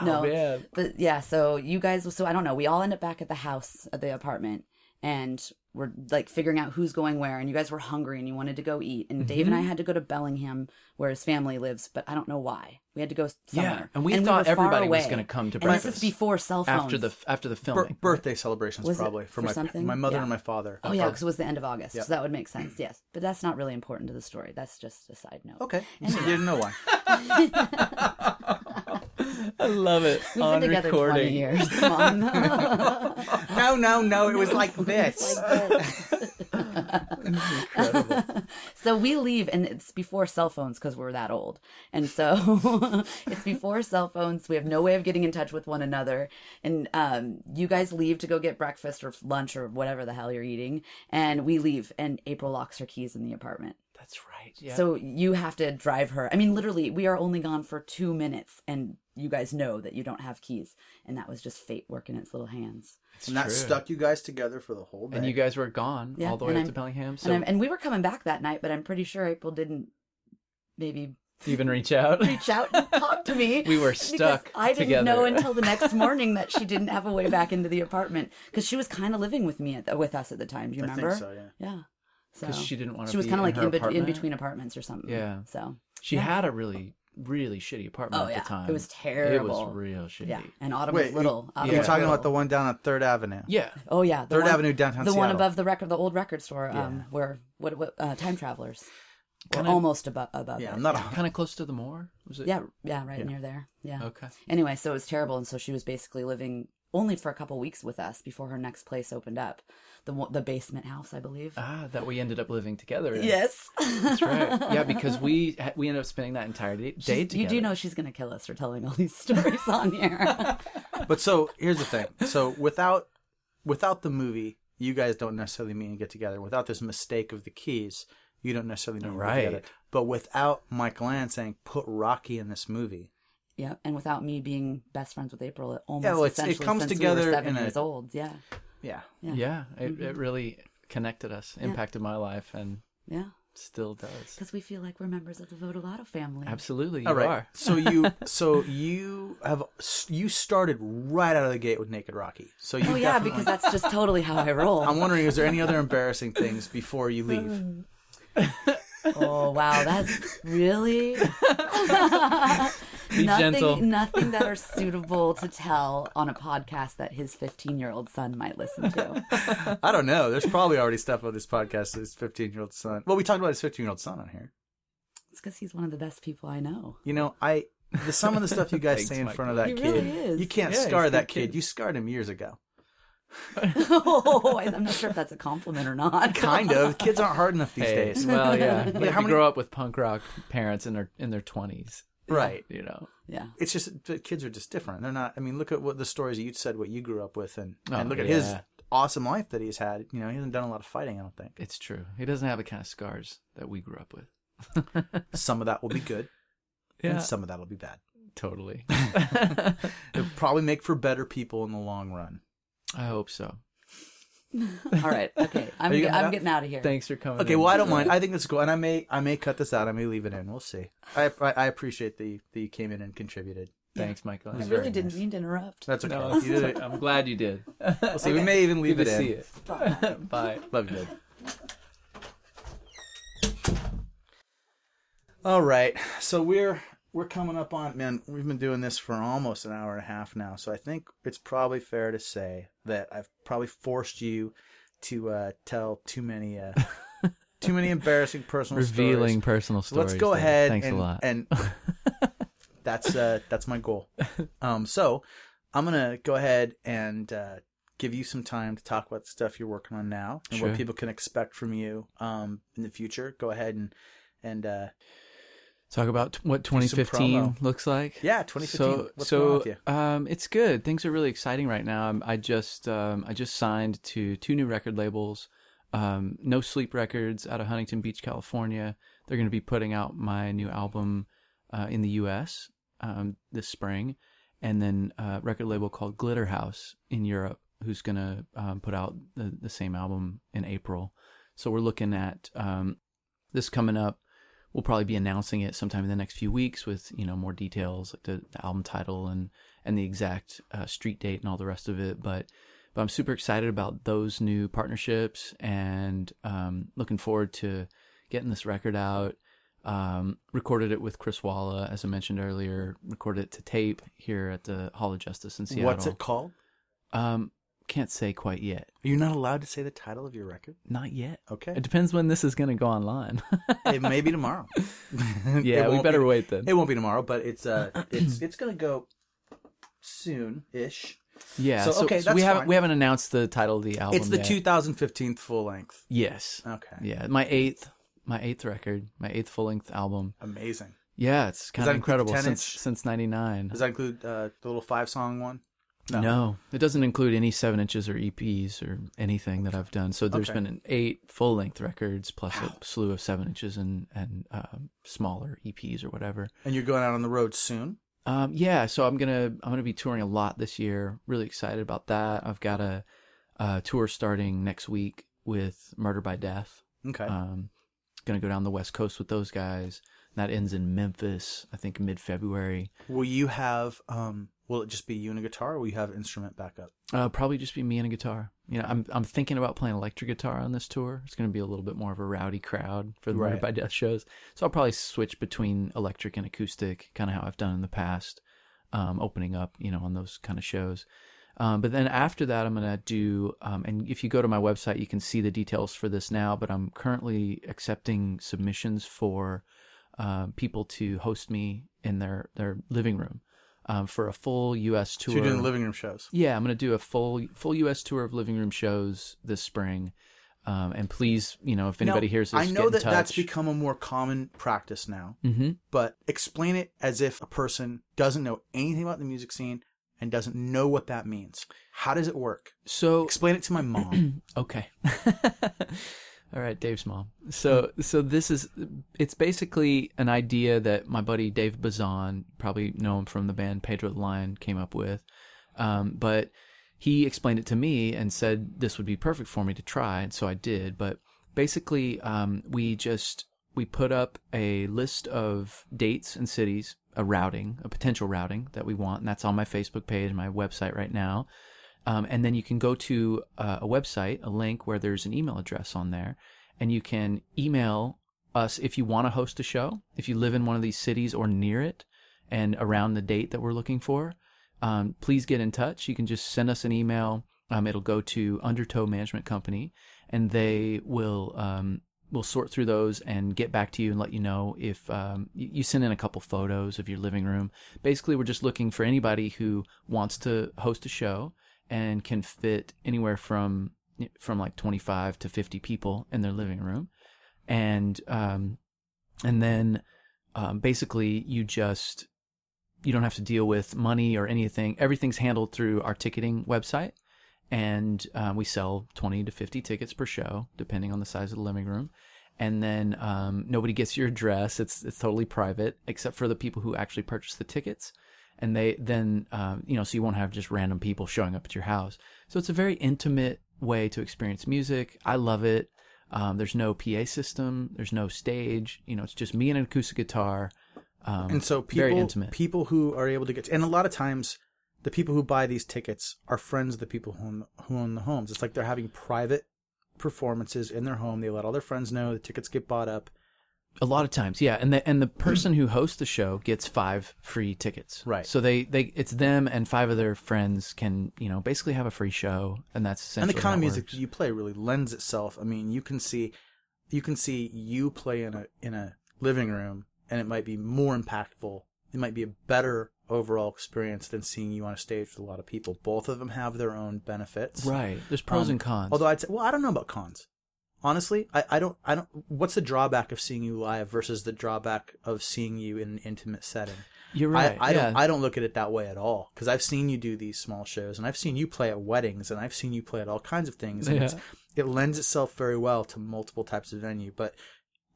Speaker 3: no.
Speaker 2: Oh, man.
Speaker 3: But yeah, so you guys so I don't know, we all end up back at the house at the apartment and we're like figuring out who's going where and you guys were hungry and you wanted to go eat and Dave
Speaker 2: Mm-hmm.
Speaker 3: and I had to go to Bellingham where his family lives, but I don't know why. We had to go somewhere.
Speaker 2: Yeah, and we thought
Speaker 3: were far
Speaker 2: everybody was
Speaker 3: away.
Speaker 2: gonna come to
Speaker 3: and This
Speaker 2: breakfast
Speaker 3: is before cell phones.
Speaker 2: after the after the
Speaker 1: Bir-
Speaker 2: filming,
Speaker 1: birthday celebrations
Speaker 3: Was it
Speaker 1: probably for,
Speaker 3: for
Speaker 1: my
Speaker 3: something?
Speaker 1: my mother
Speaker 3: Yeah.
Speaker 1: and my father.
Speaker 3: Oh yeah, because it was the end of August,
Speaker 1: Yeah.
Speaker 3: so that would make sense. Yes, but that's not really important to the story. That's just a side note.
Speaker 1: Okay, so you didn't know why.
Speaker 2: I love it.
Speaker 3: We've
Speaker 2: on
Speaker 3: been together
Speaker 2: recording.
Speaker 3: twenty years. Come on.
Speaker 1: No, no, no. It was like this.
Speaker 3: so we leave, and it's before cell phones because we're that old, and so it's before cell phones. We have no way of getting in touch with one another, and um, you guys leave to go get breakfast or lunch or whatever the hell you're eating, and we leave, and April locks her keys in the apartment.
Speaker 2: That's right. Yeah.
Speaker 3: So you have to drive her. I mean, literally, we are only gone for two minutes, and you guys know that you don't have keys, and that was just fate working its little hands.
Speaker 1: and that
Speaker 2: true.
Speaker 1: stuck you guys together for the whole day.
Speaker 2: and you guys were gone
Speaker 3: Yeah,
Speaker 2: all the way
Speaker 3: and
Speaker 2: up
Speaker 3: I'm-
Speaker 2: to Bellingham, so
Speaker 3: And, I'm, and we were coming back that night, but I'm pretty sure April didn't maybe
Speaker 2: even reach out.
Speaker 3: reach out and talk to me.
Speaker 2: We were
Speaker 3: because
Speaker 2: stuck
Speaker 3: I didn't
Speaker 2: together.
Speaker 3: know until the next morning that she didn't have a way back into the apartment because she was kind of living with me at the, with us at the time. Do you
Speaker 1: I
Speaker 3: remember?
Speaker 1: think so. Yeah.
Speaker 3: Yeah. So
Speaker 2: 'Cause she didn't wanna
Speaker 3: She was
Speaker 2: be
Speaker 3: kind of
Speaker 2: in
Speaker 3: like
Speaker 2: her
Speaker 3: in, bet- in
Speaker 2: apartment.
Speaker 3: between apartments or something.
Speaker 2: Yeah.
Speaker 3: So
Speaker 2: She had a really really shitty apartment
Speaker 3: Oh
Speaker 2: at
Speaker 3: yeah,
Speaker 2: the time.
Speaker 3: it was
Speaker 2: It
Speaker 3: terrible.
Speaker 2: was real shitty.
Speaker 3: Yeah, and Autumn
Speaker 1: Wait,
Speaker 3: was little. Autumn
Speaker 1: You're
Speaker 3: was
Speaker 1: talking about the
Speaker 3: little.
Speaker 1: one down on Third Avenue.
Speaker 2: Yeah.
Speaker 3: Oh yeah, the
Speaker 1: Third
Speaker 3: one-
Speaker 1: Avenue downtown
Speaker 3: the one
Speaker 1: Seattle.
Speaker 3: above the record, the old record store, um, where what, what uh, time travelers, Or almost above above.
Speaker 1: Yeah,
Speaker 3: it.
Speaker 1: I'm not. A,
Speaker 2: Kind of close to the moor. Was it?
Speaker 3: Yeah, yeah, right near there. Yeah.
Speaker 2: Okay.
Speaker 3: Anyway, so it was terrible, and so she was basically living only for a couple weeks with us before her next place opened up, the one- the basement house, I believe.
Speaker 2: Ah, that we ended up living together. in.
Speaker 3: yes,
Speaker 2: That's right. Yeah, because we ha- we ended up spending that entire day,
Speaker 3: She's-
Speaker 2: day together.
Speaker 3: you do know she's gonna kill us for telling all these stories on here.
Speaker 1: but so here's the thing. So without without the movie, you guys don't necessarily mean to get together. Without this mistake of the keys, you don't necessarily mean to get
Speaker 2: Right.
Speaker 1: together. But without Michael Land saying put Rocky in this movie,
Speaker 3: yep, and without me being best friends with April, it almost
Speaker 1: well, it's- it
Speaker 3: essentially
Speaker 1: comes
Speaker 3: since we were
Speaker 1: together
Speaker 3: seven
Speaker 1: in a-
Speaker 3: years old. Yeah, Mm-hmm.
Speaker 1: yeah,
Speaker 2: Yeah, it, it really connected us, impacted my life, and
Speaker 3: yeah,
Speaker 2: still does.
Speaker 3: because we feel like we're members of the Vodolato family.
Speaker 2: Absolutely, you
Speaker 1: All right.
Speaker 2: are.
Speaker 1: so you so you have you started right out of the gate with Naked Rocky. So you
Speaker 3: Oh yeah,
Speaker 1: definitely-
Speaker 3: because that's just totally how I roll.
Speaker 1: I'm wondering is there any other embarrassing things before you leave?
Speaker 3: Oh wow, that's really
Speaker 2: Be
Speaker 3: nothing.
Speaker 2: gentle.
Speaker 3: Nothing that are suitable to tell on a podcast that his 15 year old son might listen to.
Speaker 1: I don't know. There's probably already stuff on this podcast. His 15 year old son. Well, we talked about his 15 year old son on here.
Speaker 3: It's because he's one of the best people I know.
Speaker 1: You know, I the some of the stuff you guys
Speaker 2: Thanks,
Speaker 1: say in
Speaker 2: Mike.
Speaker 1: front of that
Speaker 3: He
Speaker 1: kid,
Speaker 3: really is.
Speaker 1: you can't
Speaker 2: Yeah, he's a
Speaker 1: scar
Speaker 2: good
Speaker 1: that kid.
Speaker 2: kid.
Speaker 1: You scarred him years ago.
Speaker 3: oh, I- I'm not sure if that's a compliment or not.
Speaker 1: Kind of. Kids aren't hard enough these
Speaker 2: Hey,
Speaker 1: days.
Speaker 2: well, yeah. But
Speaker 1: Yeah,
Speaker 2: if
Speaker 1: how
Speaker 2: you
Speaker 1: many-
Speaker 2: grow up with punk rock parents in their in their twenties,
Speaker 1: Right.
Speaker 2: you know.
Speaker 3: Yeah.
Speaker 1: It's just the kids are just different. They're not. I mean, look at what the stories you said, what you grew up with, and, and
Speaker 2: Oh,
Speaker 1: look at his
Speaker 2: yeah.
Speaker 1: awesome life that he's had. You know, he hasn't done a lot of fighting. I don't think.
Speaker 2: It's true. He doesn't have the kind of scars that we grew up with.
Speaker 1: Some of that will be good,
Speaker 2: Yeah,
Speaker 1: and some of that will be bad.
Speaker 2: totally.
Speaker 1: It'll probably make for better people in the long run.
Speaker 2: I hope so.
Speaker 3: All right. Okay. I'm,
Speaker 1: Are you
Speaker 3: ge-
Speaker 1: gonna
Speaker 3: I'm
Speaker 1: have-
Speaker 3: getting out of here.
Speaker 2: Thanks for coming.
Speaker 1: Okay,
Speaker 2: in.
Speaker 1: well, I don't mind. I think that's cool, and I may I may cut this out. I may leave it in. We'll see. I I, I appreciate the that you came in and contributed.
Speaker 2: Thanks, Michael.
Speaker 3: I
Speaker 1: It's
Speaker 3: really
Speaker 1: very
Speaker 3: didn't
Speaker 1: nice.
Speaker 3: mean to interrupt.
Speaker 1: That's okay.
Speaker 2: No,
Speaker 1: You did it.
Speaker 2: I'm glad you did.
Speaker 1: We'll see. We may even leave
Speaker 2: Good
Speaker 1: it
Speaker 2: to
Speaker 1: in.
Speaker 2: see it.
Speaker 3: Bye.
Speaker 2: Bye.
Speaker 1: Love you. All right, so we're we're coming up on man. We've been doing this for almost an hour and a half now, so I think it's probably fair to say that I've probably forced you to uh, tell too many uh, too many embarrassing personal Stories.
Speaker 2: Revealing personal
Speaker 1: So
Speaker 2: stories.
Speaker 1: let's go
Speaker 2: though.
Speaker 1: ahead.
Speaker 2: Thanks
Speaker 1: and,
Speaker 2: a lot.
Speaker 1: And that's uh, that's my goal. Um, so I'm gonna go ahead and uh, give you some time to talk about the stuff you're working on now and
Speaker 2: Sure.
Speaker 1: what people can expect from you um, in the future. Go ahead and and uh,
Speaker 2: Talk about t- what
Speaker 1: some
Speaker 2: 2015
Speaker 1: promo.
Speaker 2: looks like.
Speaker 1: yeah, 2015.
Speaker 2: So,
Speaker 1: What's
Speaker 2: so
Speaker 1: going on with you?
Speaker 2: um, it's good. Things are really exciting right now. I'm, I just um, I just signed to two new record labels. Um, no Sleep Records out of Huntington Beach, California. They're going to be putting out my new album uh, in the U.S. Um, this spring, and then a record label called Glitter House in Europe, who's going to um, put out the, the same album in April. So we're looking at um, this coming up we'll probably be announcing it sometime in the next few weeks with you know more details like the, the album title and and the exact uh, street date and all the rest of it but but i'm super excited about those new partnerships and um, looking forward to getting this record out um, recorded it with chris walla as i mentioned earlier recorded it to tape here at the hall of justice in seattle
Speaker 1: What's it called?
Speaker 2: um can't say quite yet
Speaker 1: You're not allowed to say the title of your record.
Speaker 2: not yet
Speaker 1: Okay,
Speaker 2: it depends when this is going to go online
Speaker 1: it may be tomorrow.
Speaker 2: yeah we
Speaker 1: won't
Speaker 2: better
Speaker 1: be-
Speaker 2: wait then
Speaker 1: It won't be tomorrow, but it's uh, it's it's gonna go soon ish.
Speaker 2: Yeah.
Speaker 1: So,
Speaker 2: So,
Speaker 1: okay,
Speaker 2: so we
Speaker 1: that's
Speaker 2: haven't
Speaker 1: fine.
Speaker 2: we haven't announced the title of the album.
Speaker 1: It's the
Speaker 2: yet.
Speaker 1: 2015 full length.
Speaker 2: Yes.
Speaker 1: Okay,
Speaker 2: Yeah. My eighth. My eighth record. My eighth full length album.
Speaker 1: amazing.
Speaker 2: Yeah, it's kind
Speaker 1: that
Speaker 2: of
Speaker 1: include the
Speaker 2: incredible
Speaker 1: 10
Speaker 2: since
Speaker 1: inch?
Speaker 2: since '99.
Speaker 1: Does that include uh, the little five song one?
Speaker 2: No. it doesn't include any seven inches or EPs or anything that I've done. So there's
Speaker 1: Okay.
Speaker 2: been an eight full length records plus a slew of seven inches and and um smaller EPs or whatever.
Speaker 1: And you're going out on the road soon.
Speaker 2: Um, yeah, so I'm gonna I'm gonna be touring a lot this year. Really excited about that. I've got a, uh tour starting next week with Murder by Death.
Speaker 1: Okay.
Speaker 2: Um, gonna go down the west coast with those guys. That ends in Memphis, I think, mid February.
Speaker 1: Will you have um Will it just be you and a guitar, or will you have instrument backup?
Speaker 2: Uh, probably just be me and a guitar. You know, I'm I'm thinking about playing electric guitar on this tour. It's going to be a little bit more of a rowdy crowd for the
Speaker 1: Right.
Speaker 2: Murder by Death shows, so I'll probably switch between electric and acoustic, kind of how I've done in the past, um, opening up, you know, on those kind of shows. Um, but then after that, I'm going to do. Um, and if you go to my website, you can see the details for this now. But I'm currently accepting submissions for uh, people to host me in their their living room um, for a full U.S. tour.
Speaker 1: So you're doing living room shows.
Speaker 2: Yeah, I'm gonna do a full full U.S. tour of living room shows this spring, um, and please, you know, if anybody
Speaker 1: Now,
Speaker 2: hears this,
Speaker 1: I
Speaker 2: get
Speaker 1: know
Speaker 2: in
Speaker 1: that that's
Speaker 2: touch.
Speaker 1: become a more common practice now,
Speaker 2: Mhm.
Speaker 1: but explain it as if a person doesn't know anything about the music scene and doesn't know what that means. How does it work?
Speaker 2: So
Speaker 1: Explain it to my mom.
Speaker 2: okay, all right, Dave's mom. So so this is it's basically an idea that my buddy Dave Bazan, probably know him from the band Pedro the Lion, came up with, um, but he explained it to me and said this would be perfect for me to try, and so I did. But basically, um, we just we put up a list of dates and cities, a routing, a potential routing that we want, and that's on my Facebook page, my website right now. Um, and then you can go to uh, a website, a link where there's an email address on there, and you can email us if you want to host a show, if you live in one of these cities or near it, and around the date that we're looking for. Um, please get in touch. You can just send us an email. Um, it'll go to Undertow Management Company, and they will um, will sort through those and get back to you and let you know if um, you, you send in a couple photos of your living room. Basically, we're just looking for anybody who wants to host a show and can fit anywhere from from like 25 to 50 people in their living room and um, and then um, basically you just you don't have to deal with money or anything. Everything's handled through our ticketing website, and um, we sell twenty to fifty tickets per show, depending on the size of the living room. And then um, nobody gets your address. It's it's totally private, except for the people who actually purchase the tickets. And they then um, you know so you won't have just random people showing up at your house. So it's a very intimate way to experience music. I love it. Um, there's no PA system. There's no stage. You know, it's just me and an acoustic guitar. Um,
Speaker 1: and so people,
Speaker 2: very intimate.
Speaker 1: people who are able to get, and a lot of times, the people who buy these tickets are friends of the people who own, who own the homes. It's like they're having private performances in their home. They let all their friends know. The tickets get bought up.
Speaker 2: A lot of times, yeah, and the and the person who hosts the show gets five free tickets.
Speaker 1: Right.
Speaker 2: So they they it's them and five of their friends can you know basically have a free show, and that's
Speaker 1: and
Speaker 2: essentially
Speaker 1: the kind of
Speaker 2: how it
Speaker 1: music
Speaker 2: works.
Speaker 1: that you play really lends itself. I mean, you can see, you can see you play in a in a living room, and it might be more impactful. It might be a better overall experience than seeing you on a stage with a lot of people. Both of them have their own benefits,
Speaker 2: right. There's pros
Speaker 1: Um,
Speaker 2: and cons.
Speaker 1: Although I'd say, well, I don't know about cons. Honestly, I, I don't I don't. What's the drawback of seeing you live versus the drawback of seeing you in an intimate setting?
Speaker 2: you're right.
Speaker 1: I, I
Speaker 2: yeah.
Speaker 1: don't I don't look at it that way at all because I've seen you do these small shows and I've seen you play at weddings and I've seen you play at all kinds of things and it's, it lends itself very well to multiple types of venue but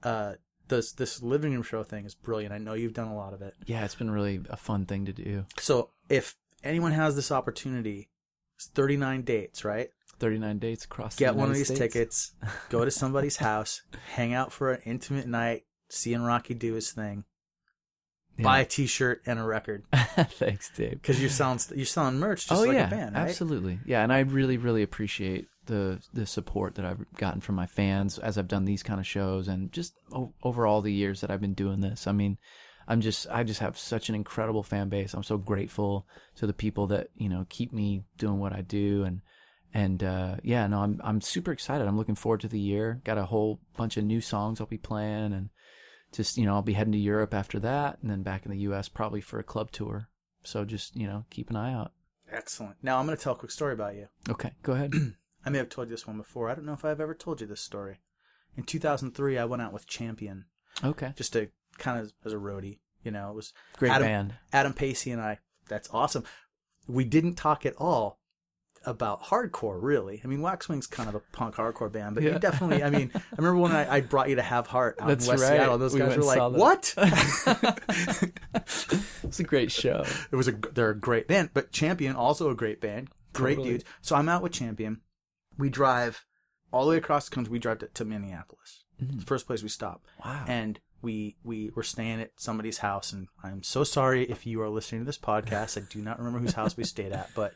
Speaker 1: uh this this living room show thing is brilliant I know you've done a lot of it
Speaker 2: yeah, it's been really a fun thing to do.
Speaker 1: so if anyone has this opportunity it's 39 dates right
Speaker 2: Thirty nine dates across. the
Speaker 1: get one of
Speaker 2: United
Speaker 1: these
Speaker 2: States.
Speaker 1: tickets go to somebody's house hang out for an intimate night seeing Rocky do his thing
Speaker 2: Yeah.
Speaker 1: buy a t-shirt and a record
Speaker 2: Thanks, Dave.
Speaker 1: because you sound you're selling merch just
Speaker 2: oh
Speaker 1: like
Speaker 2: yeah,
Speaker 1: a band right
Speaker 2: absolutely. Yeah, and I really really appreciate the the support that I've gotten from my fans as I've done these kind of shows and just o- over all the years that I've been doing this. I mean, I'm just I just have such an incredible fan base. I'm so grateful to the people that, you know, keep me doing what I do and and uh yeah, no, I'm I'm super excited. I'm looking forward to the year. Got a whole bunch of new songs I'll be playing and just, you know, I'll be heading to Europe after that and then back in the US probably for a club tour. So just, you know, keep an eye out.
Speaker 1: Excellent. Now I'm going to tell a quick story about you.
Speaker 2: Okay, go ahead.
Speaker 1: I may have told you this one before. I don't know if I've ever told you this story. In 2003, I went out with Champion
Speaker 2: okay.
Speaker 1: just to kind of as a roadie. You know, it was
Speaker 2: Great
Speaker 1: Adam,
Speaker 2: band.
Speaker 1: Adam Pacey and I. That's awesome. We didn't talk at all about hardcore, really. I mean, Waxwing's kind of a punk hardcore band, but
Speaker 2: Yeah.
Speaker 1: you definitely. I mean, I remember when I, I brought you to Have Heart out
Speaker 2: That's
Speaker 1: in West
Speaker 2: right.
Speaker 1: Seattle. Those
Speaker 2: We
Speaker 1: guys
Speaker 2: went
Speaker 1: were
Speaker 2: and
Speaker 1: like,
Speaker 2: saw them.
Speaker 1: "What?"
Speaker 2: It's a great show.
Speaker 1: it was a they're a great band, but Champion also a great band, great
Speaker 2: Totally.
Speaker 1: dudes. So I'm out with Champion. We drive all the way across the country. We drive to, to Minneapolis, It's the first place we stop,
Speaker 2: Mm. Wow.
Speaker 1: and we we were staying at somebody's house, and I'm so sorry if you are listening to this podcast. I do not remember whose house we stayed at, but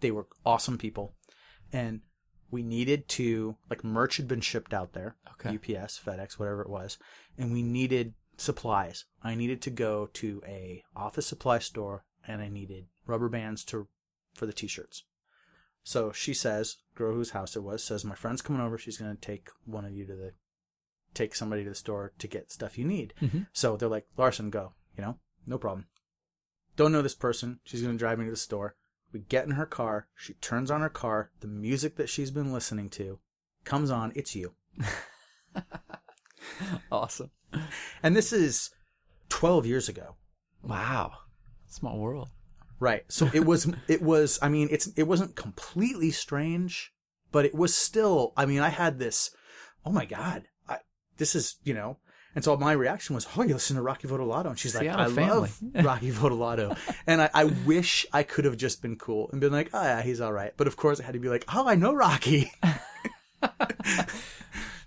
Speaker 1: they were awesome people, and we needed to like merch had been shipped out there,
Speaker 2: Okay.
Speaker 1: UPS, FedEx, whatever it was, and we needed supplies. I needed to go to a office supply store, and I needed rubber bands to for the t-shirts. So she says, girl whose house it was, says, My friend's coming over. She's going to take one of you to the, take somebody to the store to get stuff you need.
Speaker 2: Mhm.
Speaker 1: So they're like, Larson, go. You know, no problem. Don't know this person. She's going to drive me to the store. We get in her car. She turns on her car. The music that she's been listening to comes on. It's you.
Speaker 2: Awesome.
Speaker 1: And this is 12 years ago.
Speaker 2: Wow. Small world.
Speaker 1: Right. So it was it was I mean it's it wasn't completely strange, but it was still I mean I had this oh my god. I this is, you know. And so my reaction was, "Oh, you listen to Rocky Votolato." And she's like,
Speaker 2: See, I'm a
Speaker 1: "I love
Speaker 2: family."
Speaker 1: Rocky Votolato." and I, I wish I could have just been cool and been like, "Oh, yeah, he's all right." But of course, I had to be like, "Oh, I know Rocky."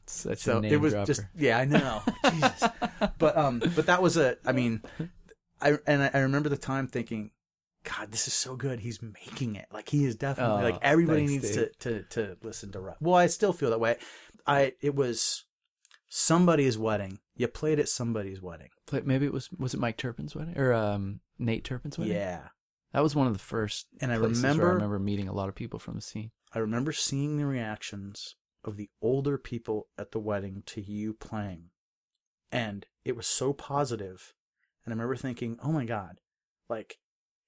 Speaker 2: Such
Speaker 1: So
Speaker 2: a name
Speaker 1: it was
Speaker 2: dropper.
Speaker 1: just yeah, I know. Jesus. But um but that was a I mean I and I, I remember the time thinking, God, this is so good. He's making it. Like he is definitely
Speaker 2: Oh,
Speaker 1: like everybody
Speaker 2: thanks,
Speaker 1: needs to,
Speaker 2: dude.
Speaker 1: to to listen to Rock. Well, I still feel that way. I it was somebody's wedding. You played at somebody's wedding.
Speaker 2: Play- maybe it was was it Mike Turpin's wedding or um, Nate Turpin's wedding?
Speaker 1: Yeah.
Speaker 2: that was one of the first.
Speaker 1: And I
Speaker 2: places where
Speaker 1: remember-
Speaker 2: I remember meeting a lot of people from the scene.
Speaker 1: I remember seeing the reactions of the older people at the wedding to you playing. And it was so positive. And I remember thinking, oh my God, like,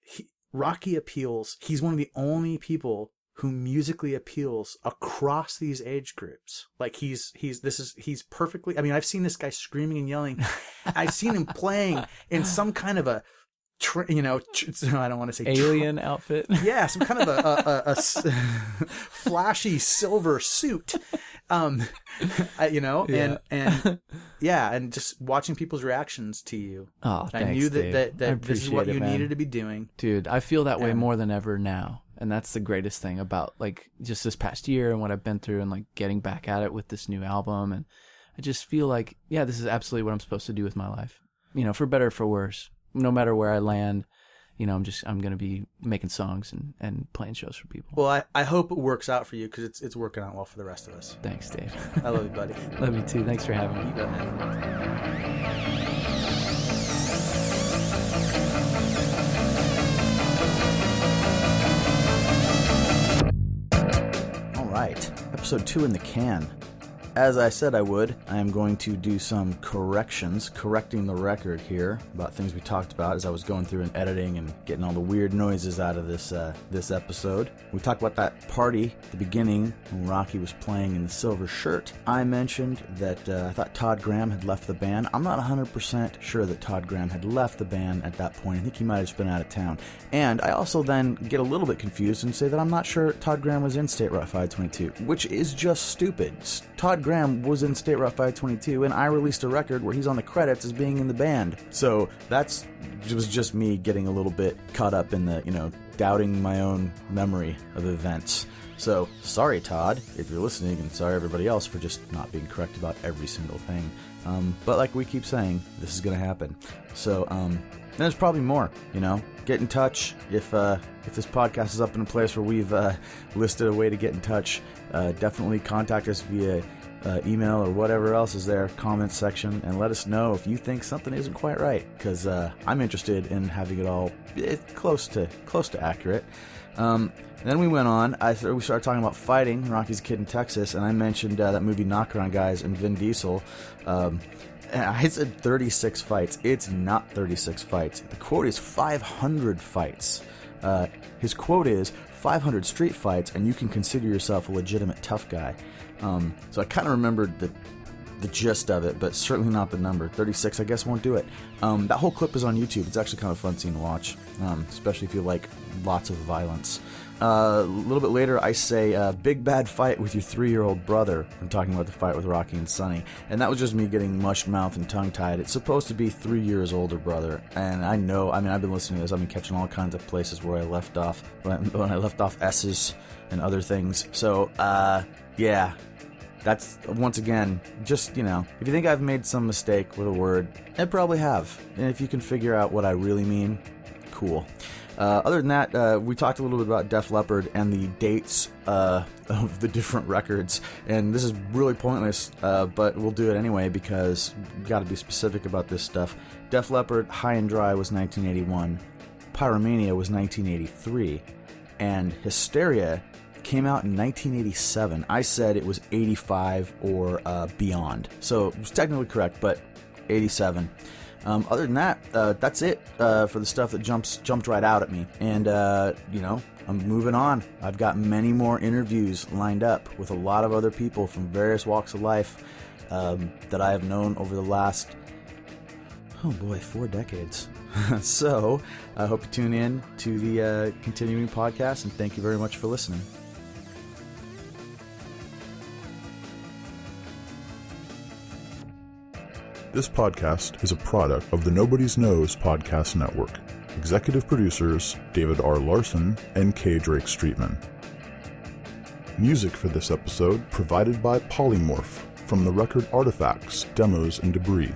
Speaker 1: he, Rocky appeals, he's one of the only people who musically appeals across these age groups. Like he's, he's, this is, he's perfectly, I mean, I've seen this guy screaming and yelling. I've seen him playing in some kind of a, tra- you know, tr- I don't want to say tra-
Speaker 2: Alien outfit.
Speaker 1: yeah, some kind of a, a, a- a s- flashy silver suit, um, I- you know, and and yeah, and just watching people's reactions to you,
Speaker 2: Oh, thanks,
Speaker 1: I knew that
Speaker 2: Dave.
Speaker 1: that,
Speaker 2: I
Speaker 1: that this is
Speaker 2: appreciate
Speaker 1: what
Speaker 2: it,
Speaker 1: you
Speaker 2: man.
Speaker 1: needed to be doing.
Speaker 2: Dude, I feel that way
Speaker 1: And-
Speaker 2: more than ever now. And that's the greatest thing about like just this past year and what I've been through and like getting back at it with this new album and I just feel like yeah, this is absolutely what I'm supposed to do with my life. You know, for better or for worse. No matter where I land, you know, I'm just I'm going to be making songs and and playing shows for people.
Speaker 1: Well, I, I hope it works out for you because it's it's working out well for the rest of us.
Speaker 2: Thanks, Dave.
Speaker 1: I love you, buddy.
Speaker 2: Love you too. Thanks for having me.
Speaker 1: You go ahead. All right, episode two in the can. As I said I would, I am going to do some corrections, correcting the record here about things we talked about as I was going through and editing and getting all the weird noises out of this uh, this episode. We talked about that party at the beginning when Rocky was playing in the silver shirt. I mentioned that uh, I thought Todd Graham had left the band. I'm not 100% sure that Todd Graham had left the band at that point. I think he might have just been out of town. And I also then get a little bit confused and say that I'm not sure Todd Graham was in State Route 522, which is just stupid. S- Todd Graham was in State Route 522, and I released a record where he's on the credits as being in the band. So that's it was just me getting a little bit caught up in the you know doubting my own memory of events. So sorry, Todd, if you're listening, and sorry everybody else for just not being correct about every single thing. Um, but like we keep saying, this is gonna happen. So um, and there's probably more, you know. Get in touch if uh, if this podcast is up in a place where we've uh, listed a way to get in touch. Uh, definitely contact us via uh, email or whatever else is there, comments section, and let us know if you think something isn't quite right. Because uh, I'm interested in having it all eh, close to close to accurate. Um, then we went on. I th- we started talking about fighting. Rocky's a kid in Texas, and I mentioned uh, that movie Knockaround Guys and Vin Diesel. Um, and I said 36 fights. It's not 36 fights. The quote is 500 fights. Uh, his quote is 500 street fights, and you can consider yourself a legitimate tough guy. Um, so I kind of remembered the the gist of it, but certainly not the number. 36, I guess, won't do it. Um, that whole clip is on YouTube. It's actually kind of a fun scene to watch, um, especially if you like lots of violence. Uh, a little bit later, I say, uh, big bad fight with your three year old brother. I'm talking about the fight with Rocky and Sonny. And that was just me getting mushed mouth and tongue tied. It's supposed to be three years older brother. And I know, I mean, I've been listening to this, I've been catching all kinds of places where I left off, when, when I left off S's and other things. So, uh, yeah, That's once again, just you know, if you think I've made some mistake with a word, I probably have. And if you can figure out what I really mean, cool. Uh, other than that, uh, we talked a little bit about Def Leppard and the dates uh, of the different records, and this is really pointless, uh, but we'll do it anyway because got to be specific about this stuff. Def Leppard, High and Dry was 1981, Pyromania was 1983, and Hysteria came out in 1987. I said it was 85 or uh, beyond, so it was technically correct, but 87. Um, other than that, uh, that's it uh, for the stuff that jumps jumped right out at me. And uh, you know, I'm moving on. I've got many more interviews lined up with a lot of other people from various walks of life um, that I have known over the last oh boy, four decades. so I hope you tune in to the uh, continuing podcast, and thank you very much for listening.
Speaker 4: This podcast is a product of the Nobody's Knows Podcast Network. Executive producers David R. Larson and K. Drake Streetman. Music for this episode provided by Polymorph from the record Artifacts, Demos, and Debris